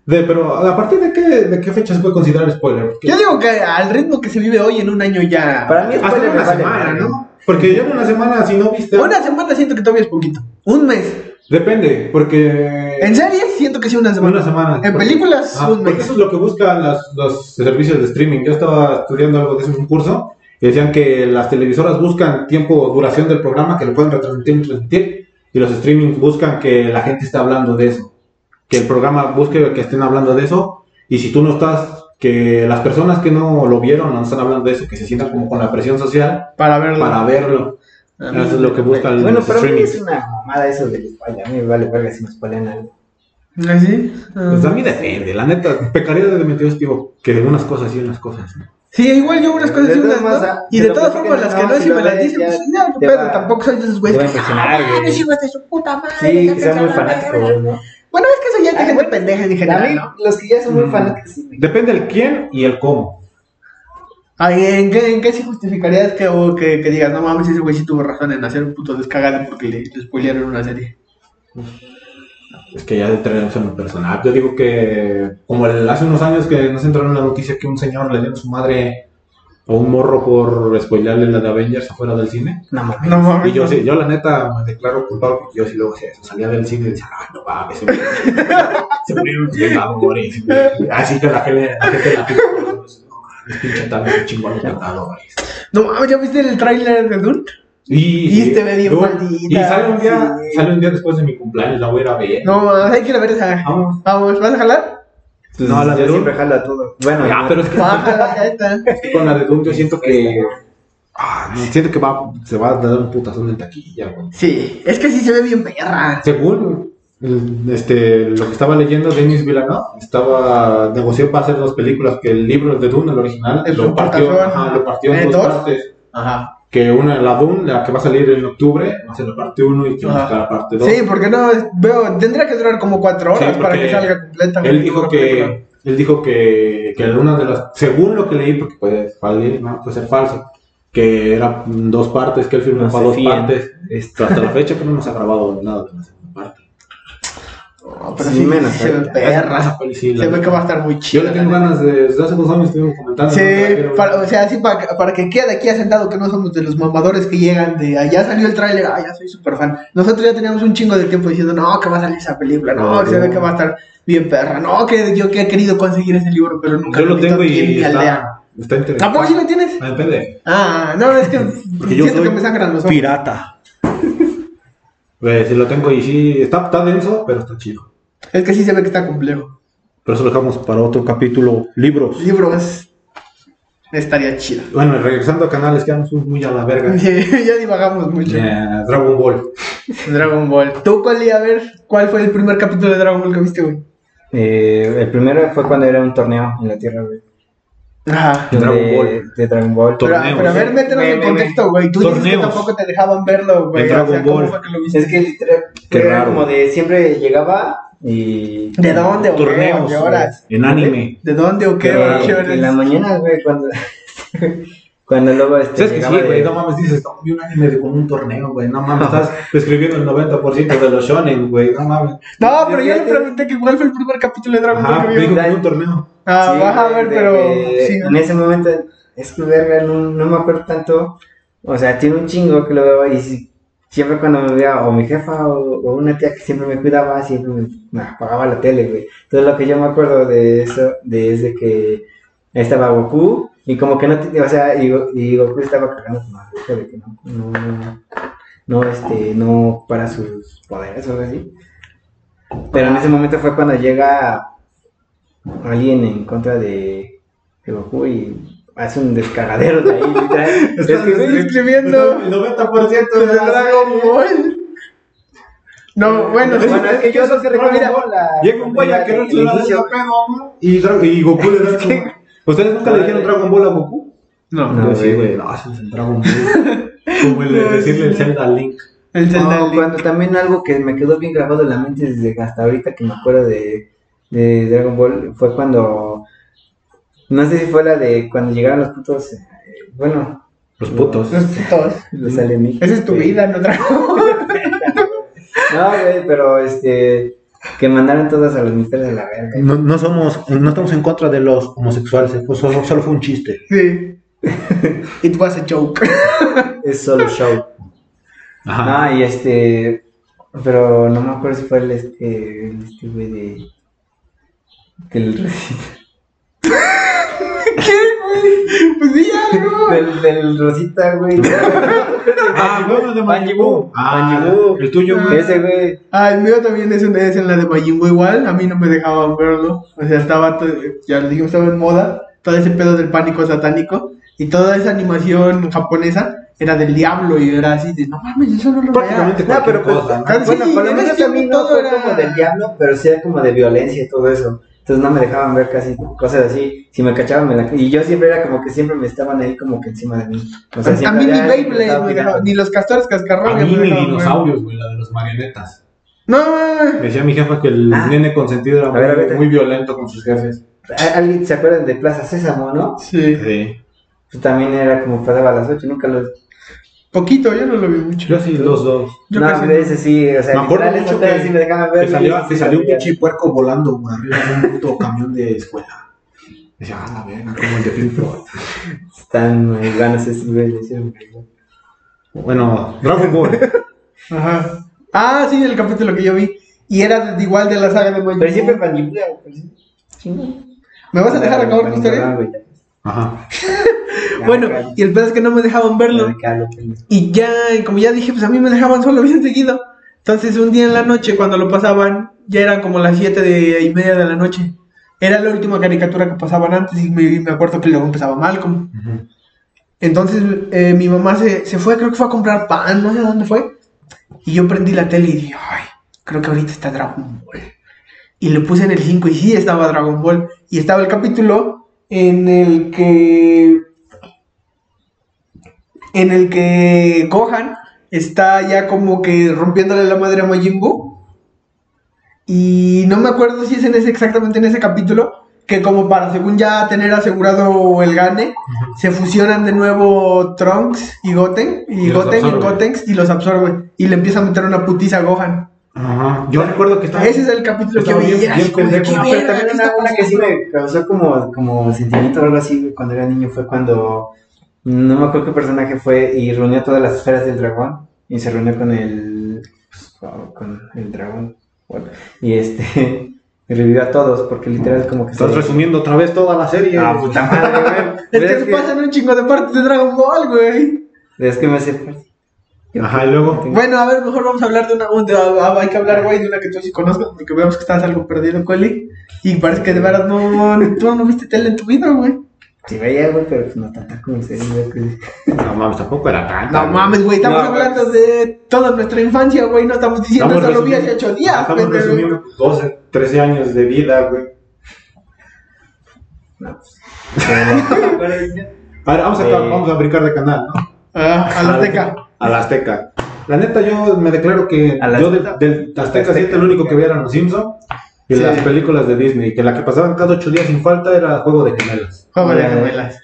Speaker 1: De, pero a partir de qué, de qué fecha se puede considerar spoiler? Porque-
Speaker 3: Yo digo que al ritmo que se vive hoy en un año ya.
Speaker 2: Para mí es
Speaker 1: hasta en una semana, ¿no? Porque yo en una semana, si no viste.
Speaker 3: Una semana siento que todavía es poquito. Un mes.
Speaker 1: Depende, porque.
Speaker 3: En series siento que sí una semana.
Speaker 1: Una semana.
Speaker 3: En
Speaker 1: Porque-
Speaker 3: películas
Speaker 1: Ah,
Speaker 3: un
Speaker 1: porque
Speaker 3: mes.
Speaker 1: eso es lo que buscan las- los servicios de streaming. Yo estaba estudiando algo de eso en un curso y decían que las televisoras buscan tiempo, duración del programa que lo pueden retransmitir, retransmitir, y los streaming buscan que la gente esté hablando de eso. Que el programa busque que estén hablando de eso y si tú no estás, que las personas que no lo vieron no están hablando de eso, que se sientan como con la presión social
Speaker 3: Para verlo.
Speaker 1: para verlo.
Speaker 3: A mí-
Speaker 1: Eso es lo que buscan
Speaker 2: Bueno,
Speaker 1: los
Speaker 2: pero a mí
Speaker 1: streaming.
Speaker 2: es una mamada eso del spoiler. A mí me vale verga si me spoilean algo.
Speaker 3: ¿Así? Ah.
Speaker 1: Pues a mí depende, la neta, pecaría de mentirostivo, que unas cosas y unas cosas. ¿no?
Speaker 3: Sí, igual yo unas cosas y
Speaker 2: De
Speaker 3: unas
Speaker 2: todas
Speaker 3: no.
Speaker 2: más, ah,
Speaker 3: Y
Speaker 2: te
Speaker 3: de
Speaker 2: lo
Speaker 3: todas
Speaker 2: platican,
Speaker 3: formas, las que
Speaker 2: no,
Speaker 3: no,
Speaker 2: si
Speaker 3: si
Speaker 2: lo
Speaker 3: me las
Speaker 2: ves,
Speaker 3: dicen,
Speaker 2: ya
Speaker 3: pues no,
Speaker 2: te
Speaker 3: pero
Speaker 2: va-
Speaker 3: tampoco soy de esos
Speaker 2: Te
Speaker 3: güeyes.
Speaker 2: va a
Speaker 3: que,
Speaker 2: impresionar,
Speaker 3: "Ah,
Speaker 2: güey".
Speaker 3: los hijos de su puta madre,
Speaker 2: Sí,
Speaker 3: ya
Speaker 2: que sean muy
Speaker 3: se la verga.
Speaker 2: fanáticos, ¿no?
Speaker 3: Bueno, es que eso ya es de
Speaker 2: Ay,
Speaker 3: gente
Speaker 2: güey.
Speaker 3: pendeja en
Speaker 2: A
Speaker 3: general,
Speaker 2: mí,
Speaker 3: ¿no?
Speaker 2: los que ya son muy
Speaker 1: Mm.
Speaker 2: fanáticos, sí, güey.
Speaker 1: Depende el quién y el cómo.
Speaker 3: Ay, ¿en qué, en qué sí justificarías que, o que, que digas, no mames, ese güey sí tuvo razón en hacer un puto descagado porque le, le spoilearon una serie?
Speaker 1: Es que ya de traerse en lo personal. Yo digo que, como el- hace unos años que nos entraron en la noticia que un señor le dio a su madre a un morro por spoilerle la de Avengers afuera del cine.
Speaker 2: No mames.
Speaker 3: No mames.
Speaker 1: Y yo sí, yo la neta me declaro culpable porque yo sí luego se- salía del cine y decía, ay, no mames, se murió- se murió un llegado, güey". Así que la gente la gente la gente, no mames, pinche tal, chingón encantado, güey.
Speaker 3: No mames, ¿ya viste el tráiler de Dune?
Speaker 1: Y,
Speaker 3: Y se ve bien
Speaker 1: yo-
Speaker 3: maldita,
Speaker 1: Y sale un día,
Speaker 3: sí.
Speaker 1: sale un día después de mi cumpleaños, la voy a ir a ver.
Speaker 3: No mames, hay que ir a ver esa.
Speaker 1: Vamos.
Speaker 3: Vamos, ¿vas a jalar?
Speaker 2: Pues,
Speaker 1: No, la
Speaker 2: yo
Speaker 1: de Dune.
Speaker 2: siempre jalo a todo. Bueno,
Speaker 1: Ah, pero es que
Speaker 3: Bájala, ya está.
Speaker 1: con la de Doom yo siento que. Ah, no, siento que va, se va a dar un putazón en taquilla, güey.
Speaker 3: Sí, es que sí se ve bien perra.
Speaker 1: Según el- este, lo que estaba leyendo, Denis Villeneuve estaba negoció para hacer dos películas, que el libro de Dune, el original,
Speaker 3: Es
Speaker 1: lo
Speaker 3: un
Speaker 1: partió,
Speaker 3: putazón.
Speaker 1: ajá, lo partió en
Speaker 3: ¿En
Speaker 1: dos,
Speaker 3: dos?
Speaker 1: partes.
Speaker 3: Ajá.
Speaker 1: Que una, la Dune, la que va a salir en octubre, va a ser la parte 1 y que va a
Speaker 3: Ajá.
Speaker 1: estar la parte 2.
Speaker 3: Sí, porque no, es- veo, tendría que durar como cuatro
Speaker 1: Sí,
Speaker 3: horas para
Speaker 1: porque
Speaker 3: que salga completa.
Speaker 1: Él
Speaker 3: güey,
Speaker 1: dijo
Speaker 3: una película.
Speaker 1: que él dijo que, que una de las según lo que leí porque puede, fal- no, puede ser falso que eran dos partes que él firmó
Speaker 2: No
Speaker 1: para
Speaker 2: se
Speaker 1: dos
Speaker 2: fíen.
Speaker 1: partes
Speaker 2: Este,
Speaker 1: Esto, hasta la fecha que no nos ha grabado nada de la segunda parte
Speaker 3: No, pero
Speaker 2: Sí,
Speaker 3: sí,
Speaker 2: menos,
Speaker 3: se ve
Speaker 2: ¿eh?
Speaker 1: Esa
Speaker 3: perra.
Speaker 1: peli sí, la
Speaker 3: Se ve
Speaker 1: neta.
Speaker 3: que va a estar muy
Speaker 1: yo
Speaker 3: chido.
Speaker 1: le tengo ganas de desde hace dos años estuvimos comentando ¿no?
Speaker 3: Sí,
Speaker 1: Pero-
Speaker 3: para, o sea, sí, para, que- para que quede aquí asentado que no somos de los mamadores que llegan de allá salió el tráiler, ah, ya soy súper fan. Nosotros ya teníamos un chingo de tiempo diciendo, no, que va a salir esa película, no,
Speaker 1: No,
Speaker 3: que se ve
Speaker 1: no.
Speaker 3: que va a estar bien perra, no, que yo que he querido conseguir ese libro, pero nunca
Speaker 1: yo lo
Speaker 3: he visto
Speaker 1: tengo
Speaker 3: aquí en
Speaker 1: y
Speaker 3: mi aldea.
Speaker 1: está, está interesante
Speaker 3: ¿A poco sí lo tienes?
Speaker 1: Ah, en PDF.
Speaker 3: Ah, no, es que
Speaker 1: Porque yo
Speaker 3: siento que
Speaker 1: soy
Speaker 3: me sangran los ojos.
Speaker 2: pirata.
Speaker 1: Pues, sí lo tengo y sí está, está denso pero está chido
Speaker 3: Es que sí se ve que está complejo.
Speaker 1: pero eso lo dejamos para otro capítulo libros
Speaker 3: Libros estaría chido.
Speaker 1: bueno y regresando a canales que ya nos fuimos muy a la verga
Speaker 3: ya divagamos mucho.
Speaker 1: Eh, Dragon Ball
Speaker 3: Dragon Ball. ¿Tú cuál a ver cuál fue el primer capítulo de Dragon Ball que viste, güey?
Speaker 2: Eh, el primero fue cuando era un torneo en la Tierra, güey.
Speaker 3: Ajá.
Speaker 1: Dragon
Speaker 2: Donde-
Speaker 1: Ball.
Speaker 2: De Dragon Ball.
Speaker 1: Tor-
Speaker 3: Pero,
Speaker 1: Torneos.
Speaker 3: pero a ver, métenos
Speaker 2: Ve,
Speaker 3: en
Speaker 2: ve,
Speaker 3: contexto, güey. Tú dices que
Speaker 1: Torneos.
Speaker 3: tampoco te dejaban verlo, güey.
Speaker 1: En
Speaker 3: O sea,
Speaker 1: Dragon
Speaker 3: ¿cómo
Speaker 1: Ball.
Speaker 3: fue que lo viste?
Speaker 2: Es que literal,
Speaker 1: Qué
Speaker 2: era
Speaker 1: raro.
Speaker 2: como de siempre llegaba y.
Speaker 3: ¿De dónde o qué? ¿O
Speaker 1: torneos
Speaker 3: qué horas?
Speaker 1: en anime.
Speaker 3: ¿De dónde o qué?
Speaker 1: Qué raro,
Speaker 3: ¿O qué horas?
Speaker 2: en la mañana, güey, cuando. cuando luego este.
Speaker 1: ¿Sabes que sí,
Speaker 2: llegaba de-
Speaker 1: güey? No mames, dices, no, vi un anime de como un torneo, güey. No mames, estás describiendo el 90% de los shonen, güey. No mames.
Speaker 3: No, pero yo le
Speaker 2: Fíjate.
Speaker 3: pregunté que cuál fue el primer capítulo de Dragon
Speaker 1: Ajá,
Speaker 3: Ball que
Speaker 1: dijo
Speaker 3: vio.
Speaker 1: como un torneo.
Speaker 3: Ah,
Speaker 2: Sí,
Speaker 3: vas a ver,
Speaker 2: de-
Speaker 3: pero.
Speaker 2: de-
Speaker 3: sí.
Speaker 2: En ese momento, es que verga, no, no me acuerdo tanto. O sea, tiene un chingo que lo veo y si- siempre cuando me veía o mi jefa o, o una tía que siempre me cuidaba, siempre me, me apagaba la tele, güey. Entonces lo que yo me acuerdo de eso, de es de que estaba Goku y como que no, te- o sea, y, Go- y Goku estaba cagando su madre, hijo de que no, no, no, no, este, no para sus poderes o algo así. Pero en ese momento fue cuando llega alguien en contra de, de Goku y hace un descargadero de ahí. literal. es
Speaker 1: Estás
Speaker 2: que,
Speaker 3: estoy
Speaker 1: descri-
Speaker 3: escribiendo.
Speaker 1: El 90% de
Speaker 3: de
Speaker 1: la
Speaker 3: Dragon
Speaker 1: serie.
Speaker 3: Ball. No, bueno, sí,
Speaker 2: Bueno, es que yo
Speaker 3: eso
Speaker 2: no
Speaker 3: se
Speaker 2: sé
Speaker 3: recuerda.
Speaker 2: Dragon Ball, la-
Speaker 1: Llega un güey a querer
Speaker 2: el
Speaker 1: dar
Speaker 2: inicio.
Speaker 1: el pedo, ¿no? y, Dra- y Goku le da su... ¿Ustedes nunca le dijeron Dragon Ball a Goku?
Speaker 3: No,
Speaker 2: No,
Speaker 1: Yo sí, güey.
Speaker 2: güey.
Speaker 1: No, eso es el Dragon Ball. Como el de decirle el Zelda Link.
Speaker 3: el
Speaker 2: No,
Speaker 3: Zelda Link.
Speaker 2: cuando también algo que me quedó bien grabado en la mente desde hasta ahorita que me acuerdo de, de Dragon Ball fue cuando no sé si fue la de cuando llegaron los putos eh, bueno
Speaker 1: Los putos.
Speaker 3: Los putos.
Speaker 2: los alemi-
Speaker 3: Esa es tu
Speaker 2: eh,
Speaker 3: vida, no Dragon Ball.
Speaker 2: no güey pero este que mandaron todas a los misterios a la verga
Speaker 1: No, no somos, no estamos en contra de los homosexuales, pues solo, solo fue un chiste.
Speaker 3: Sí. It was a joke.
Speaker 2: es solo show
Speaker 1: Ajá.
Speaker 2: Ah, y este. Pero no me acuerdo si fue el este. el Este güey de. Que el Rosita.
Speaker 3: ¿Qué, güey? Pues sí, algo.
Speaker 2: Del, del Rosita, güey.
Speaker 1: Ah, bueno, de
Speaker 2: Majin Buu.
Speaker 1: Ah,
Speaker 2: Majin Buu.
Speaker 1: el tuyo, güey.
Speaker 2: Ese güey.
Speaker 3: Ah, el mío también es, un- es en la de Majin Buu igual, a mí no me dejaban verlo, o sea, estaba, to- ya les digo, estaba en moda, todo ese pedo del pánico satánico, y toda esa animación japonesa era del diablo, y era así de, no mames, eso no lo veía.
Speaker 1: Prácticamente
Speaker 2: No,
Speaker 1: cualquier
Speaker 2: pero pues.
Speaker 1: cosa, ¿no?
Speaker 3: Ah, sí,
Speaker 2: bueno, por lo
Speaker 3: en
Speaker 2: menos
Speaker 3: ese
Speaker 2: a mí
Speaker 3: tiempo
Speaker 2: no
Speaker 3: todo
Speaker 2: fue
Speaker 3: era-
Speaker 2: como del diablo, pero sí era como de violencia y todo eso. Entonces no me dejaban ver casi cosas así. Si me cachaban, me la. Y yo siempre era como que siempre me estaban ahí como que encima de mí. O sea,
Speaker 3: a mí
Speaker 2: siempre
Speaker 3: ni
Speaker 2: era-
Speaker 3: Beyblade
Speaker 2: estaba
Speaker 3: me dejaban, ni los castores
Speaker 1: A
Speaker 3: cascarrabias
Speaker 1: mí ni
Speaker 3: me dejaban ver.
Speaker 1: dinosaurios, güey, la de los marionetas.
Speaker 3: No,
Speaker 1: Decía mi jefa que el
Speaker 2: Ah.
Speaker 1: nene consentido era
Speaker 2: A ver, a
Speaker 1: muy,
Speaker 2: ver.
Speaker 1: muy violento con sus jefes.
Speaker 2: ¿Alguien se acuerdan de Plaza Sésamo, no?
Speaker 3: sí.
Speaker 1: Sí.
Speaker 2: Pues también era como pasaba a las 8, nunca los.
Speaker 3: Poquito, yo no lo vi mucho.
Speaker 1: Yo sí, los dos.
Speaker 3: Yo
Speaker 2: no,
Speaker 3: casi
Speaker 2: de ese sí, o sea,
Speaker 1: Me acuerdo
Speaker 2: literal,
Speaker 1: mucho
Speaker 2: esa tarde
Speaker 1: que-
Speaker 2: sí me dejaban ver.
Speaker 1: Que salió,
Speaker 2: la-
Speaker 1: que salió un pinche puerco volando, güey, arriba de un puto camión de escuela. Decía, ah, la verga, como el de Pink Floyd.
Speaker 2: Están eh, ganas esos güeyes. sí, güey.
Speaker 1: Bueno, Dragon Ball.
Speaker 3: Ajá. Ah, sí, el capítulo que yo vi. Y era de- igual de la saga de Majin
Speaker 2: Pero siempre
Speaker 3: Buu.
Speaker 2: mandíbula, güey. Chingo.
Speaker 3: ¿Me vas a dejar acabar tu historia?
Speaker 1: Ajá.
Speaker 3: Bueno, y el pedo es que no me dejaban verlo. Y ya, y como ya dije, pues a mí me dejaban solo bien seguido. Entonces un día en la noche, cuando lo pasaban, ya eran como las siete de, y media de la noche. Era la última caricatura que pasaban antes y me, y me acuerdo que luego empezaba Malcolm.
Speaker 1: Ujú.
Speaker 3: Entonces eh, mi mamá se, se fue, creo que fue a comprar pan, no sé dónde fue. Y yo prendí la tele y dije, ay, creo que ahorita está Dragon Ball. Y lo puse en el 5 y sí estaba Dragon Ball. Y estaba el capítulo en el que... En el que Gohan está ya como que rompiéndole la madre a Majin Buu. Y no me acuerdo si es en ese, exactamente en ese capítulo, que como para según ya tener asegurado el gane, se fusionan de nuevo Trunks y Goten, y,
Speaker 1: Y los
Speaker 3: Goten y
Speaker 1: absorbe.
Speaker 3: Gotenks y los absorbe. Y le empieza a meter una putiza a Gohan.
Speaker 1: Ajá. Yo recuerdo que estaba.
Speaker 3: Ese es el capítulo que
Speaker 1: Estaba
Speaker 3: vi.
Speaker 1: bien-
Speaker 3: y era
Speaker 1: bien
Speaker 3: así como de,
Speaker 1: pendejo. Ah,
Speaker 3: "¿Qué
Speaker 2: Pero
Speaker 3: verga,
Speaker 2: también
Speaker 3: qué
Speaker 2: una,
Speaker 3: está
Speaker 2: una que sí
Speaker 3: pasando?".
Speaker 2: me causó como, como sentimiento o algo así güey, cuando era niño fue cuando no me acuerdo qué personaje fue y reunió todas las esferas del dragón y se reunió con el pues, con- con el dragón bueno, y este y revivió a todos porque literal como que
Speaker 1: Estás
Speaker 2: se-
Speaker 1: resumiendo otra vez toda la serie.
Speaker 2: Ah, puta madre, güey.
Speaker 3: Es que
Speaker 2: Pero
Speaker 3: se pasan un chingo de partes de Dragon Ball, güey.
Speaker 2: es que me hace pues,
Speaker 1: Ajá, y luego.
Speaker 3: Bueno, a ver, mejor vamos a hablar de una. de- ah, hay que hablar, güey, de una que tú sí conozcas, porque vemos que estás algo perdido, Coli. Y parece que de veras no. no- Tú no viste tele en tu vida, güey.
Speaker 2: si veía güey pero pues, no tanta como el serio güey, que-
Speaker 1: No mames, tampoco era tanta.
Speaker 3: No mames, güey, estamos
Speaker 2: No,
Speaker 3: hablando de toda nuestra infancia, güey. No estamos diciendo
Speaker 1: Estamos
Speaker 3: eso lo vi hace
Speaker 1: resumiendo-
Speaker 3: ocho días,
Speaker 1: Estamos
Speaker 3: pendejo.
Speaker 1: resumiendo 12, 13 años de vida, güey.
Speaker 2: no, pues, pero- pero-
Speaker 1: Ahora vamos a, acabar-
Speaker 2: Eh.
Speaker 1: vamos a brincar de canal, ¿no?
Speaker 3: Ah, a la teca.
Speaker 1: A la Azteca. La neta, yo me declaro que
Speaker 2: A la
Speaker 1: yo del,
Speaker 2: Azteca.
Speaker 1: del Azteca
Speaker 2: Azteca.
Speaker 1: 7 lo único que veía eran los Simpsons y
Speaker 3: Sí.
Speaker 1: las películas de Disney. Que la que pasaban cada 8 días sin falta era Juego de Gemelas.
Speaker 3: Juego de
Speaker 2: Hola.
Speaker 3: gemelas.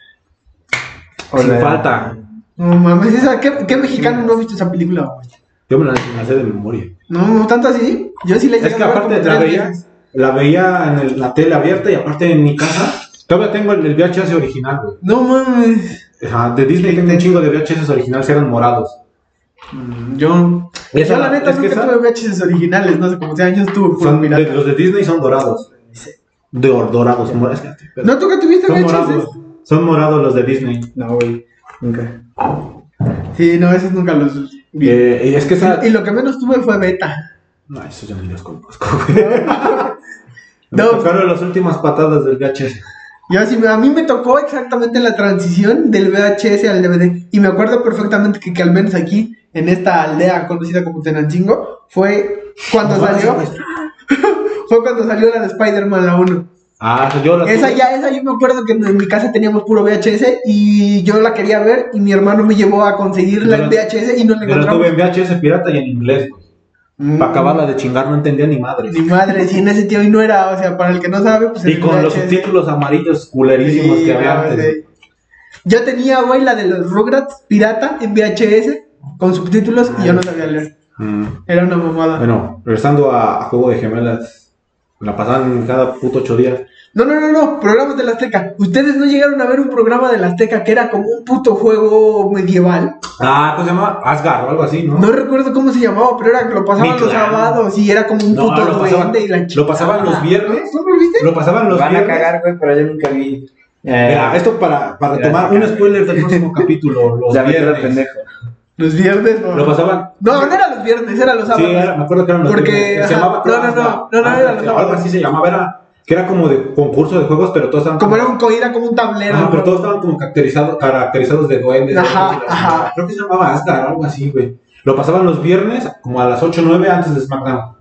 Speaker 2: o
Speaker 1: Sin
Speaker 2: la-
Speaker 1: falta.
Speaker 3: No mames, esa, ¿qué, qué mexicano no ha visto esa película, güey?
Speaker 1: Yo me la, me la sé de memoria.
Speaker 3: No, no tanto así. Yo sí la he
Speaker 1: Es que
Speaker 3: llegado a ver
Speaker 1: aparte
Speaker 3: como
Speaker 1: la
Speaker 3: tres
Speaker 1: veía,
Speaker 3: veces.
Speaker 1: la veía en el- la tele abierta y aparte en mi casa. Todavía tengo el, el VHS original, güey.
Speaker 3: No mames.
Speaker 1: Ajá, de Disney tengo un chingo de VHS originales, eran morados.
Speaker 3: Mm, Yo.
Speaker 1: Y esa
Speaker 3: yo la
Speaker 1: la-
Speaker 3: neta
Speaker 1: es que
Speaker 3: nunca
Speaker 1: esa-
Speaker 3: tuve VHS originales, no sé cómo sea, años tuve puro
Speaker 1: Son-
Speaker 3: pirata.
Speaker 1: de- los de Disney son dorados. De or- dorados. mor- es que-
Speaker 3: ¿No tú que tuviste
Speaker 1: Son
Speaker 3: VHS?
Speaker 1: morados. Son morados los de Disney. Eh,
Speaker 2: no güey nunca
Speaker 3: Sí, no, esos nunca los vi.
Speaker 1: Eh, y es que esa.
Speaker 3: Y lo que menos tuve fue beta.
Speaker 1: No, eso ya me los conozco, güey. Me
Speaker 3: No.
Speaker 1: tocaron las últimas patadas del VHS.
Speaker 3: Yo sí, a mí me tocó exactamente la transición del VHS al DVD. Y me acuerdo perfectamente que, que al menos aquí, en esta aldea conocida como Tenancingo, fue cuando salió. Fue cuando salió la de Spider-Man la 1.
Speaker 1: Ah, yo la
Speaker 3: Esa
Speaker 1: tuve.
Speaker 3: ya, esa yo me acuerdo que en mi casa teníamos puro VHS y yo la quería ver y mi hermano me llevó a conseguirla
Speaker 1: Yo
Speaker 3: en
Speaker 1: la-
Speaker 3: VHS y no la
Speaker 1: Yo la
Speaker 3: encontramos.
Speaker 1: tuve en VHS pirata y en inglés, güey.
Speaker 3: Mm,
Speaker 1: Para acabarla de chingar no entendía ni madre.
Speaker 3: Ni madre, si en ese tío y no era, o sea, para el que no sabe, pues
Speaker 1: Y
Speaker 3: el
Speaker 1: con los
Speaker 3: VHS.
Speaker 1: subtítulos amarillos culerísimos
Speaker 3: Sí,
Speaker 1: que había
Speaker 3: no,
Speaker 1: antes.
Speaker 3: sí. Yo tenía, güey, la de los Rugrats pirata en VHS con subtítulos y yo no sabía leer.
Speaker 1: Mm.
Speaker 3: Era una mamada.
Speaker 1: Bueno, regresando a, a Juego de Gemelas. La pasaban cada puto ocho días.
Speaker 3: No, no, no, no, programas de la Azteca. Ustedes no llegaron a ver un programa de la Azteca que era como un puto juego medieval.
Speaker 1: Ah, ¿cómo se llama? Asgard o algo así, ¿no?
Speaker 3: No recuerdo cómo se llamaba, pero era que lo pasaban
Speaker 1: Mi
Speaker 3: los
Speaker 1: clan.
Speaker 3: sábados y era como un
Speaker 1: No,
Speaker 3: puto
Speaker 1: lo
Speaker 3: duende
Speaker 1: pasaban-
Speaker 3: y la
Speaker 1: lo pasaban los viernes.
Speaker 3: ¿No lo viste?
Speaker 1: Lo pasaban los
Speaker 2: van a
Speaker 1: viernes.
Speaker 2: cagar güey pero yo nunca vi eh,
Speaker 1: Mira, esto para, para
Speaker 2: Mira,
Speaker 1: tomar
Speaker 2: acá.
Speaker 1: un spoiler del próximo capítulo, los
Speaker 2: la verdad
Speaker 1: viernes.
Speaker 2: pendejo
Speaker 3: Los viernes, no.
Speaker 1: Lo pasaban.
Speaker 3: No, no era los viernes, era los
Speaker 1: Sí,
Speaker 3: sábados.
Speaker 1: era- me acuerdo que eran los
Speaker 3: Porque,
Speaker 1: viernes.
Speaker 3: ajá, no, no, no, no, no,
Speaker 1: Ah,
Speaker 3: era los
Speaker 1: Algo
Speaker 3: sábados.
Speaker 1: así se llamaba, era que era como de concurso de juegos, pero todos estaban
Speaker 3: Como era un co- era como un tablero.
Speaker 1: Ajá, Ah, pero
Speaker 3: ¿no?
Speaker 1: todos estaban como caracterizados, caracterizados de duendes. de
Speaker 3: Ajá,
Speaker 1: cosas así.
Speaker 3: ajá.
Speaker 1: Creo que se llamaba Asgard o algo así, güey. Lo pasaban los viernes, como a las 8 o 9 antes de SmackDown.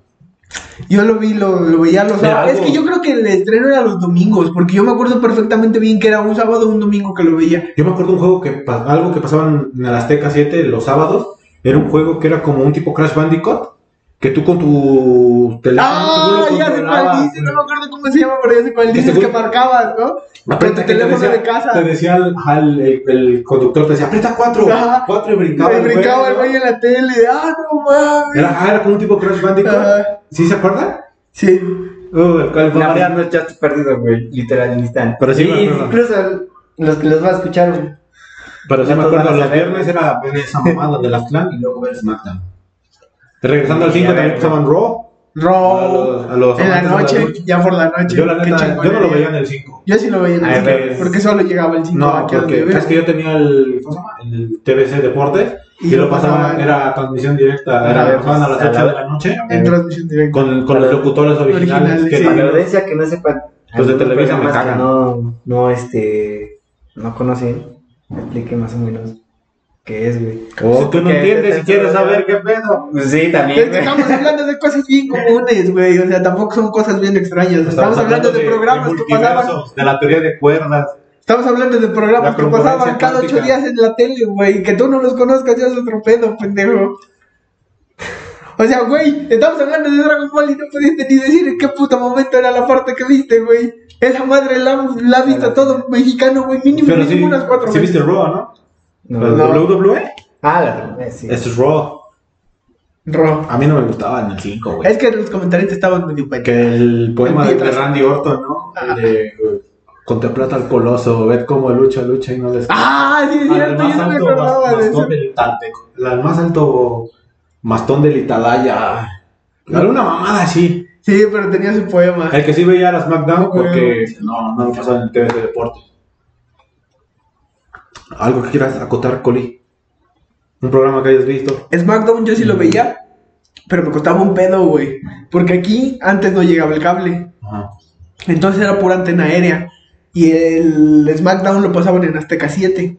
Speaker 3: Yo lo vi, lo, lo veía los
Speaker 1: Era
Speaker 3: sábados. Es
Speaker 1: algo-
Speaker 3: que yo creo que el estreno era los domingos, porque yo me acuerdo perfectamente bien que era un sábado o un domingo que lo veía.
Speaker 1: Yo me acuerdo un juego que pa- algo que pasaban en el Azteca 7 los sábados, era un juego que era como un tipo Crash Bandicoot,
Speaker 4: Que tú con tu teléfono.
Speaker 3: ¡Ah!
Speaker 4: tú lo
Speaker 3: ya sé cuál
Speaker 4: controlabas,
Speaker 3: dices, no
Speaker 4: güey.
Speaker 3: me acuerdo cómo se llama, pero ya sé cuál
Speaker 4: Que
Speaker 3: dices
Speaker 4: según-
Speaker 3: que marcabas, ¿no? Con
Speaker 4: Aprieta
Speaker 3: tu
Speaker 4: que te
Speaker 3: teléfono
Speaker 4: decía,
Speaker 3: de casa.
Speaker 4: Te decía el, ajá, el- el- el conductor, te decía, aprieta cuatro.
Speaker 3: Ajá.
Speaker 4: Cuatro y brincaba.
Speaker 3: Me
Speaker 4: el güey,
Speaker 3: brincaba el
Speaker 4: ¿no?
Speaker 3: güey en la tele. ¡Ah, no mames!
Speaker 4: Era, ah, era como un tipo Crash Bandicoot.
Speaker 3: Ajá.
Speaker 4: ¿Sí se acuerda?
Speaker 3: Sí.
Speaker 4: Uh, el cual fue
Speaker 2: La verdad
Speaker 4: variando.
Speaker 2: no echaste perdido, güey, literal, en instante.
Speaker 4: Pero sí
Speaker 2: Y-
Speaker 4: me acuerdo.
Speaker 2: incluso los que los va a escuchar, güey.
Speaker 4: Pero sí
Speaker 2: No
Speaker 4: me
Speaker 2: todos
Speaker 4: acuerdo,
Speaker 2: van a
Speaker 4: los
Speaker 2: saber.
Speaker 4: viernes era ver esa mamada de las clan y luego ver SmackDown. Regresando al
Speaker 2: Sí,
Speaker 4: 5
Speaker 2: a ver,
Speaker 4: también pasaban Raw. A
Speaker 3: Row.
Speaker 4: los- a los
Speaker 3: En la
Speaker 4: amantes de la
Speaker 3: noche,
Speaker 4: lucha.
Speaker 3: ya por la noche.
Speaker 4: Yo la
Speaker 3: Qué
Speaker 4: neta, yo no lo
Speaker 3: chingonería.
Speaker 4: veía en el 5.
Speaker 3: Yo sí lo veía en
Speaker 2: Ay,
Speaker 3: el
Speaker 2: ves.
Speaker 3: cine, porque solo llegaba el 5
Speaker 4: No,
Speaker 3: aquí a donde
Speaker 4: porque pues,
Speaker 3: vivo.
Speaker 4: es que yo tenía el, ¿cómo se llama? el TBC Deportes y,
Speaker 3: Y
Speaker 4: lo
Speaker 3: lo
Speaker 4: pasaban,
Speaker 3: pasaban.
Speaker 4: era transmisión directa,
Speaker 2: Ajá,
Speaker 4: era,
Speaker 2: pues,
Speaker 4: pasaban a las
Speaker 2: a la
Speaker 4: 8 de
Speaker 2: hora.
Speaker 4: la noche
Speaker 3: En transmisión directa.
Speaker 4: con, con los locutores originales,
Speaker 3: Originales,
Speaker 4: que
Speaker 2: Para
Speaker 3: sí.
Speaker 2: la
Speaker 4: también-
Speaker 2: audiencia que no sepa,
Speaker 4: Los de
Speaker 2: algunos
Speaker 4: Televisa me
Speaker 2: programas que
Speaker 4: cagan.
Speaker 2: no, no, este, no conocen, explique más o menos qué es, güey.
Speaker 4: si Oh, tú no entiendes y quieres saber qué pedo.
Speaker 2: Pues sí,
Speaker 3: Pero
Speaker 2: también,
Speaker 3: es que
Speaker 2: güey.
Speaker 3: estamos hablando de cosas bien comunes, güey. O sea, tampoco son cosas bien extrañas. Estamos, hablando de, programas que pasaban.
Speaker 4: multiversos, De la teoría de cuerdas.
Speaker 3: Estamos hablando de programas
Speaker 4: La
Speaker 3: que
Speaker 4: concurrencia
Speaker 3: pasaban cada ocho
Speaker 4: cuántica.
Speaker 3: días en la tele, güey. Que tú no los conozcas, ya es otro pedo, pendejo. O sea, güey, estamos hablando de Dragon Ball y no pudiste ni decir en qué puto momento era la parte que viste, güey. Esa madre la, la ha visto todo mexicano, güey. Mínimo,
Speaker 4: Pero sí,
Speaker 3: mínimo unas cuatro
Speaker 4: sí
Speaker 3: veces.
Speaker 4: viste Raw, ¿no?
Speaker 2: No.
Speaker 4: Pero
Speaker 3: No.
Speaker 4: WWE,
Speaker 2: Ah, la eh, sí.
Speaker 4: eso es Raw.
Speaker 3: Ro.
Speaker 4: A mí no me gustaba en el 5, güey.
Speaker 3: Es que los comentarios estaban medio pendejos.
Speaker 4: Que el
Speaker 1: pues,
Speaker 4: poema de,
Speaker 3: Pietras.
Speaker 4: Randy Orton, ¿no?
Speaker 3: Ah,
Speaker 4: El de, contemplate al coloso, ved cómo lucha, lucha y no les
Speaker 3: Ah, sí, es
Speaker 4: al
Speaker 3: cierto, yo
Speaker 4: más
Speaker 3: no me
Speaker 4: alto mas-
Speaker 3: acordaba de eso.
Speaker 4: mastón del Talteco, al más alto mastón del Italaya. Alguna mamada así.
Speaker 3: Sí, pero tenía su poema.
Speaker 4: El que sí veía las SmackDown
Speaker 3: Bueno.
Speaker 4: porque no, no lo pasaba en el TV de deporte. Algo que quieras acotar, Coli. Un programa que hayas visto.
Speaker 3: SmackDown yo sí
Speaker 4: Mm.
Speaker 3: lo veía, pero me costaba un pedo, güey. Porque aquí antes no llegaba el cable.
Speaker 4: Ajá.
Speaker 3: Entonces era pura antena aérea. Y el SmackDown lo pasaban en Azteca 7.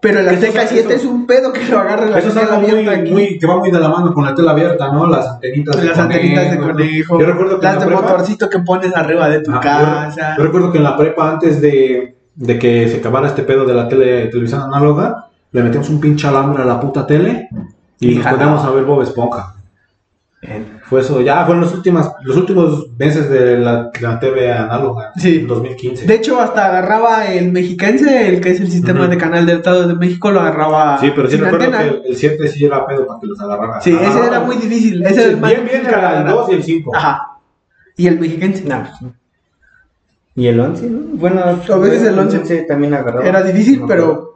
Speaker 3: Pero el
Speaker 4: Eso es-
Speaker 3: Azteca 7 es
Speaker 4: eso-
Speaker 3: un pedo que lo agarra la
Speaker 4: Eso es
Speaker 3: tele
Speaker 4: algo muy,
Speaker 3: abierta aquí.
Speaker 4: muy- que va muy de la mano con la tela abierta, ¿no? Las antenitas
Speaker 3: las antenitas de conejo,
Speaker 4: Yo recuerdo que en
Speaker 3: las
Speaker 4: la
Speaker 3: de
Speaker 4: prepa-
Speaker 3: motorcito que pones arriba de tu
Speaker 4: Ah,
Speaker 3: casa.
Speaker 4: Yo, yo recuerdo que en la prepa, antes de, de que se acabara este pedo de la tele, televisión análoga, le metemos un pinche alambre a la puta tele y nos
Speaker 2: Hija,
Speaker 4: poníamos a ver Bob Esponja.
Speaker 2: Bien.
Speaker 4: Fue eso, ya fueron los, últimas, los últimos meses de la, la TV análoga,
Speaker 3: Sí.
Speaker 4: en 2015.
Speaker 3: De hecho, hasta agarraba el mexiquense, el que es el sistema
Speaker 4: Ujú.
Speaker 3: de canal del Estado de México, lo agarraba.
Speaker 4: sí, pero sí
Speaker 3: sin
Speaker 4: recuerdo
Speaker 3: antena.
Speaker 4: que el 7 sí era pedo para que los agarraran.
Speaker 3: Sí, ese
Speaker 4: Agarraban.
Speaker 3: era muy difícil. Ese
Speaker 4: Sí,
Speaker 3: era el más
Speaker 4: bien, bien,
Speaker 3: difícil para
Speaker 4: era el
Speaker 3: ganar.
Speaker 4: 2 y el 5.
Speaker 3: Ajá. Y el mexiquense.
Speaker 2: No, pues, no. Y el 11, ¿no? Bueno,
Speaker 3: A veces el once.
Speaker 2: también agarraba.
Speaker 3: Era difícil,
Speaker 2: No,
Speaker 3: pero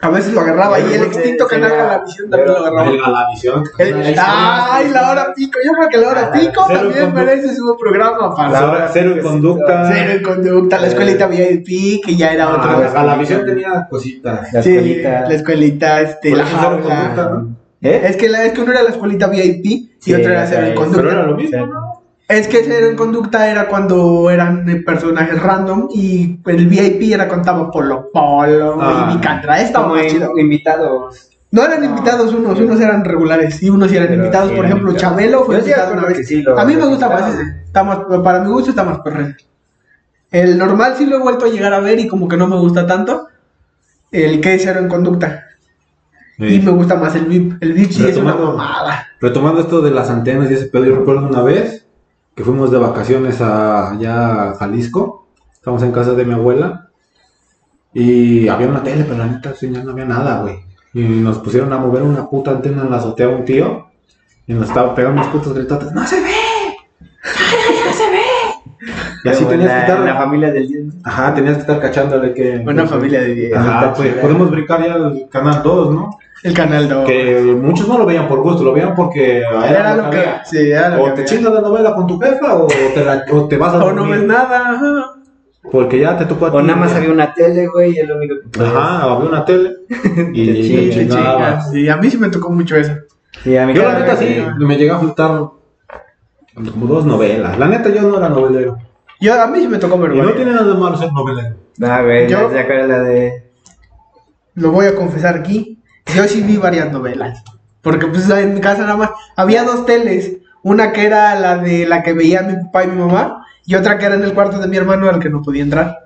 Speaker 3: a veces lo agarraba. Y el extinto canal Galavisión también lo agarraba.
Speaker 4: A la visión.
Speaker 3: El- Ay, la hora pico. Yo creo que la
Speaker 2: Ah,
Speaker 3: hora
Speaker 2: la-
Speaker 3: pico
Speaker 4: cero Ah,
Speaker 3: también
Speaker 4: condu-
Speaker 3: merece su programa,
Speaker 4: La
Speaker 3: para
Speaker 4: hora cero en conducta.
Speaker 3: Cero en conducta, la escuelita VIP, que ya era
Speaker 4: Ah,
Speaker 3: otra.
Speaker 4: la- la visión tenía cositas.
Speaker 2: La
Speaker 3: Sí,
Speaker 2: escuelita.
Speaker 3: la escuelita, este,
Speaker 4: Por
Speaker 3: la
Speaker 4: eso cero en
Speaker 3: jaula.
Speaker 4: conducta, ¿no?
Speaker 2: ¿Eh?
Speaker 3: Es que, la, es que uno era la escuelita VIP y
Speaker 2: Sí,
Speaker 3: otro era
Speaker 2: o
Speaker 3: cero
Speaker 2: sea,
Speaker 3: en
Speaker 2: es-
Speaker 3: conducta.
Speaker 4: Pero era lo
Speaker 2: O sea,
Speaker 4: mismo, ¿no?
Speaker 3: Es que cero en conducta era cuando eran eh, personajes random y el VIP era contaba Polo Polo
Speaker 4: Ah.
Speaker 3: y Nicandra. Estaba
Speaker 2: como
Speaker 3: más chido.
Speaker 2: in- invitados.
Speaker 3: No eran
Speaker 2: No.
Speaker 3: invitados unos, unos eran regulares y unos sí eran
Speaker 2: Pero
Speaker 3: invitados.
Speaker 2: sí
Speaker 3: Por
Speaker 2: eran
Speaker 3: ejemplo,
Speaker 2: invitados.
Speaker 3: Chabelo fue
Speaker 2: Yo sí
Speaker 3: invitado
Speaker 2: recuerdo
Speaker 3: una
Speaker 2: que
Speaker 3: vez.
Speaker 2: sí lo
Speaker 3: a mí me gusta
Speaker 2: invitaron.
Speaker 3: más ese. Está más, para mi gusto está más perrero. El normal sí lo he vuelto a llegar a ver y como que no me gusta tanto. El que es cero en conducta. Y me gusta más el VIP. El VIP sí es una
Speaker 4: Retomando.
Speaker 3: mamada.
Speaker 4: Retomando esto de las antenas y ese pedo, yo recuerdo una vez que fuimos de vacaciones a, allá a Jalisco. Estábamos en casa de mi abuela. Y había una tele, pero la neta, sí, ya no había nada, güey. Y nos pusieron a mover una puta antena en la azotea un tío. Y nos estaba pegando unas putas gritotas. ¡No se ve! ¡Ay, no se ve! Y así
Speaker 2: Como en
Speaker 4: tenías que
Speaker 2: la-
Speaker 4: estar...
Speaker 2: en la familia del 10.
Speaker 4: Ajá, tenías que estar cachándole que... pues,
Speaker 3: Una familia de 10.
Speaker 4: Ajá,
Speaker 2: Está
Speaker 4: pues
Speaker 2: chida.
Speaker 4: podemos brincar ya al canal 2, ¿no?
Speaker 3: El canal 2.
Speaker 4: Que muchos no lo veían por gusto, lo veían porque era,
Speaker 3: Era lo que.
Speaker 4: había.
Speaker 3: Sí, era lo
Speaker 4: O
Speaker 3: que
Speaker 4: te
Speaker 3: había.
Speaker 4: chingas la novela con tu jefa o te, la- o te vas a
Speaker 3: O
Speaker 4: dormir.
Speaker 3: no ves nada. ajá.
Speaker 4: Porque ya te tocó a ti.
Speaker 2: O nada más había una tele, güey, y es lo único que podías.
Speaker 4: Ajá, había una tele. y
Speaker 2: Te
Speaker 4: te
Speaker 2: chingas.
Speaker 4: chingabas.
Speaker 3: Sí, a mí sí me tocó mucho eso.
Speaker 2: Sí, a mí
Speaker 4: Yo la
Speaker 2: cada
Speaker 4: neta
Speaker 2: vez
Speaker 4: sí,
Speaker 2: me-
Speaker 4: me llegué a juntar como dos novelas. La neta yo no era novelero.
Speaker 3: Yo, a mí sí me tocó ver
Speaker 4: Y no
Speaker 3: varias.
Speaker 4: tiene nada de malo ser novelero.
Speaker 2: Ah, güey,
Speaker 3: Yo-
Speaker 2: ya se acuerda la de.
Speaker 3: Lo voy a confesar aquí. Yo sí vi varias novelas. Porque pues en mi casa nada más. Había dos teles. Una que era la de la que veía mi papá y mi mamá. Y otra que era en el cuarto de mi hermano al que no podía entrar.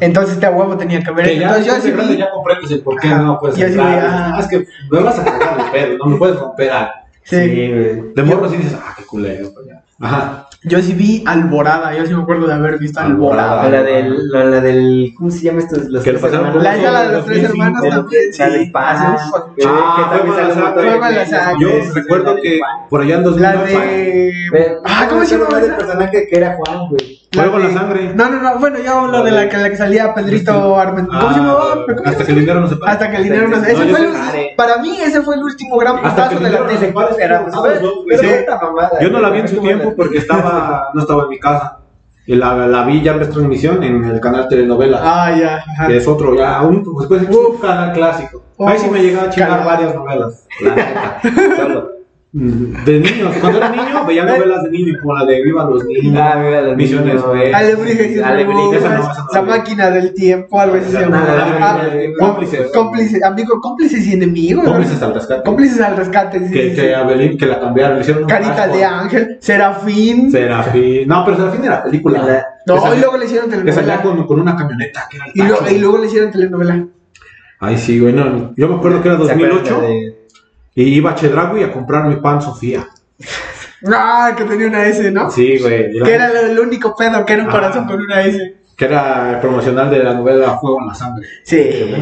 Speaker 3: Entonces este a huevo tenía que ver.
Speaker 4: Que ya,
Speaker 3: Entonces yo
Speaker 4: después
Speaker 3: sí
Speaker 4: de grande
Speaker 3: vi.
Speaker 4: ya comprendes el por qué
Speaker 3: Ajá.
Speaker 4: no puedes
Speaker 3: Yo sí
Speaker 4: entrar.
Speaker 3: veía-
Speaker 4: Ah, es que me vas a cagar el pedo, no me puedes romper. ah.
Speaker 3: Sí.
Speaker 2: Sí, güey.
Speaker 4: De morro sí dices, ah, qué culero. pues, ya. Ajá.
Speaker 3: Yo sí vi Alborada, yo sí me acuerdo de haber visto
Speaker 4: Alborada.
Speaker 3: Alborada.
Speaker 2: O la del, la, la del, ¿cómo se llama estos? Los
Speaker 4: Que lo
Speaker 2: tres
Speaker 4: pasaron
Speaker 2: hermanos?
Speaker 3: La hija de los tres
Speaker 4: 2005,
Speaker 3: hermanos también, sí.
Speaker 2: La de Paz,
Speaker 3: Ah, sí.
Speaker 2: que-
Speaker 4: Ah,
Speaker 2: que también
Speaker 4: fue
Speaker 2: sale un
Speaker 4: Malazar,
Speaker 2: montón de
Speaker 3: fue Malazar.
Speaker 2: veces.
Speaker 4: Yo
Speaker 3: Pues,
Speaker 4: recuerdo
Speaker 2: la
Speaker 4: que
Speaker 2: de Juan.
Speaker 4: por allá en 2000
Speaker 3: La de...
Speaker 2: Ve-
Speaker 3: Ah, ¿cómo
Speaker 2: no
Speaker 3: se llama
Speaker 2: recuerdo el
Speaker 3: esa?
Speaker 2: personaje que era Juan, güey?
Speaker 3: La
Speaker 4: Juego
Speaker 3: de-
Speaker 4: la sangre.
Speaker 3: No, no, no, bueno, ya hablo de la que, la que salía Pedrito Armendariz. ¿Cómo se llamaba? ¿Cómo
Speaker 4: Este, ah, Hasta
Speaker 3: se
Speaker 4: que el dinero no se
Speaker 3: llama?
Speaker 4: pague.
Speaker 3: Hasta que el dinero no se...
Speaker 4: No,
Speaker 3: Ese
Speaker 4: yo
Speaker 3: fue
Speaker 4: soy
Speaker 3: el-
Speaker 2: madre.
Speaker 3: Para mí ese fue el último gran
Speaker 4: Hasta que
Speaker 3: putazo
Speaker 4: el
Speaker 3: de la
Speaker 4: dinero no se
Speaker 3: tele.
Speaker 4: pague.
Speaker 2: Era, pues,
Speaker 4: Ah, pues, no, güey,
Speaker 2: pero
Speaker 4: sí.
Speaker 2: era esta mamada,
Speaker 4: Yo no la vi en su
Speaker 2: güey.
Speaker 4: tiempo porque estaba, no estaba en mi casa. Y la, la vi ya en retransmisión en el canal Telenovela,
Speaker 3: Ah, ya. ajá.
Speaker 4: que es otro, ya un, después es un canal clásico. Ahí sí me llegaba a chingar
Speaker 3: Canal.
Speaker 4: varias novelas. la neta, solo. Mm, De niños, cuando era niño veía novelas de niño, como la de Viva los Niños.
Speaker 2: Ah, mira, los
Speaker 4: Misiones,
Speaker 2: niños,
Speaker 4: güey.
Speaker 3: Alebrijes y sus
Speaker 2: Alebrijes,
Speaker 4: esa no,
Speaker 3: burbujas,
Speaker 4: esa no.
Speaker 3: la máquina del tiempo, algo así se
Speaker 4: Esa no,
Speaker 3: llamaba.
Speaker 4: la máquina del tiempo.
Speaker 3: cómplices. Ah, Cómplices, amigo, cómplices y enemigos. ¿no?
Speaker 4: Cómplices al rescate.
Speaker 3: Cómplices al rescate. sí,
Speaker 4: Que,
Speaker 3: sí,
Speaker 4: que
Speaker 3: sí.
Speaker 4: a Belín, que la cambiaron, le hicieron un
Speaker 3: Carita
Speaker 4: casco.
Speaker 3: de ángel, Serafín.
Speaker 4: Serafín. No, pero Serafín era película.
Speaker 2: La-
Speaker 3: No,
Speaker 4: Que salía-
Speaker 3: y luego le hicieron
Speaker 4: Que salía
Speaker 3: telenovela.
Speaker 4: con, con una camioneta. Que era el
Speaker 3: Y, lo-
Speaker 4: taxi.
Speaker 3: y luego le hicieron telenovela.
Speaker 4: Ay, sí, güey. no, yo me acuerdo que era
Speaker 2: ¿Se acuerdan
Speaker 4: 2008
Speaker 2: de-
Speaker 4: y iba a Chedragui a comprar mi pan Sofía.
Speaker 3: Ah, que tenía una S, ¿no?
Speaker 4: Sí, güey. y la-
Speaker 3: Que era lo- el único pedo, que era un
Speaker 4: Ah.
Speaker 3: corazón con una S.
Speaker 4: que era el promocional de la novela Fuego en la Sangre.
Speaker 3: Sí.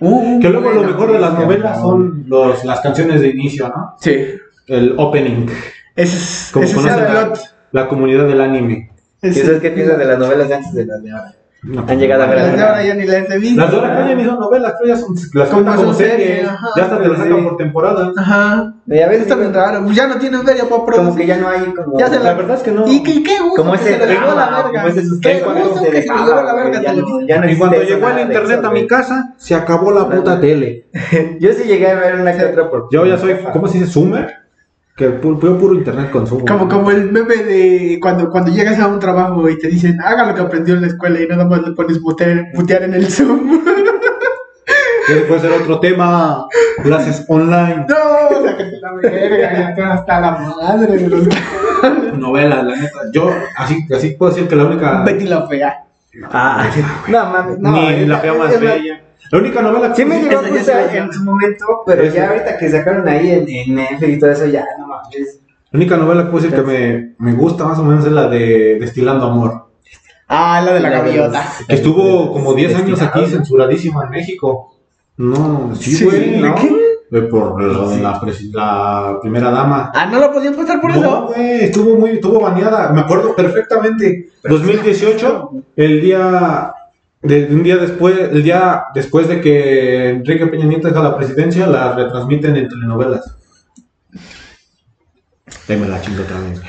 Speaker 3: Uh,
Speaker 4: Que luego lo mejor de las novelas son los, las canciones de inicio, ¿no?
Speaker 3: Sí.
Speaker 4: El opening.
Speaker 3: Ese es.
Speaker 4: Como
Speaker 3: ese es
Speaker 4: conocen
Speaker 3: el
Speaker 4: la,
Speaker 3: plot.
Speaker 4: la comunidad del anime.
Speaker 2: ¿Y
Speaker 3: Ese-
Speaker 2: sabes qué piensas de las novelas de antes de las de ahora?
Speaker 4: No,
Speaker 2: Han llegado a ver
Speaker 3: Las de
Speaker 2: alguna.
Speaker 3: ahora ya ni las he visto.
Speaker 4: Las de ahora creo ya ni son novelas, creo ya son las
Speaker 3: Como
Speaker 4: cuentan como
Speaker 3: son
Speaker 4: series.
Speaker 3: series, ajá,
Speaker 4: ya hasta te las
Speaker 2: sí.
Speaker 4: sacan por temporada.
Speaker 3: Ajá.
Speaker 2: Y a
Speaker 3: Eso
Speaker 2: veces
Speaker 3: está bien
Speaker 2: digo,
Speaker 3: raro. pues Ya no tienen feria para
Speaker 2: como que
Speaker 3: producir.
Speaker 2: ya no hay como...
Speaker 3: Ya se
Speaker 4: La verdad es que no.
Speaker 3: ¿Y qué, qué gusto
Speaker 2: Como
Speaker 3: que
Speaker 2: ese
Speaker 3: se le llevó a la
Speaker 2: drama,
Speaker 3: verga?
Speaker 2: como ese
Speaker 3: ¿Qué
Speaker 2: suspenso
Speaker 3: gusto
Speaker 2: antes
Speaker 3: que
Speaker 2: de
Speaker 3: se le llevó a la
Speaker 2: dejarla,
Speaker 3: verga?
Speaker 2: güey, ya
Speaker 3: Televisa?
Speaker 2: no- ya no
Speaker 4: Y cuando
Speaker 2: existe
Speaker 4: llegó
Speaker 2: nada
Speaker 4: el
Speaker 2: de
Speaker 4: internet
Speaker 2: eso,
Speaker 4: a mi
Speaker 2: güey.
Speaker 4: casa, se acabó la puta tele.
Speaker 2: Yo sí llegué a ver una que otra por...
Speaker 4: Yo ya soy, ¿cómo se dice? Zoomer. Que pu- yo puro internet consumo.
Speaker 3: Como, como el meme de cuando, cuando llegas a un trabajo y te dicen, haga lo que aprendió en la escuela y nada más le pones mutear, mutear en el Zoom.
Speaker 4: Que puede ser otro tema. Clases online.
Speaker 3: No, o sea, que te la verga, ya te hasta la madre de los
Speaker 4: Novelas, la neta. Yo, así, así puedo decir que la única.
Speaker 3: Betty la fea.
Speaker 2: Ah, no mames, no.
Speaker 4: ni la
Speaker 2: es-
Speaker 4: fea
Speaker 2: es-
Speaker 4: más
Speaker 2: es la-
Speaker 4: bella. La única novela que
Speaker 2: Sí me llegó a
Speaker 3: Esa ya se
Speaker 2: gustar
Speaker 3: veía.
Speaker 2: en su momento, pero
Speaker 4: Esa.
Speaker 2: ya ahorita que sacaron ahí en, en Netflix y todo eso, ya, no mames.
Speaker 4: La única novela que puedo decir que me, me gusta más o menos es la de Destilando Amor.
Speaker 3: Ah, la de la gaviota.
Speaker 4: Que estuvo como 10 años aquí
Speaker 2: Destinado.
Speaker 4: censuradísima en México. No, sí,
Speaker 3: Sí,
Speaker 4: güey.
Speaker 3: ¿de
Speaker 4: ¿no?
Speaker 3: qué?
Speaker 4: Eh, Por la, la presi- la primera dama.
Speaker 3: Ah, no la podían pasar por
Speaker 4: No,
Speaker 3: eso.
Speaker 4: güey, estuvo muy, estuvo baneada, me acuerdo perfectamente. 2018, el día, de, un día después, el día después de que Enrique Peña Nieto deja la presidencia, la retransmiten en telenovelas. Ahí me la chingo otra vez.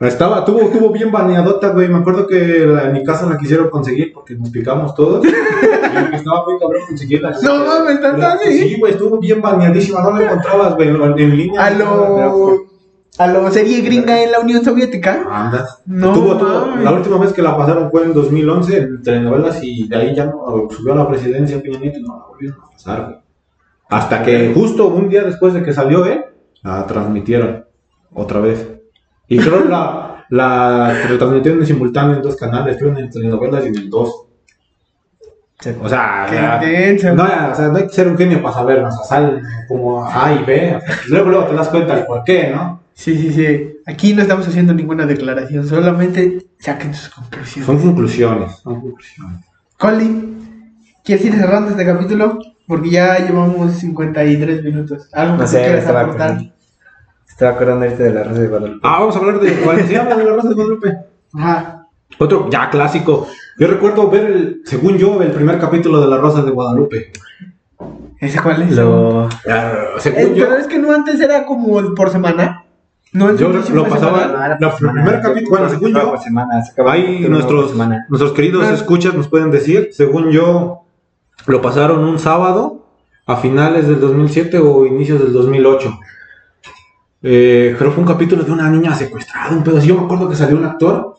Speaker 4: Estaba, tuvo, tuvo bien baneadota, güey. Me acuerdo que la- en mi casa la quisieron conseguir porque nos picamos todos. Y estaba muy cabrón conseguirla.
Speaker 3: No pues mames, tanto
Speaker 4: La-
Speaker 3: así.
Speaker 4: pues Sí, güey, estuvo bien baneadísima. No la encontrabas, güey, en, en línea.
Speaker 3: A lo. A lo serie gringa en la Unión Soviética.
Speaker 4: Andas.
Speaker 3: No
Speaker 4: Tuvo- tuvo-
Speaker 3: mames.
Speaker 4: la última vez que la pasaron fue en 2011 en telenovelas y de ahí ya no subió a la presidencia Peña Nieto y no la volvieron a pasar. güey. Hasta que justo un día después de que salió, ¿eh? La transmitieron otra vez. Y creo la, la retransmitieron en simultáneo en dos canales, creo en el telenovelas y en el 2. O sea,
Speaker 3: Qué
Speaker 4: la-
Speaker 3: intenso.
Speaker 4: no, o sea, no hay que ser un genio para saberlo, o sea, salen como A y B. o sea, pues, luego, luego te das cuenta el por qué, ¿no?
Speaker 3: Sí, sí, sí. Aquí no estamos haciendo ninguna declaración, solamente saquen sus conclusiones.
Speaker 4: Son conclusiones, son conclusiones.
Speaker 3: Colin, ¿quieres ir cerrando este capítulo? Porque ya llevamos 53 minutos. Algo que
Speaker 2: No
Speaker 3: tú
Speaker 2: sé, me
Speaker 3: quieras
Speaker 2: estaba
Speaker 3: aportar.
Speaker 2: acordando. Estaba acordando ahorita de la Rosa de Guadalupe.
Speaker 4: Ah, vamos a hablar de Valenciana, de la Rosa de Guadalupe.
Speaker 3: Ajá.
Speaker 4: Otro ya clásico. Yo recuerdo ver, el, según yo, el primer capítulo de La Rosa de Guadalupe.
Speaker 3: ¿Ese cuál es?
Speaker 2: Lo...
Speaker 4: Ah,
Speaker 3: Eh,
Speaker 4: Según yo,
Speaker 3: pero es que no antes era como por semana. No el
Speaker 4: Yo
Speaker 3: inicio
Speaker 4: lo
Speaker 3: fue
Speaker 4: pasaba-
Speaker 3: semanal.
Speaker 4: la- la primer capítulo, bueno, según yo,
Speaker 2: Por semana, se acababa el
Speaker 4: ahí
Speaker 2: capítulo por
Speaker 4: nuestros,
Speaker 2: semana.
Speaker 4: nuestros queridos
Speaker 3: Claro.
Speaker 4: escuchas nos pueden decir, según yo, lo pasaron un sábado a finales del 2007 o inicios del 2008. Eh, creo que fue un capítulo de una niña secuestrada, un pedo así. Yo me acuerdo que salió un actor.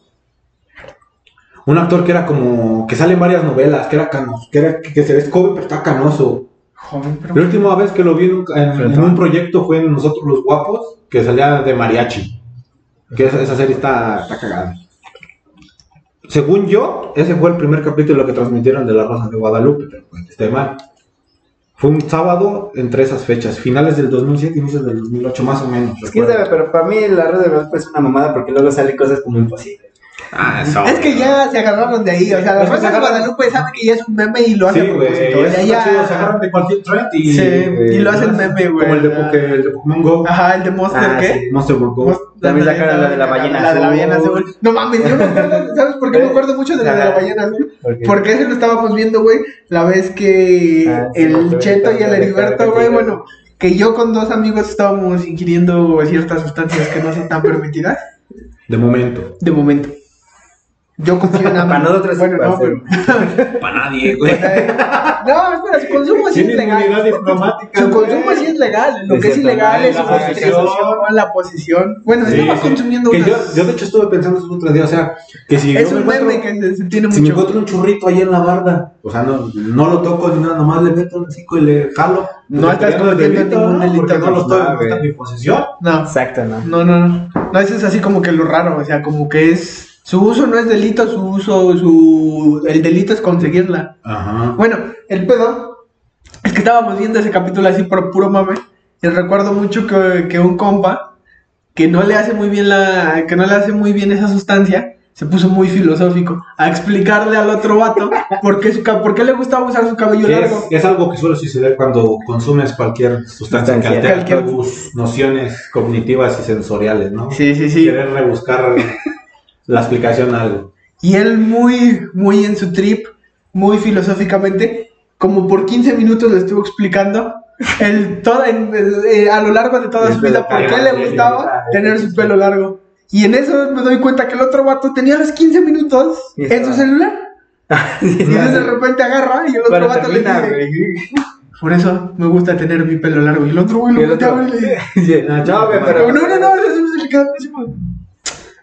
Speaker 4: Un actor que era como. que sale en varias novelas, que era canoso, que, era, que se ve joven, pero está canoso.
Speaker 3: Joven, pero...
Speaker 4: La última vez que lo vi en un, en- en
Speaker 2: Frontón.
Speaker 4: un proyecto fue en Nosotros los Guapos, que salía de mariachi. Que esa, esa serie está, está cagada. Según yo, ese fue el primer capítulo que transmitieron de La Rosa de Guadalupe, pero pues estoy mal. Fue un sábado entre esas fechas, finales del 2007, inicios del 2008, más o menos.
Speaker 2: Es que, sabe,
Speaker 4: recuerdo.
Speaker 2: pero para mí la red de Velasco es una mamada porque luego salen cosas como imposibles.
Speaker 4: Ah, eso.
Speaker 3: Es que ya se agarraron de ahí, o sea, la
Speaker 4: Es que
Speaker 3: raza
Speaker 4: se
Speaker 3: de
Speaker 4: agarran-
Speaker 3: Guadalupe sabe que ya es un meme y lo hace
Speaker 4: Sí,
Speaker 3: a
Speaker 4: güey.
Speaker 3: propósito. o sea,
Speaker 4: es
Speaker 3: ya-
Speaker 4: chido, Se agarran de cualquier trend y,
Speaker 3: Sí,
Speaker 4: eh,
Speaker 3: y lo hacen meme, güey.
Speaker 4: Como el de, Poké- el de Pokémon Go,
Speaker 3: Ajá, el de Monster,
Speaker 2: Ah,
Speaker 3: ¿qué?
Speaker 2: sí.
Speaker 4: Monster World Go.
Speaker 3: Monster-
Speaker 2: También sacaron la de la ballena
Speaker 3: La de la
Speaker 2: azul.
Speaker 3: ballena azul. No mames, yo me acuerdo, ¿sabes por qué me acuerdo mucho de la de la
Speaker 2: Ajá.
Speaker 3: ballena azul?
Speaker 2: Porque,
Speaker 3: Porque eso lo estábamos viendo, güey, la vez que
Speaker 2: Ah, sí,
Speaker 3: el
Speaker 2: porque
Speaker 3: Cheto y
Speaker 2: ahorita
Speaker 3: el
Speaker 2: está
Speaker 3: Heriberto,
Speaker 2: ahorita
Speaker 3: güey,
Speaker 2: te digo.
Speaker 3: bueno, que yo con dos amigos estábamos ingiriendo ciertas sustancias que no son tan permitidas,
Speaker 4: De momento.
Speaker 3: de momento. Yo confío en ambos.
Speaker 2: Para nosotros sí
Speaker 3: bueno, no,
Speaker 2: puede
Speaker 3: pero...
Speaker 5: Para nadie, güey.
Speaker 3: No, espera, su consumo sí es
Speaker 4: Tiene
Speaker 3: legal.
Speaker 4: inmunidad diplomática.
Speaker 3: Su
Speaker 4: güey.
Speaker 3: consumo sí es legal. Lo
Speaker 2: De
Speaker 3: que es
Speaker 2: cierta
Speaker 3: ilegal
Speaker 2: manera,
Speaker 3: es su
Speaker 4: la posesión.
Speaker 3: comercialización, la posesión. Bueno,
Speaker 4: Sí,
Speaker 3: estaba
Speaker 4: sí.
Speaker 3: consumiendo
Speaker 4: que
Speaker 3: unas-
Speaker 4: yo, yo de hecho estuve pensando eso el otro día, o sea, que si
Speaker 3: Es
Speaker 4: yo me
Speaker 3: un meme
Speaker 4: encuentro-
Speaker 3: que se tiene
Speaker 4: si me
Speaker 3: mucho.
Speaker 4: encuentro un churrito ahí en la barda, o sea, no, no lo toco ni nada, nomás le meto el hocico y le jalo.
Speaker 3: No estás
Speaker 4: Porque
Speaker 3: cometiendo
Speaker 4: delito,
Speaker 3: ningún
Speaker 4: ¿no?
Speaker 3: delito,
Speaker 4: Porque no lo estoy,
Speaker 2: carnal,
Speaker 3: Ah,
Speaker 4: no está en mi posesión.
Speaker 3: No,
Speaker 2: Exacto, ¿no?
Speaker 3: no, no, no. No, eso es así como que lo raro, o sea, como que es. Su uso no es delito, su uso, su. El delito es conseguirla.
Speaker 4: Ajá.
Speaker 3: Bueno, el pedo es que estábamos viendo ese capítulo así por puro mame. Y recuerdo mucho que, que un compa que no le hace muy bien la. que no le hace muy bien esa sustancia. Se puso muy filosófico a explicarle al otro vato por qué, su, ca- por qué le gustaba usar su cabello
Speaker 4: Que
Speaker 3: largo.
Speaker 4: Es, es algo que suele suceder cuando consumes cualquier sustancia que
Speaker 2: Sustancia.
Speaker 4: altera
Speaker 3: Cualquier-
Speaker 4: tus nociones cognitivas y sensoriales, ¿no?
Speaker 3: Sí, sí, sí.
Speaker 4: Querer rebuscar la explicación a algo.
Speaker 3: Y él muy, muy en su trip, muy filosóficamente, como por 15 minutos le estuvo explicando el, toda- en- el- eh, a lo largo de toda
Speaker 2: El
Speaker 3: su vida por
Speaker 2: pelo
Speaker 3: qué
Speaker 2: largo,
Speaker 3: le
Speaker 2: sí,
Speaker 3: gustaba
Speaker 2: sí, sí.
Speaker 3: tener su pelo largo. Y en eso me doy cuenta que el otro vato tenía los 15 minutos
Speaker 2: Y
Speaker 3: en su
Speaker 2: estaba-
Speaker 3: celular. Y entonces de repente agarra y el otro
Speaker 2: Pero
Speaker 3: vato
Speaker 2: termina,
Speaker 3: le dice,
Speaker 2: güey.
Speaker 3: por eso me gusta tener mi pelo largo. Y el otro güey
Speaker 2: Y
Speaker 3: lo
Speaker 2: el otro-
Speaker 3: voltea a ver y le dice,
Speaker 2: Sí, no, chao, güey, pero...
Speaker 3: no, no, no, eso se le queda pésimo.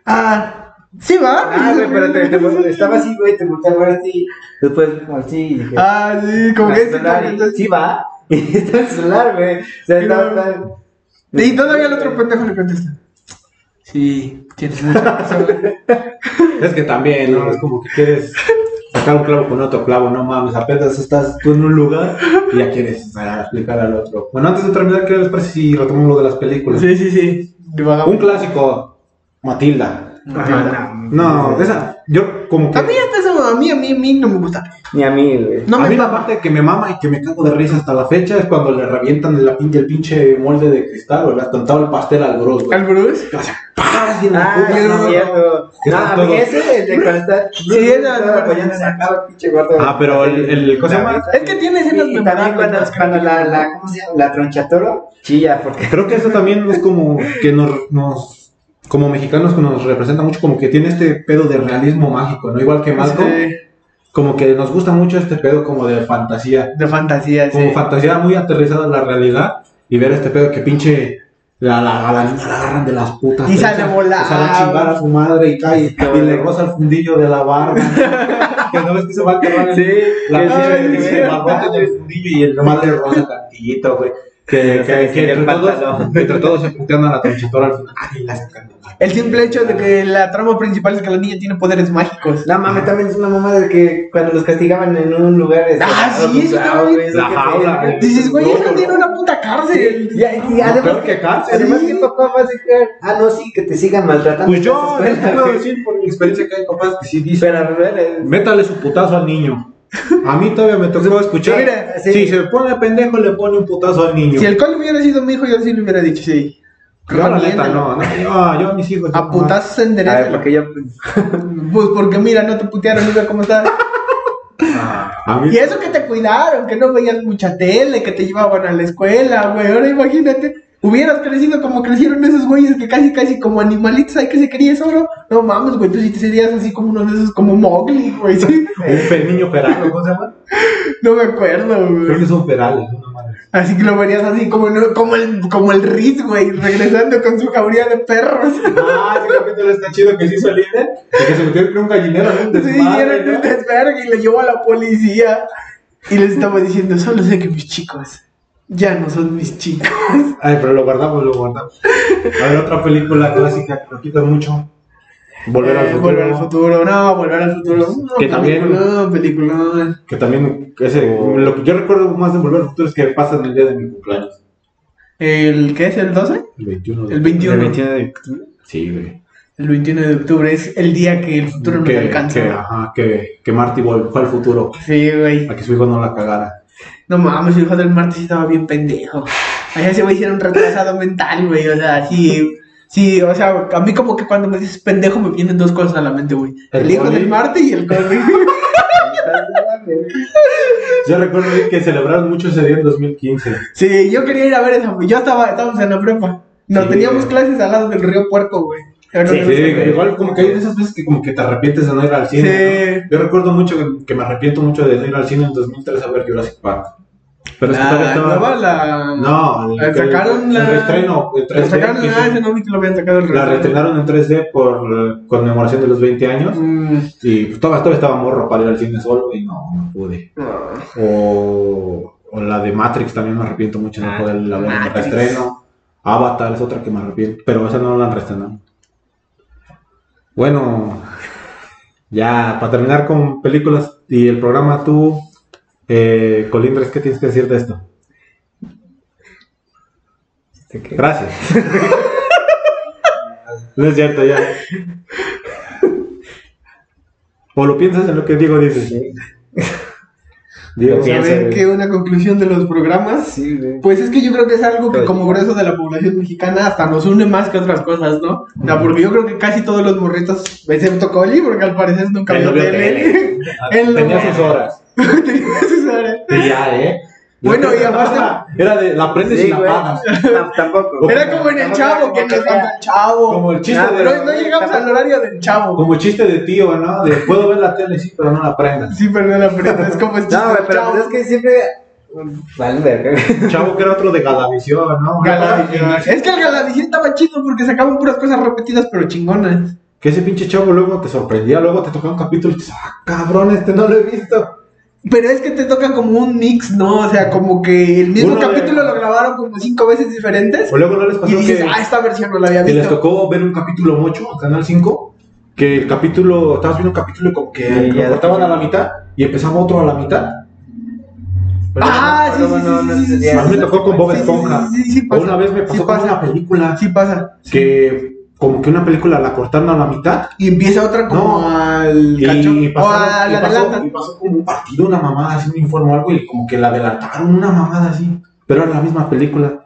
Speaker 3: Ah, sí va.
Speaker 2: Ah, güey, pero te, te- estaba así, güey, te volteé a ver a ti. Después, como así, y dije...
Speaker 3: Ah, sí, como
Speaker 2: "Ah,
Speaker 3: que
Speaker 2: celular,
Speaker 3: sí,
Speaker 2: y-
Speaker 3: como que-
Speaker 2: Sí, va. Y está el celular, güey. O sea,
Speaker 3: Sí,
Speaker 2: estaba...
Speaker 3: va.
Speaker 2: estaba-
Speaker 3: Y todavía el otro pendejo le contesta. Sí, tienes mucha razón.
Speaker 4: Es que también, ¿no? Es como que quieres sacar un clavo con otro clavo, no mames, apenas estás tú en un lugar y ya quieres ah, explicar al otro. Bueno, antes de terminar, ¿qué les parece si retomamos lo de las películas?
Speaker 3: sí, sí, sí.
Speaker 4: Un clásico, Matilda.
Speaker 2: Ajá,
Speaker 4: No, esa, yo como que...
Speaker 3: A mí hasta eso, a mí, a mí, a mí no me gusta.
Speaker 2: Ni a mí, güey.
Speaker 3: No
Speaker 4: a
Speaker 3: me
Speaker 4: mí la parte que me mama y que me cago de risa hasta la fecha es cuando le revientan la pinche, el pinche molde de cristal o le has cantado el pastel al bros, güey.
Speaker 3: ¿Al Bruce?
Speaker 4: ¡Paz! Y en la
Speaker 2: Ah,
Speaker 4: puta
Speaker 2: sí, es
Speaker 4: madre.
Speaker 2: cierto.
Speaker 4: Que
Speaker 2: No,
Speaker 4: están
Speaker 2: a mí
Speaker 4: todos-
Speaker 2: ese, el de cuando está...
Speaker 3: Sí, era-
Speaker 2: estaba apoyando esa cara, pinche gordo.
Speaker 4: Ah, pero el- el- ¿cómo se llama?
Speaker 3: Es que tiene escenas
Speaker 2: Y también cuando,
Speaker 3: memorables.
Speaker 2: cuando la, la, ¿cómo se llama? La tronchatoro chilla, porque...
Speaker 4: Creo que eso también es como que nos, nos- como mexicanos que nos representa mucho, como que tiene este pedo de realismo mágico, ¿no? Igual que Malcolm,
Speaker 3: Sí,
Speaker 4: como que nos gusta mucho este pedo como de fantasía,
Speaker 3: de fantasía, sí.
Speaker 4: como fantasía muy aterrizada a la realidad y ver este pedo que pinche la, la, a la niña la agarran de las putas.
Speaker 3: Y
Speaker 4: le
Speaker 3: sale
Speaker 4: echan-
Speaker 3: volada.
Speaker 4: le sale
Speaker 2: Ah,
Speaker 4: a chingar a su madre y cae y le roza el fundillo de la barba. que no ves que se va a acabar en- la
Speaker 2: que
Speaker 4: pinche
Speaker 3: sí,
Speaker 4: que
Speaker 3: sí,
Speaker 4: se barbote
Speaker 2: sí.
Speaker 4: del fundillo y el nomás le roza tantillito, güey. Que,
Speaker 2: Sí, sí,
Speaker 4: que,
Speaker 2: sí,
Speaker 4: que entre,
Speaker 2: el
Speaker 4: todos,
Speaker 2: pantalón.
Speaker 4: que entre todos se putean a la tronchetora al final. Ay, la sacan de la-
Speaker 3: El simple hecho de que la trama principal es que la niña tiene poderes mágicos.
Speaker 2: No mames, también es una mamada de que cuando los castigaban en un lugar.
Speaker 3: Ah, sí, eso estaba bien.
Speaker 4: La jaula, güey.
Speaker 3: Dices, güey,
Speaker 4: No,
Speaker 3: esa
Speaker 4: no,
Speaker 3: tiene
Speaker 4: no.
Speaker 3: una puta cárcel.
Speaker 2: Y, y
Speaker 4: No,
Speaker 2: además,
Speaker 4: peor que cárcel.
Speaker 2: además
Speaker 4: Sí.
Speaker 2: que papá va a decir, ah, no, sí, que te sigan maltratando.
Speaker 4: Pues
Speaker 2: en
Speaker 4: yo
Speaker 2: las
Speaker 4: les
Speaker 2: escuelas".
Speaker 4: puedo decir por mi experiencia que hay papás que sí dicen,
Speaker 2: Pero eh, al revés,
Speaker 4: métale su putazo al niño. A mí todavía me tocó escuchar.
Speaker 2: Mira, sí.
Speaker 4: Si se pone pendejo, le pone un putazo al niño.
Speaker 3: Si el col hubiera sido mi hijo, yo sí le hubiera dicho, sí.
Speaker 4: Yo, la neta,
Speaker 3: Reviéntalo.
Speaker 4: no, no, yo, yo a mis hijos.
Speaker 3: A putazos se
Speaker 2: a
Speaker 3: endereza.
Speaker 2: ver, porque yo.
Speaker 3: Pues porque mira, no te putearon, mira cómo estás.
Speaker 4: A mí
Speaker 3: Y eso que te cuidaron, que no veías mucha tele, que te llevaban a la escuela, güey. Ahora imagínate, hubieras crecido como crecieron esos güeyes que casi, casi como animalitos ahí que se querían solo. No mames, güey, tú sí te serías así como uno de esos, como Mowgli, güey. sí.
Speaker 4: Un pe- niño peral, ¿cómo se llama?
Speaker 3: No me acuerdo,
Speaker 4: Creo que
Speaker 3: güey.
Speaker 4: son perales, una madre.
Speaker 3: Así que lo verías así como, en- como el, como el Riz, güey, regresando con su jauría de perros.
Speaker 4: Ah, ese capítulo está chido que se hizo el líder. y que se metió en un gallinero, en un
Speaker 3: Se
Speaker 4: desmadre.
Speaker 3: hicieron un
Speaker 4: ¿no?
Speaker 3: desvergue y le llevó a la policía. Y les estaba diciendo, solo sé que mis chicos ya no son mis chicos.
Speaker 4: Ay, pero lo guardamos, lo guardamos. A ver, otra película clásica que nos quitan mucho. Volver al
Speaker 3: Eh,
Speaker 4: futuro.
Speaker 3: Volver al futuro, no, volver al futuro. No,
Speaker 4: Que también-
Speaker 3: peliculón, peliculón.
Speaker 4: Que también, ese, lo que yo recuerdo más de Volver al futuro es que pasa en el día de mi cumpleaños.
Speaker 3: ¿El qué es? ¿El 12?
Speaker 4: El 21. de-
Speaker 3: El 21.
Speaker 2: El 21 de octubre.
Speaker 4: Sí, güey.
Speaker 3: El 21 de octubre es el día que el futuro nos
Speaker 4: que, Que,
Speaker 3: alcanza.
Speaker 4: ajá, que, que Marty vol- fue al futuro.
Speaker 3: Sí, güey.
Speaker 4: A que su hijo no la cagara.
Speaker 3: No mames, el hijo del martes estaba bien pendejo. Allá se güey a un retrasado mental, güey. O sea, sí. Sí, o sea, a mí como que cuando me dices pendejo me vienen dos cosas a la mente, güey.
Speaker 4: El
Speaker 3: El, hijo
Speaker 4: Connie.
Speaker 3: del martes y el Connie.
Speaker 4: Yo recuerdo bien que celebraron mucho ese día en 2015.
Speaker 3: sí, yo quería ir a ver esa. Yo estaba, estábamos en la prepa. Nos
Speaker 4: Sí,
Speaker 3: teníamos
Speaker 4: güey.
Speaker 3: clases al lado del río Puerco, güey. Era
Speaker 4: Sí,
Speaker 3: una clase, güey.
Speaker 4: igual como que hay de esas veces que como que te arrepientes de no ir al cine.
Speaker 3: Sí.
Speaker 4: ¿no? Yo recuerdo mucho que, que me arrepiento mucho de no ir al cine en 2003 a ver Jurassic Park. Pero es que
Speaker 3: La
Speaker 4: todavía estaba-
Speaker 3: nueva, Ah, la-
Speaker 4: No,
Speaker 3: la
Speaker 4: que-
Speaker 3: sacaron la.
Speaker 4: el reestreno, el 3D,
Speaker 3: sacaron
Speaker 4: que
Speaker 3: la.
Speaker 4: hizo-
Speaker 3: Ese no vi que lo habían sacado el
Speaker 4: La
Speaker 3: reestreno.
Speaker 4: reestrenaron en 3D por eh, conmemoración de los 20 años
Speaker 3: Mm,
Speaker 4: y pues, todavía, todavía estaba morro para ir al cine solo y no, no pude.
Speaker 3: no.
Speaker 4: O, o la de Matrix también me arrepiento mucho de no
Speaker 3: Ah,
Speaker 4: poder la ver en el
Speaker 3: Matrix.
Speaker 4: reestreno. Avatar es otra que me arrepiento, pero esa no la han reestrenado. Bueno, ya para terminar con películas y el programa, tú, eh, Colindres, ¿qué tienes que decir de esto?
Speaker 2: Este que-
Speaker 4: Gracias. no es cierto, ya. O lo piensas en lo que Diego dice. Diego,
Speaker 2: Lo
Speaker 3: A
Speaker 2: pienso.
Speaker 3: ver, ¿qué una conclusión de los programas?
Speaker 2: Sí, güey.
Speaker 3: Pues es que yo creo que es algo que como grueso de la población mexicana hasta nos une más que otras cosas, ¿no? O sea, porque yo creo que casi todos los morritos, excepto Coli, porque al parecer nunca
Speaker 4: Él
Speaker 3: vio
Speaker 4: no vio
Speaker 3: tele. Él no-
Speaker 4: tenía sus horas.
Speaker 3: Tenía sus horas.
Speaker 4: Y ya, ¿eh?
Speaker 3: Bueno, y aparte-
Speaker 4: Era de la prendes
Speaker 2: Sí,
Speaker 4: y la
Speaker 2: güey.
Speaker 4: pagas.
Speaker 2: Tam- Tampoco.
Speaker 3: Era como en el
Speaker 2: Tampoco
Speaker 3: chavo,
Speaker 2: era como
Speaker 3: que nos
Speaker 2: que sea.
Speaker 3: el chavo.
Speaker 4: Como el chiste
Speaker 3: Ah,
Speaker 4: de-
Speaker 3: pero no llegamos al horario del chavo.
Speaker 4: Como chiste de tío, ¿no? De puedo ver la tele, sí, pero no la prendas.
Speaker 3: Sí, perdón la prenda, es como el chiste
Speaker 2: No, güey,
Speaker 3: del
Speaker 2: pero
Speaker 3: chavo.
Speaker 2: pues es que siempre. Vale, verga.
Speaker 4: Chavo que era otro de Galavisión, ¿no?
Speaker 3: Galavisión. Es que el Galavisión estaba chido porque sacaban puras cosas repetidas pero chingonas.
Speaker 4: Que ese pinche chavo luego te sorprendía, luego te tocaba un capítulo y te ah, cabrón, este no lo he visto.
Speaker 3: Pero es que te toca como un mix, ¿no? O sea, como que el mismo
Speaker 4: Uno de-
Speaker 3: capítulo lo grabaron como cinco veces diferentes.
Speaker 4: O luego no les
Speaker 3: Y
Speaker 4: pasó
Speaker 3: dices,
Speaker 4: que...
Speaker 3: ah, esta versión no la había
Speaker 4: que les
Speaker 3: visto.
Speaker 4: tocó ver un capítulo mucho en Canal 5, que el capítulo, estabas viendo un capítulo y como que
Speaker 2: Sí,
Speaker 4: lo
Speaker 2: ya
Speaker 4: cortaban a la mitad y empezaba otro a la mitad. Pero
Speaker 3: Ah, sí,
Speaker 2: Pero
Speaker 3: sí,
Speaker 2: no,
Speaker 3: sí,
Speaker 2: no
Speaker 3: sí, sí,
Speaker 2: entendía.
Speaker 3: sí,
Speaker 4: a mí
Speaker 3: sí,
Speaker 4: me tocó con Bob
Speaker 3: sí, sí,
Speaker 4: Esponja.
Speaker 3: Sí, sí, sí,
Speaker 4: O
Speaker 3: pasa.
Speaker 4: una vez me pasó
Speaker 3: Sí
Speaker 4: con una
Speaker 3: pasa.
Speaker 4: película
Speaker 3: Sí pasa.
Speaker 4: que como que una película la cortaron a la mitad
Speaker 3: Y empieza otra como
Speaker 4: No.
Speaker 3: al
Speaker 4: y
Speaker 3: cacho. O
Speaker 4: pasaron-
Speaker 3: a
Speaker 4: y
Speaker 3: Ah, la
Speaker 4: pasó,
Speaker 3: adelanta.
Speaker 4: y pasó como un partido, una mamada, así un informe o algo y como que la adelantaron una mamada así, pero era la misma película.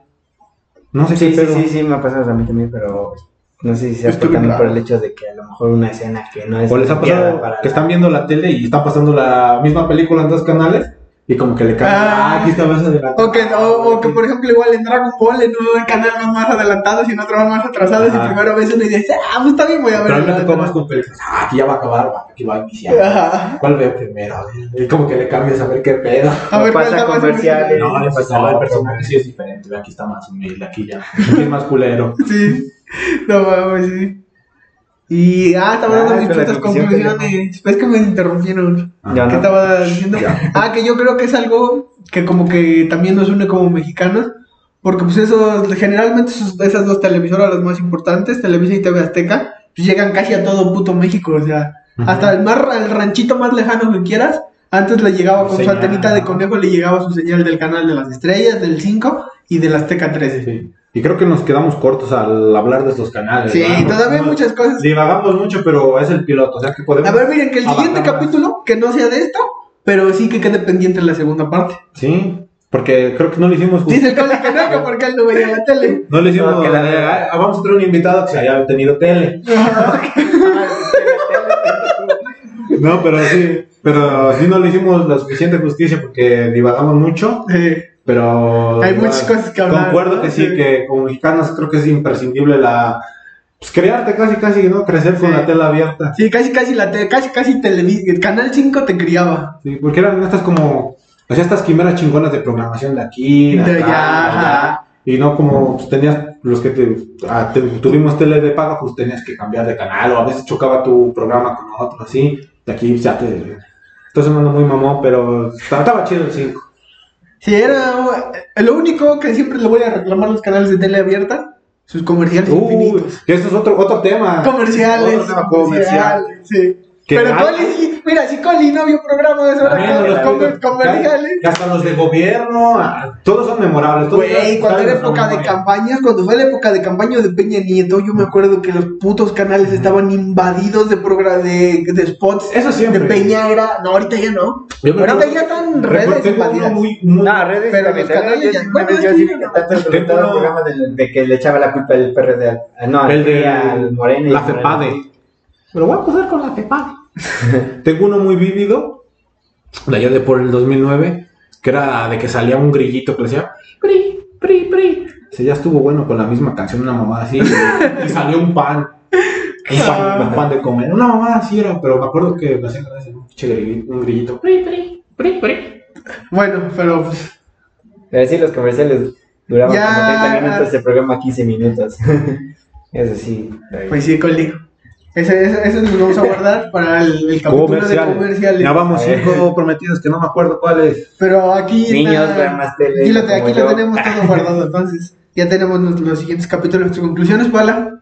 Speaker 4: No sé
Speaker 2: Sí,
Speaker 4: qué
Speaker 2: sí,
Speaker 4: pedo.
Speaker 2: sí, sí, me ha pasado a mí también, pero no sé si sea
Speaker 3: Estuvo
Speaker 2: por- también
Speaker 3: raro.
Speaker 2: por el hecho de que a lo mejor una escena que no es.
Speaker 4: O les ha pasado
Speaker 2: apropiada para la-
Speaker 4: que están viendo la tele y están pasando la misma película en dos canales y como que le caen.
Speaker 3: Ah.
Speaker 4: Ah, aquí está más adelante.
Speaker 3: O que, o, o que, por ejemplo, igual en Dragon Ball, en un canal van más adelantados y en otro van más atrasados.
Speaker 4: Ajá.
Speaker 3: Y primero ves uno y dices, ah, pues está bien, voy a ver.
Speaker 4: Pero a mí me
Speaker 3: el
Speaker 4: tocó
Speaker 3: otro".
Speaker 4: más con películas. Ah, aquí ya va a acabar, va, aquí va a iniciar.
Speaker 3: Ajá.
Speaker 4: ¿Cuál veo primero? Y como que le cambias a ver qué pedo. Pues,
Speaker 3: A
Speaker 2: O
Speaker 3: ver,
Speaker 2: pasa
Speaker 3: ¿cuál está más
Speaker 2: comerciales.
Speaker 3: original?
Speaker 4: No, le pasaba el personaje sí es diferente. ve, Aquí está más humilde, aquí ya. Aquí es más culero.
Speaker 3: Sí, no mames, sí. Y, ah, estaba dando
Speaker 2: Ah,
Speaker 3: mis
Speaker 2: con la
Speaker 3: putas
Speaker 2: conclusión que
Speaker 3: conclusiones. Pues que me interrumpieron.
Speaker 4: Ah.
Speaker 2: Ya
Speaker 3: ¿Qué
Speaker 2: no.
Speaker 3: estaba diciendo?
Speaker 4: Ya.
Speaker 3: Ah, que yo creo que es algo que como que también nos une como mexicanos. Porque pues esos, generalmente esos- esas dos televisoras las más importantes, Televisa y TV Azteca, pues llegan casi a todo puto México. O sea,
Speaker 4: Ujú.
Speaker 3: hasta el, más, el ranchito más lejano que quieras, antes le llegaba con su
Speaker 4: Señal.
Speaker 3: antenita de conejo, le llegaba su señal del canal de las estrellas, del 5 y del Azteca 13.
Speaker 4: Sí. Y creo que nos quedamos cortos al hablar de estos canales.
Speaker 3: Sí,
Speaker 4: ¿verdad?
Speaker 3: todavía hay
Speaker 4: Nos-
Speaker 3: muchas cosas.
Speaker 4: Divagamos mucho, pero es el piloto. O sea que podemos.
Speaker 3: A ver, miren, que el siguiente
Speaker 4: Avanzar más.
Speaker 3: capítulo, que no sea de esto, pero sí que quede pendiente la segunda parte.
Speaker 4: Sí, porque creo que no le hicimos justicia.
Speaker 3: Dice el Cali que no, que porque él no veía la tele.
Speaker 4: No le hicimos.
Speaker 2: No, que la-
Speaker 4: Ah, vamos a tener un invitado que se haya tenido tele. No, pero sí. Pero sí no le hicimos la suficiente justicia porque divagamos mucho.
Speaker 3: Eh,
Speaker 4: Pero.
Speaker 3: Hay muchas cosas que hablar,
Speaker 4: Concuerdo
Speaker 3: ¿no?
Speaker 4: que sí,
Speaker 3: Sí.
Speaker 4: que como mexicanos creo que es imprescindible la. Pues crearte casi, casi, ¿no? Crecer con
Speaker 3: Sí.
Speaker 4: la tela abierta.
Speaker 3: sí, casi, casi la tele, casi, casi televis- el Canal 5 te criaba.
Speaker 4: Sí, porque eran estas como. O sea, estas quimeras chingonas de programación de aquí, de,
Speaker 3: De
Speaker 4: acá, de
Speaker 3: allá,
Speaker 4: allá.
Speaker 3: ajá.
Speaker 4: Y no como pues, tenías los que te, ah, te- tuvimos tele de paga, pues tenías que cambiar de canal o a veces chocaba tu programa con otro, así. De aquí eh. ya te. Está sonando muy mamón, pero estaba, estaba chido el 5.
Speaker 3: eh, Sí, era lo único que siempre le voy a reclamar a los canales de tele abierta, Sus comerciales
Speaker 4: Uy,
Speaker 3: infinitos.
Speaker 4: que eso es otro, otro tema.
Speaker 3: Comerciales.
Speaker 4: Otro tema comercial.
Speaker 3: comerciales, sí.
Speaker 4: Que
Speaker 3: Pero
Speaker 4: hay-
Speaker 3: Coli sí, mira, si Coli no vio programas ahora
Speaker 4: También
Speaker 3: con
Speaker 4: los
Speaker 3: los
Speaker 4: amigos,
Speaker 3: comer- comerciales.
Speaker 4: que Hasta los de gobierno, ah, todos son memorables. Todos
Speaker 3: Güey,
Speaker 4: saben-
Speaker 3: cuando
Speaker 4: saben
Speaker 3: era
Speaker 4: los
Speaker 3: época de
Speaker 4: memoria.
Speaker 3: campañas, cuando fue la época de campaña de Peña Nieto, yo me acuerdo que los putos canales estaban invadidos de programa de, de spots
Speaker 4: Eso siempre.
Speaker 3: de Peñagra. No, ahorita ya no.
Speaker 4: Yo me
Speaker 3: Pero ahorita
Speaker 4: acuerdo-
Speaker 3: ya están
Speaker 4: Recuerdo-
Speaker 3: redes
Speaker 4: tengo uno
Speaker 3: invadidas.
Speaker 4: muy- muy-
Speaker 2: No, redes
Speaker 3: Pero
Speaker 2: también,
Speaker 3: los canales
Speaker 2: yo-
Speaker 3: ya-
Speaker 2: yo-
Speaker 3: bueno,
Speaker 2: yo
Speaker 3: es
Speaker 2: sí
Speaker 3: que-
Speaker 2: que tanto le
Speaker 4: Temprano-
Speaker 2: preguntaba el programa de, de que le echaba la culpa el PRD al, ah, no, al
Speaker 4: el
Speaker 2: PRI,
Speaker 4: de
Speaker 2: al Morena y
Speaker 4: La
Speaker 2: al Morena.
Speaker 4: FEPADE. Pero voy a empezar con la FEPADE. Tengo uno muy vívido, de allá de por el 2009, que era de que salía un grillito que le decía PRI, PRI, PRI. Sí, ya estuvo bueno con la misma canción, una mamada así, y salió un pan. Un pan, un pan de comer. Una mamada así era, pero me acuerdo que me hacían gracia, ¿no? Che, grillito- un grillito. PRI, PRI, PRI, PRI.
Speaker 3: Bueno, pero pues,
Speaker 2: Pero sí, los comerciales duraban
Speaker 3: Ya.
Speaker 2: como 30 minutos, el programa 15 minutos. Eso sí.
Speaker 3: pues sí, Coli. Ese, ese, ese nos vamos a guardar para el, el capítulo de comerciales.
Speaker 4: Ya vamos
Speaker 2: A ver.
Speaker 4: cinco prometidos que no me acuerdo cuáles.
Speaker 3: Pero aquí.
Speaker 2: Niños, vean más tele,
Speaker 3: Aquí lo,
Speaker 2: como
Speaker 3: aquí lo
Speaker 2: yo.
Speaker 3: tenemos todo guardado, entonces. Ya tenemos los, los siguientes capítulos, nuestras conclusiones, Pala.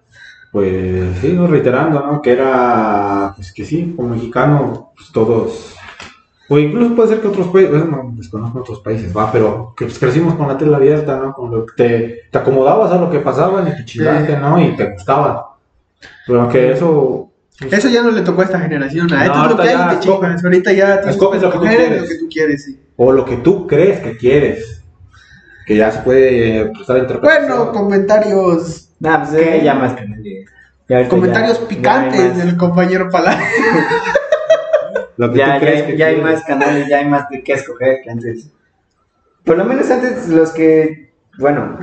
Speaker 4: Pues sí, no, reiterando, ¿no? Que era, pues que sí, como mexicano, pues todos. O incluso puede ser que otros países, bueno, no, desconozco otros países, va, pero que pues, crecimos con la tela abierta, ¿no? Con lo que te, te acomodabas a lo que pasaba y te chingaste, ¿no? Y te gustaba. Pero que eso.
Speaker 3: Eso ya no le tocó a esta generación. A
Speaker 4: No,
Speaker 3: esto es lo
Speaker 4: ahorita
Speaker 3: que hay
Speaker 4: ya
Speaker 3: y te
Speaker 4: escoges.
Speaker 3: chingas. Ahorita ya tienes
Speaker 4: Escoges lo que tú
Speaker 3: escoger
Speaker 4: quieres.
Speaker 3: lo que tú quieres, sí.
Speaker 4: O lo que tú crees que quieres. Que ya se puede eh, prestar a interpretación.
Speaker 3: Bueno, comentarios.
Speaker 2: Nah, pues es que ya más que nadie. Ya ahorita
Speaker 3: Comentarios
Speaker 2: ya- ya hay
Speaker 3: picantes
Speaker 2: más.
Speaker 3: del compañero Pala.
Speaker 4: lo que
Speaker 2: ya,
Speaker 4: tú crees que
Speaker 2: ya, ya hay
Speaker 4: quieres.
Speaker 2: más canales, ya hay más de qué escoger que antes. Por lo menos antes los que, bueno,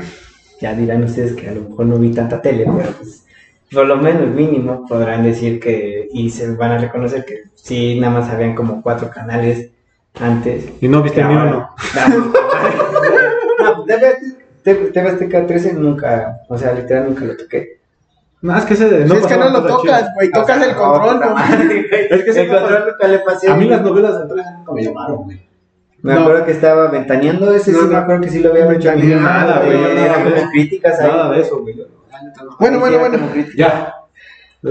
Speaker 2: ya dirán ustedes que a lo mejor no vi tanta tele, pero pues, por lo menos mínimo podrán decir que, y se van a reconocer que sí, nada más habían como cuatro canales antes.
Speaker 4: Y Este no viste
Speaker 2: que
Speaker 4: ni
Speaker 2: ahora-
Speaker 4: uno.
Speaker 2: No, pues, de verdad, te- TV Azteca 13 nunca, o sea, literal nunca lo toqué. Ah,
Speaker 4: No, es que ese.
Speaker 3: es que no
Speaker 4: pasaban
Speaker 3: lo
Speaker 4: cosas
Speaker 3: tocas,
Speaker 4: chidas.
Speaker 3: güey. Tocas el control,
Speaker 2: No,
Speaker 3: ¿no?
Speaker 4: Es que
Speaker 2: el
Speaker 4: siempre
Speaker 2: control nunca le pasé.
Speaker 4: A mí las novelas de tres nunca me llamaron, güey.
Speaker 2: Me
Speaker 3: No.
Speaker 2: acuerdo que estaba ventaneando ese,
Speaker 3: No,
Speaker 2: sí,
Speaker 3: no.
Speaker 2: me acuerdo que sí lo había ventaneado.
Speaker 4: Nada,
Speaker 2: pero
Speaker 4: güey,
Speaker 2: eran
Speaker 4: nada,
Speaker 2: como
Speaker 4: güey.
Speaker 2: críticas ahí.
Speaker 4: Nada de eso, güey. La neta no.
Speaker 3: Bueno,
Speaker 2: Sí,
Speaker 3: bueno,
Speaker 2: era
Speaker 3: bueno.
Speaker 2: como críticas.
Speaker 4: Ya.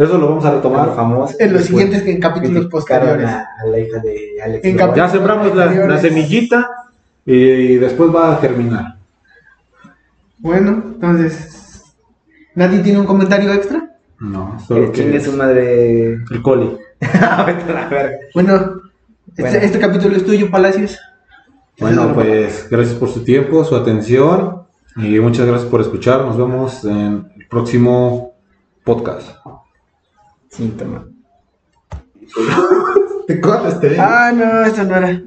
Speaker 4: Eso lo vamos a
Speaker 2: Como
Speaker 4: retomar.
Speaker 2: famoso.
Speaker 3: En los
Speaker 2: Después,
Speaker 3: siguientes que- capítulos
Speaker 2: criticaron
Speaker 3: posteriores.
Speaker 2: A, a la hija de Alex.
Speaker 3: En
Speaker 2: Lora.
Speaker 3: capi-
Speaker 4: Ya sembramos la, la semillita y, después va a terminar.
Speaker 3: Bueno, entonces. ¿Nadie tiene un comentario extra?
Speaker 4: No,
Speaker 2: Que Eh,
Speaker 4: solo que. Ah,
Speaker 2: chingue su madre.
Speaker 4: El coli.
Speaker 2: Vete a la verga.
Speaker 3: Bueno, este-
Speaker 2: Bueno.
Speaker 3: Este, capítulo es tuyo, Palacios.
Speaker 4: Bueno, pues gracias por su tiempo, su atención y muchas gracias por escuchar. Nos vemos en el próximo podcast.
Speaker 2: Síntoma.
Speaker 4: Te corres, te digo.
Speaker 3: Ah, no, esto no era.